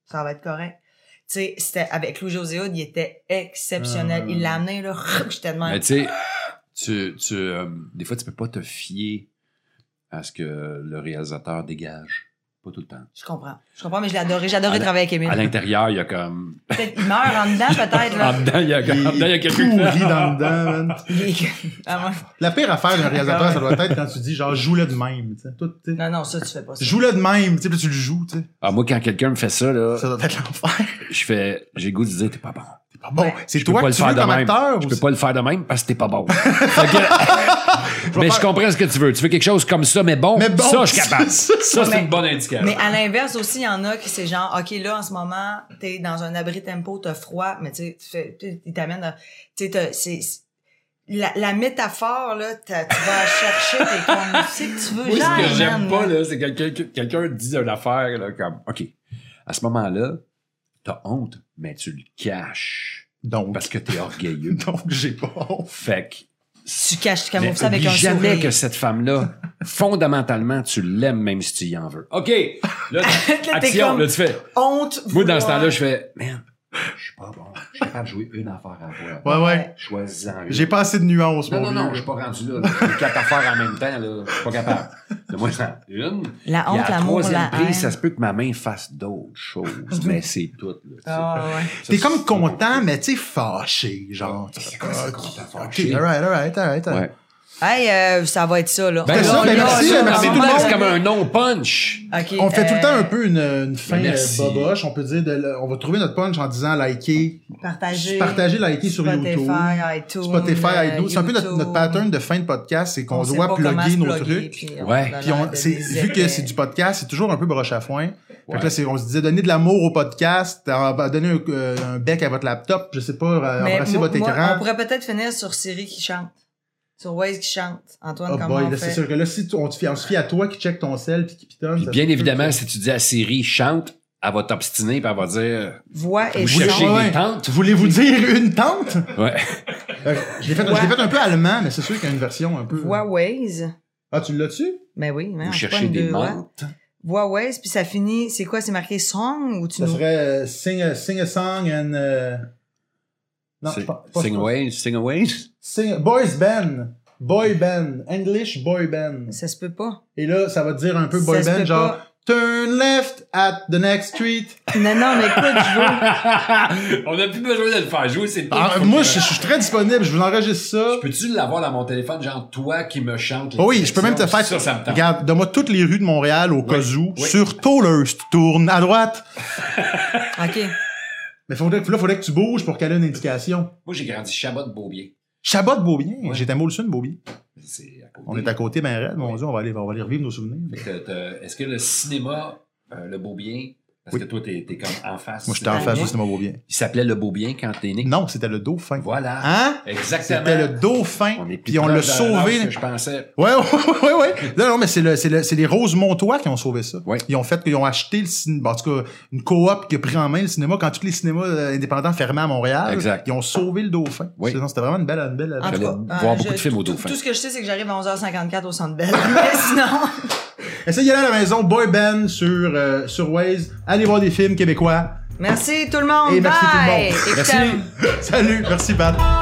Speaker 2: Ça va être correct. Tu sais, c'était avec Louis-José Hood, il était exceptionnel.
Speaker 1: Ah, ouais,
Speaker 2: Il
Speaker 1: ouais.
Speaker 2: l'a amené, là, j'étais de même.
Speaker 3: Mais tu sais, tu, tu, euh, des fois, tu peux pas te fier à ce que le réalisateur dégage. Pas tout le temps.
Speaker 2: Je comprends. Je comprends, mais je l'ai adoré. J'ai adoré
Speaker 3: À la-
Speaker 2: travailler avec Émile.
Speaker 3: À l'intérieur, il y a comme.
Speaker 2: Peut-être il meurt en dedans, peut-être.
Speaker 3: En
Speaker 2: Là.
Speaker 3: dedans, il y a, comme- en dedans, il y a quelqu'un qui
Speaker 1: pourri
Speaker 3: fait-
Speaker 1: dans le dedans, man.
Speaker 2: Il est- Ah, ouais.
Speaker 1: La pire affaire d'un réalisateur, ça doit être quand tu dis genre joue-le de même, tu sais. Toi, tu sais,
Speaker 2: Non, non, ça, tu fais pas ça.
Speaker 1: Joue-le de même, tu sais, puis tu le joues, tu sais.
Speaker 3: Ah, moi, quand quelqu'un me fait ça, là,
Speaker 1: Ça doit être l'enfer.
Speaker 3: je fais. J'ai le goût de dire, t'es pas ah bon.
Speaker 1: C'est pas bon. C'est
Speaker 3: Je peux
Speaker 1: toi
Speaker 3: pas
Speaker 1: que
Speaker 3: le
Speaker 1: tu
Speaker 3: faire
Speaker 1: veux
Speaker 3: de
Speaker 1: comme
Speaker 3: même.
Speaker 1: acteur
Speaker 3: Je
Speaker 1: ou
Speaker 3: peux
Speaker 1: c'est-
Speaker 3: pas le faire de même parce que t'es pas bon. Fait que- mais je comprends ce que tu veux. Tu veux quelque chose comme ça, mais bon.
Speaker 1: Mais bon,
Speaker 3: ça, je suis capable.
Speaker 1: c'est
Speaker 3: Ça, c'est
Speaker 2: Mais-
Speaker 3: une bonne indication.
Speaker 2: Mais à l'inverse aussi, il y en a qui c'est genre, OK, là, en ce moment, t'es dans un abri tempo, t'as froid, mais tu sais, tu fais- tu- il t'amène à- Tu sais, t'as- c'est... c'est- La, la métaphore, là, t'as- tu vas chercher, t'es comme, tu sais que tu veux,
Speaker 3: Moi,
Speaker 2: genre,
Speaker 3: ce que j'aime
Speaker 2: man,
Speaker 3: pas, là, c'est quand quelqu'un quelqu'un dit une affaire, là, comme, OK, à ce moment-là, T'as honte, mais tu le caches
Speaker 1: Donc,
Speaker 3: parce que t'es orgueilleux.
Speaker 1: donc j'ai pas honte.
Speaker 3: fait que
Speaker 2: Tu caches, tu
Speaker 3: Mais
Speaker 2: camoufles ça avec
Speaker 3: oublie
Speaker 2: un
Speaker 3: jamais
Speaker 2: sourire.
Speaker 3: que cette femme-là, fondamentalement, tu l'aimes même si tu y en veux. OK,
Speaker 2: Là,
Speaker 3: là,
Speaker 2: t'es
Speaker 3: action,
Speaker 2: comme
Speaker 3: là, tu fais.
Speaker 2: honte.
Speaker 3: Moi, dans ce
Speaker 2: vouloir.
Speaker 3: temps-là, je fais, man, je suis pas bon. Je suis capable de jouer une affaire à la fois.
Speaker 1: Ouais, ouais.
Speaker 3: Choisis-en une.
Speaker 1: J'ai pas assez de nuances,
Speaker 3: Non,
Speaker 1: mon
Speaker 3: non, non,
Speaker 1: vieux.
Speaker 3: je suis pas rendu là. là. J'ai quatre affaires en même temps, là. Je suis pas capable. De moi, j'en ai une.
Speaker 2: La
Speaker 3: Puis à
Speaker 2: honte,
Speaker 3: la
Speaker 2: l'amour,
Speaker 3: troisième
Speaker 2: la haine.
Speaker 3: prise, ça se peut que ma main fasse d'autres choses, mais c'est tout, là.
Speaker 2: Ah, ouais.
Speaker 3: Ça,
Speaker 1: T'es
Speaker 3: c'est-
Speaker 1: comme content, mais tu sais, fâché, genre. ah,
Speaker 3: C'est quoi ça, content,
Speaker 1: Ok,
Speaker 3: fâché?
Speaker 1: alright, alright, alright.
Speaker 3: Ouais.
Speaker 2: Hey, euh, ça va être ça, là.
Speaker 1: Ben, ça, ben, merci,
Speaker 2: là,
Speaker 1: merci
Speaker 2: on
Speaker 1: tout le
Speaker 2: va-
Speaker 1: monde.
Speaker 3: C'est comme un non-punch.
Speaker 2: Ok,
Speaker 1: On fait tout le temps un
Speaker 2: euh,
Speaker 1: peu une, une fin
Speaker 3: ben,
Speaker 1: euh,
Speaker 3: merci.
Speaker 1: boboche. On peut dire, de- on va trouver notre punch en disant liker,
Speaker 3: Ah,
Speaker 2: Partager.
Speaker 1: partager, liker sur
Speaker 2: Spotify,
Speaker 1: YouTube.
Speaker 2: iTunes.
Speaker 1: Spotify,
Speaker 2: euh,
Speaker 1: iTunes. C'est un peu notre,
Speaker 2: YouTube.
Speaker 1: notre pattern de fin de podcast, c'est qu'on
Speaker 2: On sait
Speaker 1: doit
Speaker 2: pas comment
Speaker 1: plugger
Speaker 2: se
Speaker 1: nos
Speaker 2: plugger,
Speaker 1: trucs.
Speaker 2: puis on
Speaker 3: Ouais.
Speaker 2: a
Speaker 1: Puis on-
Speaker 2: l'air de euh,
Speaker 1: c'est- vu que
Speaker 2: désirer.
Speaker 1: c'est du podcast, c'est toujours un peu broche à foin. Fait que
Speaker 3: Ouais.
Speaker 1: là, c'est- on se disait, donnez de l'amour au podcast, euh, bah, donnez un, euh, un bec à votre laptop, je sais pas, euh,
Speaker 2: Mais
Speaker 1: embrassez
Speaker 2: moi-
Speaker 1: votre
Speaker 2: moi,
Speaker 1: écran.
Speaker 2: On pourrait peut-être finir sur Siri qui chante. Sur Waze qui chante. Antoine,
Speaker 1: Oh
Speaker 2: comment
Speaker 1: boy,
Speaker 2: on
Speaker 1: là, c'est
Speaker 2: fait?
Speaker 1: sûr que là, si tu- on, te fie- on se fie à toi qui check ton sel puis qui pitonne.
Speaker 3: Puis
Speaker 1: ça se
Speaker 3: bien
Speaker 1: peut
Speaker 3: évidemment,
Speaker 1: que-
Speaker 3: si tu dis à Siri, chante, elle va t'obstiner puis elle va dire
Speaker 2: Voix et
Speaker 3: Vous
Speaker 1: Oui,
Speaker 3: cherchez
Speaker 1: ouais,
Speaker 2: chante. Ah,
Speaker 1: ouais.
Speaker 3: des tentes?
Speaker 1: Voulez-vous dire une tente?
Speaker 3: Ouais.
Speaker 1: Euh, je l'ai fait, je l'ai
Speaker 2: Ouais.
Speaker 1: fait un peu allemand, mais c'est sûr qu'il y a une version un peu.
Speaker 2: Voix Waze.
Speaker 1: Ah, tu l'as-tu?
Speaker 2: Ben oui, mais
Speaker 3: Vous cherchez des menthes.
Speaker 2: Voix Waze, puis ça finit. C'est quoi? C'est marqué song ou tu
Speaker 1: Ça
Speaker 2: nous.
Speaker 1: serait euh, sing, a, sing a song and. euh, Non, je
Speaker 3: Sing-
Speaker 1: pense pas.
Speaker 3: Sing away, sing away.
Speaker 1: Sing- Boys band. Boy band. English boy band.
Speaker 2: Ça se peut pas.
Speaker 1: Et là, ça va te dire un peu boy
Speaker 2: Ça se
Speaker 1: band,
Speaker 2: peut
Speaker 1: genre
Speaker 2: pas.
Speaker 1: Turn left at the next street.
Speaker 2: Non, non, mais écoute, je veux.
Speaker 3: On n'a plus besoin de le faire jouer, c'est
Speaker 1: Ah, moi, je, je suis très disponible, je vous enregistre ça.
Speaker 3: Peux-tu l'avoir dans mon téléphone, genre toi qui me chante?
Speaker 1: Oh oui, je peux même te faire.
Speaker 3: Ça, ça me tente.
Speaker 1: Regarde, donne-moi toutes les rues de Montréal au cas où.
Speaker 3: oui.
Speaker 1: Sur Tolhurst, tourne à droite.
Speaker 2: OK.
Speaker 1: Mais faudrait, là, faudrait que tu bouges pour qu'elle ait une indication.
Speaker 3: Moi, j'ai grandi Chabot de Beaubien.
Speaker 1: Chabot de Beaubien.
Speaker 3: Ouais.
Speaker 1: J'étais à Molson Beaubien.
Speaker 3: C'est à côté.
Speaker 1: On est à côté, ben raide, mon Dieu, on va aller, on va aller revivre nos souvenirs.
Speaker 3: Fait que t'as- t'as- Est-ce que le cinéma, euh, le Beaubien, parce
Speaker 1: Oui.
Speaker 3: que toi, t'es es comme en face.
Speaker 1: Moi, j'étais en
Speaker 3: du
Speaker 1: face
Speaker 3: Beaubien.
Speaker 1: du cinéma Beaubien.
Speaker 3: Il s'appelait le Beaubien quand t'es né.
Speaker 1: Non, c'était le dauphin.
Speaker 3: Voilà.
Speaker 1: Hein? C'était
Speaker 3: Exactement.
Speaker 1: le dauphin.
Speaker 3: On est plus
Speaker 1: puis on
Speaker 3: proche
Speaker 1: l'a
Speaker 3: de l'âge
Speaker 1: sauvé.
Speaker 3: que Je pensais.
Speaker 1: Ouais, ouais, ouais, ouais. Non, non, mais c'est le, c'est le, c'est les Roses Montois qui ont sauvé ça.
Speaker 3: Ouais.
Speaker 1: Ils ont fait, qu'ils ont acheté le cinéma, en tout cas, une coop qui a pris en main le cinéma quand tous les cinémas euh, indépendants fermaient à Montréal.
Speaker 3: Exact.
Speaker 1: Ils ont sauvé le dauphin.
Speaker 3: Oui.
Speaker 1: Sinon, C'était vraiment une belle, une belle.
Speaker 2: En tout
Speaker 3: J'allais
Speaker 2: cas,
Speaker 3: voir beaucoup de films au
Speaker 2: tout-
Speaker 3: Dauphin.
Speaker 2: Tout ce que je sais, c'est que j'arrive à 11h54 au Centre Bell. Mais sinon,
Speaker 1: Essayez d'aller à la maison, boy band sur, euh, sur Waze. Allez voir des films québécois.
Speaker 2: merci tout le monde.
Speaker 1: Et
Speaker 2: Bye.
Speaker 1: merci tout le monde.
Speaker 2: Écoutez,
Speaker 3: Merci.
Speaker 1: Salut. Merci, Pat.